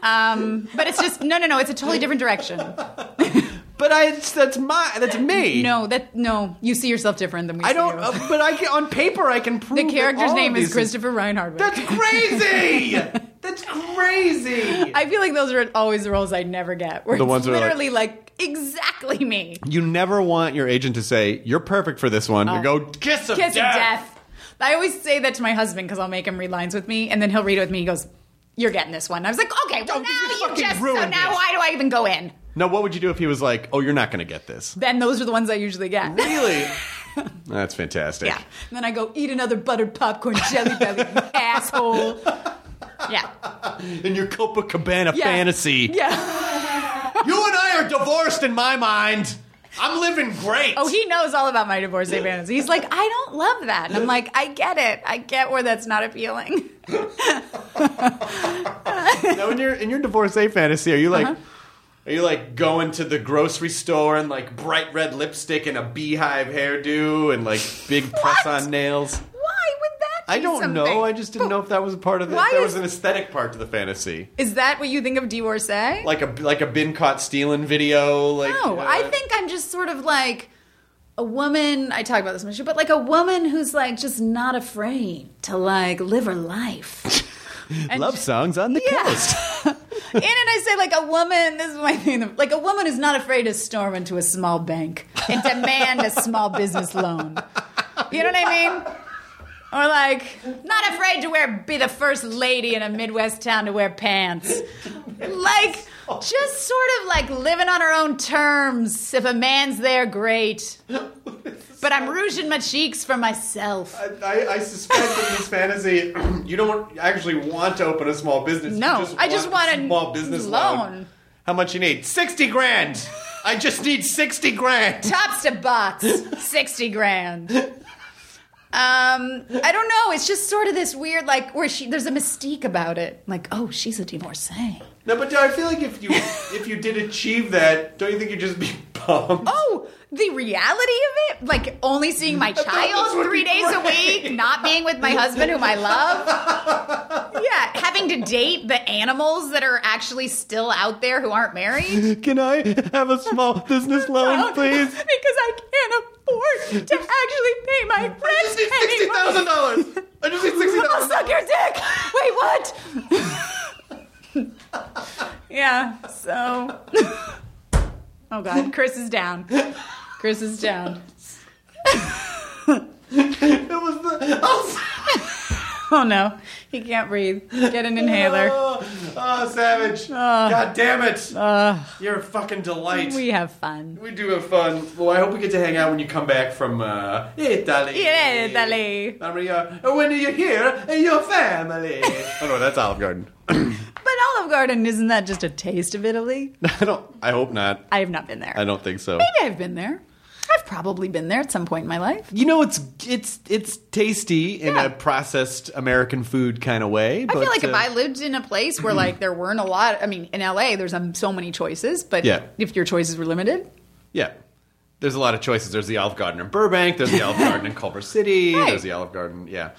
[SPEAKER 5] Um, but it's just no, no, no. It's a totally different direction.
[SPEAKER 2] But I, it's, that's my, that's me.
[SPEAKER 5] No, that no. You see yourself different than we.
[SPEAKER 2] I
[SPEAKER 5] see
[SPEAKER 2] don't.
[SPEAKER 5] you.
[SPEAKER 2] uh, but I can, on paper I can prove
[SPEAKER 5] the
[SPEAKER 2] that all
[SPEAKER 5] character's
[SPEAKER 2] of
[SPEAKER 5] name
[SPEAKER 2] these
[SPEAKER 5] is Christopher Ryan Hardwick.
[SPEAKER 2] That's
[SPEAKER 5] [LAUGHS]
[SPEAKER 2] crazy. that's crazy.
[SPEAKER 5] I feel like those are always the roles I never get. Where
[SPEAKER 2] The
[SPEAKER 5] it's
[SPEAKER 2] ones that are like-
[SPEAKER 5] literally like, exactly me.
[SPEAKER 2] you never want your agent to say you're perfect for this one. You go kiss of
[SPEAKER 5] Oh. Kiss
[SPEAKER 2] death.
[SPEAKER 5] of death. I always say that to my husband because I'll make him read lines with me, and then he'll read it with me. He goes, "You're getting this one." I was like, "Okay, well
[SPEAKER 2] Oh, you
[SPEAKER 5] now you
[SPEAKER 2] fucking
[SPEAKER 5] just so
[SPEAKER 2] ruined
[SPEAKER 5] now
[SPEAKER 2] this.
[SPEAKER 5] why do I even go in?"
[SPEAKER 2] Now, what would you do if he was like, "Oh, you're not going to get this"?
[SPEAKER 5] Then those are the ones I usually get.
[SPEAKER 2] Really? [LAUGHS] That's fantastic.
[SPEAKER 5] [LAUGHS] Yeah. And then I go eat another buttered popcorn jelly
[SPEAKER 2] [LAUGHS]
[SPEAKER 5] belly, you asshole. Yeah.
[SPEAKER 2] In your Copacabana
[SPEAKER 5] Yeah.
[SPEAKER 2] fantasy,
[SPEAKER 5] Yeah. [LAUGHS]
[SPEAKER 2] you and I are divorced in my mind. I'm living great.
[SPEAKER 5] Oh, he knows all about my divorce day fantasy. He's like, I don't love that. And I'm like, I get it. I get where that's not appealing.
[SPEAKER 2] [LAUGHS]
[SPEAKER 5] [LAUGHS]
[SPEAKER 2] now, in your in your divorcee fantasy, are you
[SPEAKER 5] Uh-huh.
[SPEAKER 2] like? Are you like going to the grocery store and like bright red lipstick and a beehive hairdo and like big press on nails?
[SPEAKER 5] Why would that
[SPEAKER 2] I
[SPEAKER 5] be
[SPEAKER 2] don't know.
[SPEAKER 5] something?
[SPEAKER 2] I just didn't know if that was a part of the.
[SPEAKER 5] why
[SPEAKER 2] That
[SPEAKER 5] is-
[SPEAKER 2] was an aesthetic part to the fantasy,
[SPEAKER 5] Is that what you think of divorcee?
[SPEAKER 2] like a like a bin caught stealing video. Like
[SPEAKER 5] no,
[SPEAKER 2] uh,
[SPEAKER 5] I think I'm just sort of like a woman. I talk about this much, but like a woman who's like just not afraid to like live her life. And
[SPEAKER 2] love
[SPEAKER 5] ju-
[SPEAKER 2] songs on the
[SPEAKER 5] Yeah.
[SPEAKER 2] coast.
[SPEAKER 5] [LAUGHS] In it, I say like a woman. This is my thing. Like a woman who's not afraid to storm into a small bank and demand a small business loan. You know what I mean? Or like not afraid to wear be the first lady in a Midwest town to wear pants. Like just sort of like living on her own terms. If a man's there, great. But I'm rouging my cheeks for myself.
[SPEAKER 2] I, I, I suspect in this fantasy, [CLEARS THROAT] you don't actually want to open a small business. You
[SPEAKER 5] No, I just want a
[SPEAKER 2] small business
[SPEAKER 5] loan.
[SPEAKER 2] How much you need? Sixty grand. I just need sixty grand.
[SPEAKER 5] tops to bots, 60 grand. Um, I don't know. It's just sort of this weird, like, where she there's a mystique about it. Like, oh, she's a divorcee.
[SPEAKER 2] No, but I feel like if you [LAUGHS] if you did achieve that, don't you think you'd just be [LAUGHS] bummed?
[SPEAKER 5] Oh, the reality of it, like only seeing my
[SPEAKER 2] this would
[SPEAKER 5] child three
[SPEAKER 2] be
[SPEAKER 5] days a
[SPEAKER 2] great.
[SPEAKER 5] week, not being with my husband, whom I love. Yeah, having to date the animals that are actually still out there who aren't married. [LAUGHS]
[SPEAKER 2] Can I have a small business loan,
[SPEAKER 5] because I can't afford to actually pay my rent.
[SPEAKER 2] I just need sixty
[SPEAKER 5] anymore.
[SPEAKER 2] thousand dollars. I just need sixty thousand.
[SPEAKER 5] I'll [LAUGHS] suck your dick. Wait, what? yeah. So. oh God, Chris is down. Chris is down.
[SPEAKER 2] It was the. I'll s-
[SPEAKER 5] Oh no, he can't breathe. Get an inhaler. Ah.
[SPEAKER 2] Oh, oh, savage! God damn it! You're a fucking delight.
[SPEAKER 5] We have fun.
[SPEAKER 2] We do have fun. Well, I hope we get to hang out when you come back from uh, Italy.
[SPEAKER 5] Yeah, Italy.
[SPEAKER 2] Maria, when you're here, and your [LAUGHS] family. oh no, that's Olive Garden. [LAUGHS]
[SPEAKER 5] But Olive Garden isn't that just a taste of Italy?
[SPEAKER 2] I don't. I hope not.
[SPEAKER 5] I have not been there.
[SPEAKER 2] [LAUGHS] I don't think so.
[SPEAKER 5] Maybe I've been there. I've probably been there at some point in my life.
[SPEAKER 2] You know, it's it's it's tasty in
[SPEAKER 5] Yeah.
[SPEAKER 2] a processed American food kind of way.
[SPEAKER 5] I
[SPEAKER 2] But,
[SPEAKER 5] feel like if
[SPEAKER 2] uh,
[SPEAKER 5] I lived in a place where like there weren't a lot, I mean, in LA there's um, so many choices, but
[SPEAKER 2] Yeah.
[SPEAKER 5] if your choices were limited,
[SPEAKER 2] Yeah. There's a lot of choices. There's the Olive Garden in Burbank. There's the Olive
[SPEAKER 5] [LAUGHS]
[SPEAKER 2] Garden in Culver City.
[SPEAKER 5] Right.
[SPEAKER 2] There's the Olive Garden. Yeah.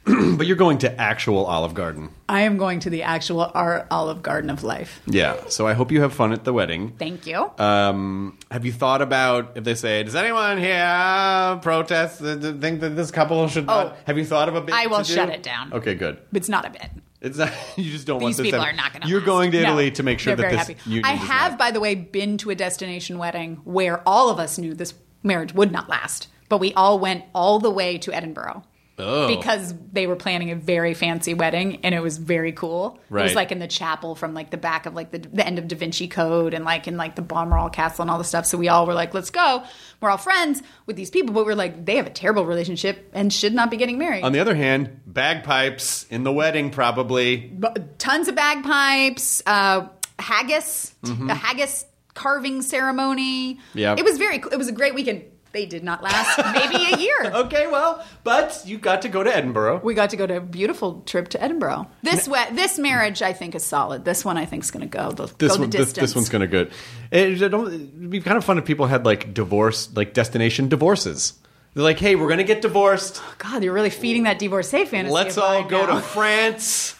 [SPEAKER 2] [CLEARS THROAT] but you're going to actual Olive Garden.
[SPEAKER 5] I am going to the actual our Olive Garden of life.
[SPEAKER 2] Yeah. So I hope you have fun at the wedding.
[SPEAKER 5] Thank you.
[SPEAKER 2] Um, have you thought about if they say, "Does anyone here protest? th- th- Think that this couple should?"
[SPEAKER 5] Oh.
[SPEAKER 2] Not? Have you thought of a bit?
[SPEAKER 5] I will
[SPEAKER 2] to do?
[SPEAKER 5] shut it down.
[SPEAKER 2] Okay, good.
[SPEAKER 5] it's not a bit.
[SPEAKER 2] It's not, [LAUGHS] you just don't want
[SPEAKER 5] These
[SPEAKER 2] this.
[SPEAKER 5] people
[SPEAKER 2] to-
[SPEAKER 5] are not going to.
[SPEAKER 2] You're going to Italy to make sure that
[SPEAKER 5] they're
[SPEAKER 2] this.
[SPEAKER 5] very happy.
[SPEAKER 2] union
[SPEAKER 5] I
[SPEAKER 2] does
[SPEAKER 5] have,
[SPEAKER 2] not-
[SPEAKER 5] by the way, been to a destination wedding where all of us knew this marriage would not last, but we all went all the way to Edinburgh.
[SPEAKER 2] Oh.
[SPEAKER 5] Because they were planning a very fancy wedding and it was very cool. It
[SPEAKER 2] Right.
[SPEAKER 5] was like in the chapel from like the back of like the, the end of Da Vinci Code and like in like the Balmoral Castle and all this stuff. So we all were like, let's go. We're all friends with these people, but we're like, they have a terrible relationship and should not be getting married.
[SPEAKER 2] On the other hand, bagpipes in the wedding, probably.
[SPEAKER 5] B- tons of bagpipes, uh, haggis,
[SPEAKER 2] Mm-hmm.
[SPEAKER 5] a haggis carving ceremony.
[SPEAKER 2] Yeah.
[SPEAKER 5] it was very. cool. It was a great weekend. They did not last maybe a year.
[SPEAKER 2] [LAUGHS] Okay, well, but you got to go to Edinburgh.
[SPEAKER 5] We got to go to a beautiful trip to Edinburgh. This we- this marriage, I think, is solid. This one, I think, is going to go the,
[SPEAKER 2] this
[SPEAKER 5] go the
[SPEAKER 2] one, this,
[SPEAKER 5] distance.
[SPEAKER 2] this one's gonna good. It, it don't- it'd be kind of fun if people had like divorce, like destination divorces. They're like, hey, we're gonna get divorced.
[SPEAKER 5] God, you're really feeding that divorcee fantasy.
[SPEAKER 2] Let's
[SPEAKER 5] of
[SPEAKER 2] all
[SPEAKER 5] mine
[SPEAKER 2] go
[SPEAKER 5] now. [LAUGHS]
[SPEAKER 2] to France.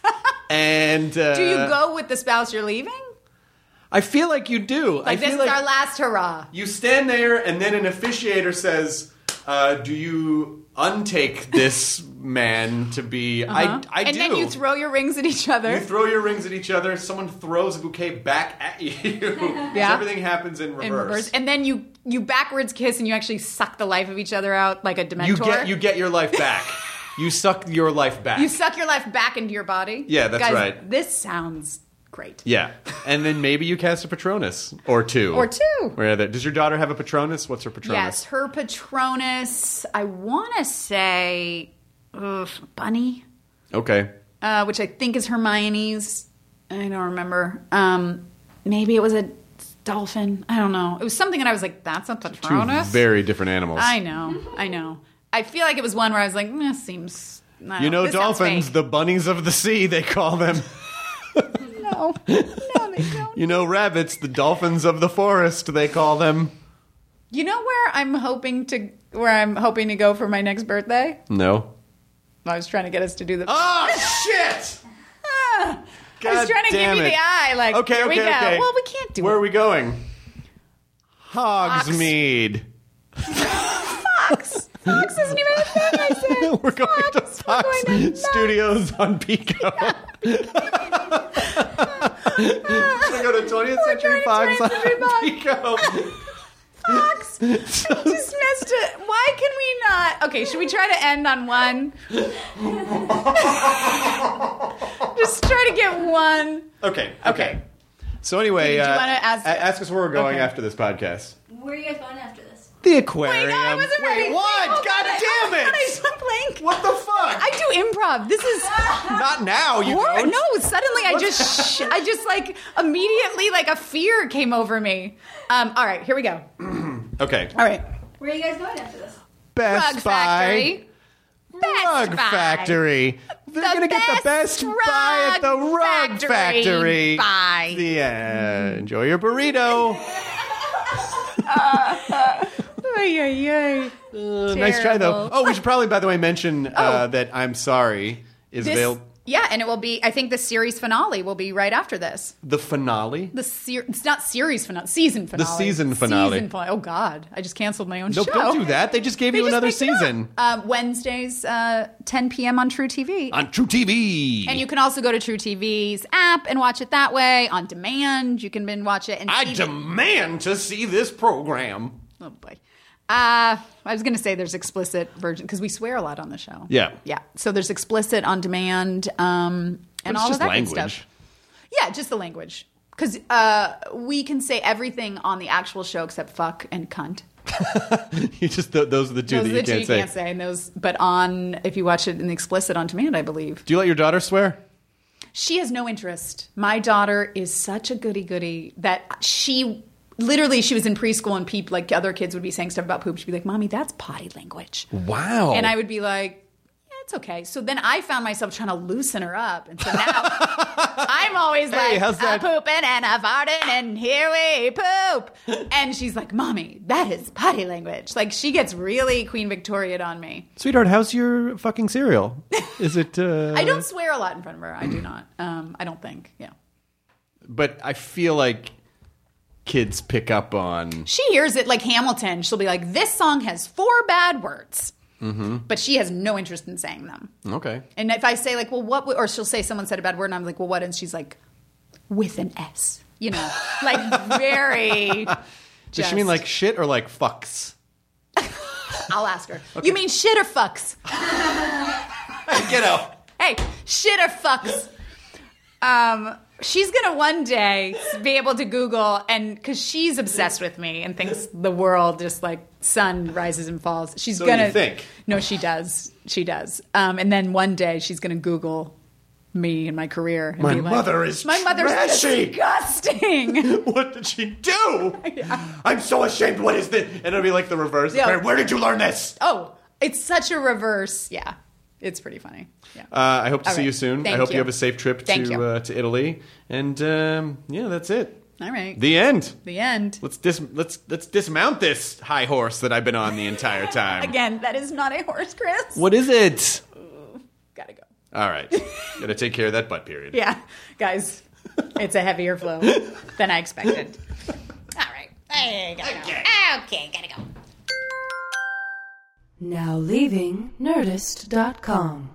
[SPEAKER 2] and uh,
[SPEAKER 5] Do you go with the spouse you're leaving?
[SPEAKER 2] I feel like you do. I
[SPEAKER 5] Like
[SPEAKER 2] feel
[SPEAKER 5] this
[SPEAKER 2] like
[SPEAKER 5] is our last hurrah.
[SPEAKER 2] you stand there, and then an officiator says, uh, "Do you untake this man to be?" I, I
[SPEAKER 5] Uh-huh. and
[SPEAKER 2] do.
[SPEAKER 5] then you throw your rings at each other.
[SPEAKER 2] You throw your rings at each other. Someone throws a bouquet back at [LAUGHS] you.
[SPEAKER 5] Yeah.
[SPEAKER 2] Everything happens in reverse.
[SPEAKER 5] in reverse, and then you you backwards kiss, and you actually suck the life of each other out like a dementor.
[SPEAKER 2] you get you get your life
[SPEAKER 5] [LAUGHS]
[SPEAKER 2] back. you suck your life back.
[SPEAKER 5] You suck your life back into your body.
[SPEAKER 2] Yeah, that's
[SPEAKER 5] Guys,
[SPEAKER 2] right.
[SPEAKER 5] This sounds great.
[SPEAKER 2] Yeah, and then maybe you cast a Patronus or two
[SPEAKER 5] Or two.
[SPEAKER 2] Where that does your daughter have a Patronus? What's her Patronus?
[SPEAKER 5] Yes, her Patronus. I want to say ugh, Bunny,
[SPEAKER 2] Okay.
[SPEAKER 5] uh, which I think is Hermione's. I don't remember. Um, maybe it was a dolphin. I don't know. It was something, and I was like, "That's a
[SPEAKER 2] Two
[SPEAKER 5] Patronus."
[SPEAKER 2] very different animals.
[SPEAKER 5] I know. I know. I feel like it was one where I was like, "This seems." I
[SPEAKER 2] You
[SPEAKER 5] don't-
[SPEAKER 2] know,
[SPEAKER 5] this sounds
[SPEAKER 2] dolphins,
[SPEAKER 5] fake."
[SPEAKER 2] the bunnies of the sea, they call them.
[SPEAKER 5] no, no, they don't.
[SPEAKER 2] You know, rabbits, the dolphins of the forest, they call them.
[SPEAKER 5] You know where I'm hoping to where I'm hoping to go for my next birthday?
[SPEAKER 2] No.
[SPEAKER 5] I was trying to get us to do the.
[SPEAKER 2] Oh, shit!
[SPEAKER 5] Ah! I
[SPEAKER 2] God
[SPEAKER 5] was trying to give
[SPEAKER 2] damn
[SPEAKER 5] you
[SPEAKER 2] it.
[SPEAKER 5] the eye, like
[SPEAKER 2] Okay,
[SPEAKER 5] here
[SPEAKER 2] okay,
[SPEAKER 5] we go.
[SPEAKER 2] okay.
[SPEAKER 5] Well, we can't do
[SPEAKER 2] Where
[SPEAKER 5] it.
[SPEAKER 2] are we going? Hogsmeade.
[SPEAKER 5] Fox. Fox isn't even a
[SPEAKER 2] [LAUGHS]
[SPEAKER 5] thing. I said.
[SPEAKER 2] We're going to
[SPEAKER 5] Fox. We're
[SPEAKER 2] Fox
[SPEAKER 5] going to Fox.
[SPEAKER 2] Studios
[SPEAKER 5] [LAUGHS]
[SPEAKER 2] on Pico. We're going to 20th
[SPEAKER 5] We're
[SPEAKER 2] Century
[SPEAKER 5] going to
[SPEAKER 2] Fox
[SPEAKER 5] 20th Century
[SPEAKER 2] on
[SPEAKER 5] Fox.
[SPEAKER 2] Pico.
[SPEAKER 5] Fox. I just missed it. Why can we not? Okay, should we try to end on one? [LAUGHS] just try to get one.
[SPEAKER 2] Okay, okay. So anyway,
[SPEAKER 5] Did you
[SPEAKER 2] uh,
[SPEAKER 5] wanna ask-
[SPEAKER 2] a- ask us where we're going
[SPEAKER 5] Okay.
[SPEAKER 2] after this podcast.
[SPEAKER 3] Where are you guys going after this?
[SPEAKER 2] The aquarium.
[SPEAKER 5] Wait, no, Oh I wasn't
[SPEAKER 2] Wait,
[SPEAKER 5] ready.
[SPEAKER 2] what?
[SPEAKER 5] Hold on,
[SPEAKER 2] God
[SPEAKER 5] I-
[SPEAKER 2] damn
[SPEAKER 5] hold on, I
[SPEAKER 2] it!
[SPEAKER 5] saw blank.
[SPEAKER 2] What the fuck?
[SPEAKER 5] I do improv. This is
[SPEAKER 2] [LAUGHS] Not now. You
[SPEAKER 5] Or,
[SPEAKER 2] don't.
[SPEAKER 5] no, suddenly I just, sh- I just like immediately like a fear came over me. Um, all right, here we go.
[SPEAKER 2] Okay.
[SPEAKER 5] All right,
[SPEAKER 3] Where are you guys going after this?
[SPEAKER 2] Best
[SPEAKER 5] Rug
[SPEAKER 2] Buy.
[SPEAKER 5] Factory. Best
[SPEAKER 2] Rug
[SPEAKER 5] Buy.
[SPEAKER 2] Factory. They're
[SPEAKER 5] The
[SPEAKER 2] gonna get the
[SPEAKER 5] best
[SPEAKER 2] best buy at the
[SPEAKER 5] Rug
[SPEAKER 2] Rug Factory.
[SPEAKER 5] Factory buy.
[SPEAKER 2] Yeah. Enjoy your
[SPEAKER 5] [LAUGHS]
[SPEAKER 2] burrito. [LAUGHS]
[SPEAKER 5] Ay, ay, ay.
[SPEAKER 2] Uh, nice try though.
[SPEAKER 5] Terrible. Oh.
[SPEAKER 2] Oh, we should probably, by the way, mention uh, that I'm sorry is
[SPEAKER 5] This-
[SPEAKER 2] available.
[SPEAKER 5] yeah, and it will be. I think the series finale will be right after this.
[SPEAKER 2] The finale.
[SPEAKER 5] The ser- it's not series finale, season finale.
[SPEAKER 2] season finale.
[SPEAKER 5] Season finale. Oh God, I just canceled my own
[SPEAKER 2] Nope,
[SPEAKER 5] show.
[SPEAKER 2] don't do that. They just gave you
[SPEAKER 5] just
[SPEAKER 2] another
[SPEAKER 5] picked it up.
[SPEAKER 2] season
[SPEAKER 5] Uh, Wednesdays, uh, 10 p.m. on True TV.
[SPEAKER 2] on True TV.
[SPEAKER 5] And you can also go to True TV's app and watch it that way on demand. You can then watch it and
[SPEAKER 2] I
[SPEAKER 5] see-
[SPEAKER 2] demand to see this program.
[SPEAKER 5] Oh boy. Uh, I was going to say there's explicit version because we swear a lot on the show.
[SPEAKER 2] Yeah.
[SPEAKER 5] Yeah. So there's explicit on demand um, and
[SPEAKER 2] it's
[SPEAKER 5] all
[SPEAKER 2] just
[SPEAKER 5] of that good
[SPEAKER 2] language. [LAUGHS]
[SPEAKER 5] stuff. Yeah, just the language. Because uh, we can say everything on the actual show except fuck and cunt.
[SPEAKER 2] You just th- those are the two
[SPEAKER 5] Those
[SPEAKER 2] that you,
[SPEAKER 5] are the two
[SPEAKER 2] can't,
[SPEAKER 5] you
[SPEAKER 2] say.
[SPEAKER 5] can't say. And those, but on if you watch it in the explicit on demand, I believe
[SPEAKER 2] Do you let your daughter swear?
[SPEAKER 5] She has no interest. My daughter is such a goody goody that she literally she was in preschool and peep like other kids would be saying stuff about poop. She'd be like, "Mommy, that's potty language,"
[SPEAKER 2] Wow.
[SPEAKER 5] and I would be like. "Yeah, It's okay. So then I found myself trying to loosen her up, and so
[SPEAKER 2] [LAUGHS]
[SPEAKER 5] now I'm always like,
[SPEAKER 2] how's that?"
[SPEAKER 5] "I'm pooping and I'm farting, and here we poop." and she's like, "Mommy, that is potty language." Like she gets really Queen Victoria on me.
[SPEAKER 2] Sweetheart, how's your fucking
[SPEAKER 5] [LAUGHS]
[SPEAKER 2] cereal? Is it? Uh...
[SPEAKER 5] I don't swear a lot in front of her. I do not. Um, I don't think. Yeah.
[SPEAKER 2] But I feel like kids pick up on.
[SPEAKER 5] she hears it like Hamilton. She'll be like, "This song has four bad words,"
[SPEAKER 2] Mm-hmm.
[SPEAKER 5] but she has no interest in saying them.
[SPEAKER 2] Okay.
[SPEAKER 5] And if I say like, "Well, what?" would or she'll say someone said a bad word, and I'm like, "Well, what?" And she's like, "With an S," you
[SPEAKER 2] [LAUGHS]
[SPEAKER 5] know, like very.
[SPEAKER 2] Does she mean like shit or like fucks?
[SPEAKER 5] I'll ask her. You mean shit or fucks?
[SPEAKER 2] Get out.
[SPEAKER 5] Hey, shit or fucks? Um, she's gonna one day be able to Google and because she's obsessed with me and thinks the world just like sun rises and falls. She's
[SPEAKER 2] So you
[SPEAKER 5] gonna
[SPEAKER 2] think.
[SPEAKER 5] No, she does. She does. Um, and then one day she's gonna Google me and my career. And
[SPEAKER 2] My
[SPEAKER 5] be like,
[SPEAKER 2] mother is
[SPEAKER 5] my mother's
[SPEAKER 2] trashy." [LAUGHS]
[SPEAKER 5] [LAUGHS] disgusting.
[SPEAKER 2] What did she do? I'm so ashamed. What is this? And it'll be like the reverse.
[SPEAKER 5] Yeah.
[SPEAKER 2] Where did you learn this?
[SPEAKER 5] oh, it's such a reverse. Yeah, it's pretty funny. Yeah.
[SPEAKER 2] Uh, I hope to
[SPEAKER 5] All
[SPEAKER 2] see
[SPEAKER 5] right.
[SPEAKER 2] you soon.
[SPEAKER 5] Thank
[SPEAKER 2] I hope you.
[SPEAKER 5] you.
[SPEAKER 2] have a safe trip
[SPEAKER 5] Thank
[SPEAKER 2] to
[SPEAKER 5] you.
[SPEAKER 2] uh, to Italy. And um, yeah, that's it.
[SPEAKER 5] All right.
[SPEAKER 2] The end.
[SPEAKER 5] the end.
[SPEAKER 2] Let's dis- let's let's dismount this high horse that I've been on the entire time.
[SPEAKER 5] Again, that is not a horse, Chris.
[SPEAKER 2] What is it?
[SPEAKER 5] Gotta go.
[SPEAKER 2] All right. Gotta take care of that butt period.
[SPEAKER 5] Yeah, guys, it's a heavier flow than I expected. All right. Hey, gotta go. okay, gotta go.
[SPEAKER 4] Now leaving Nerdist.com.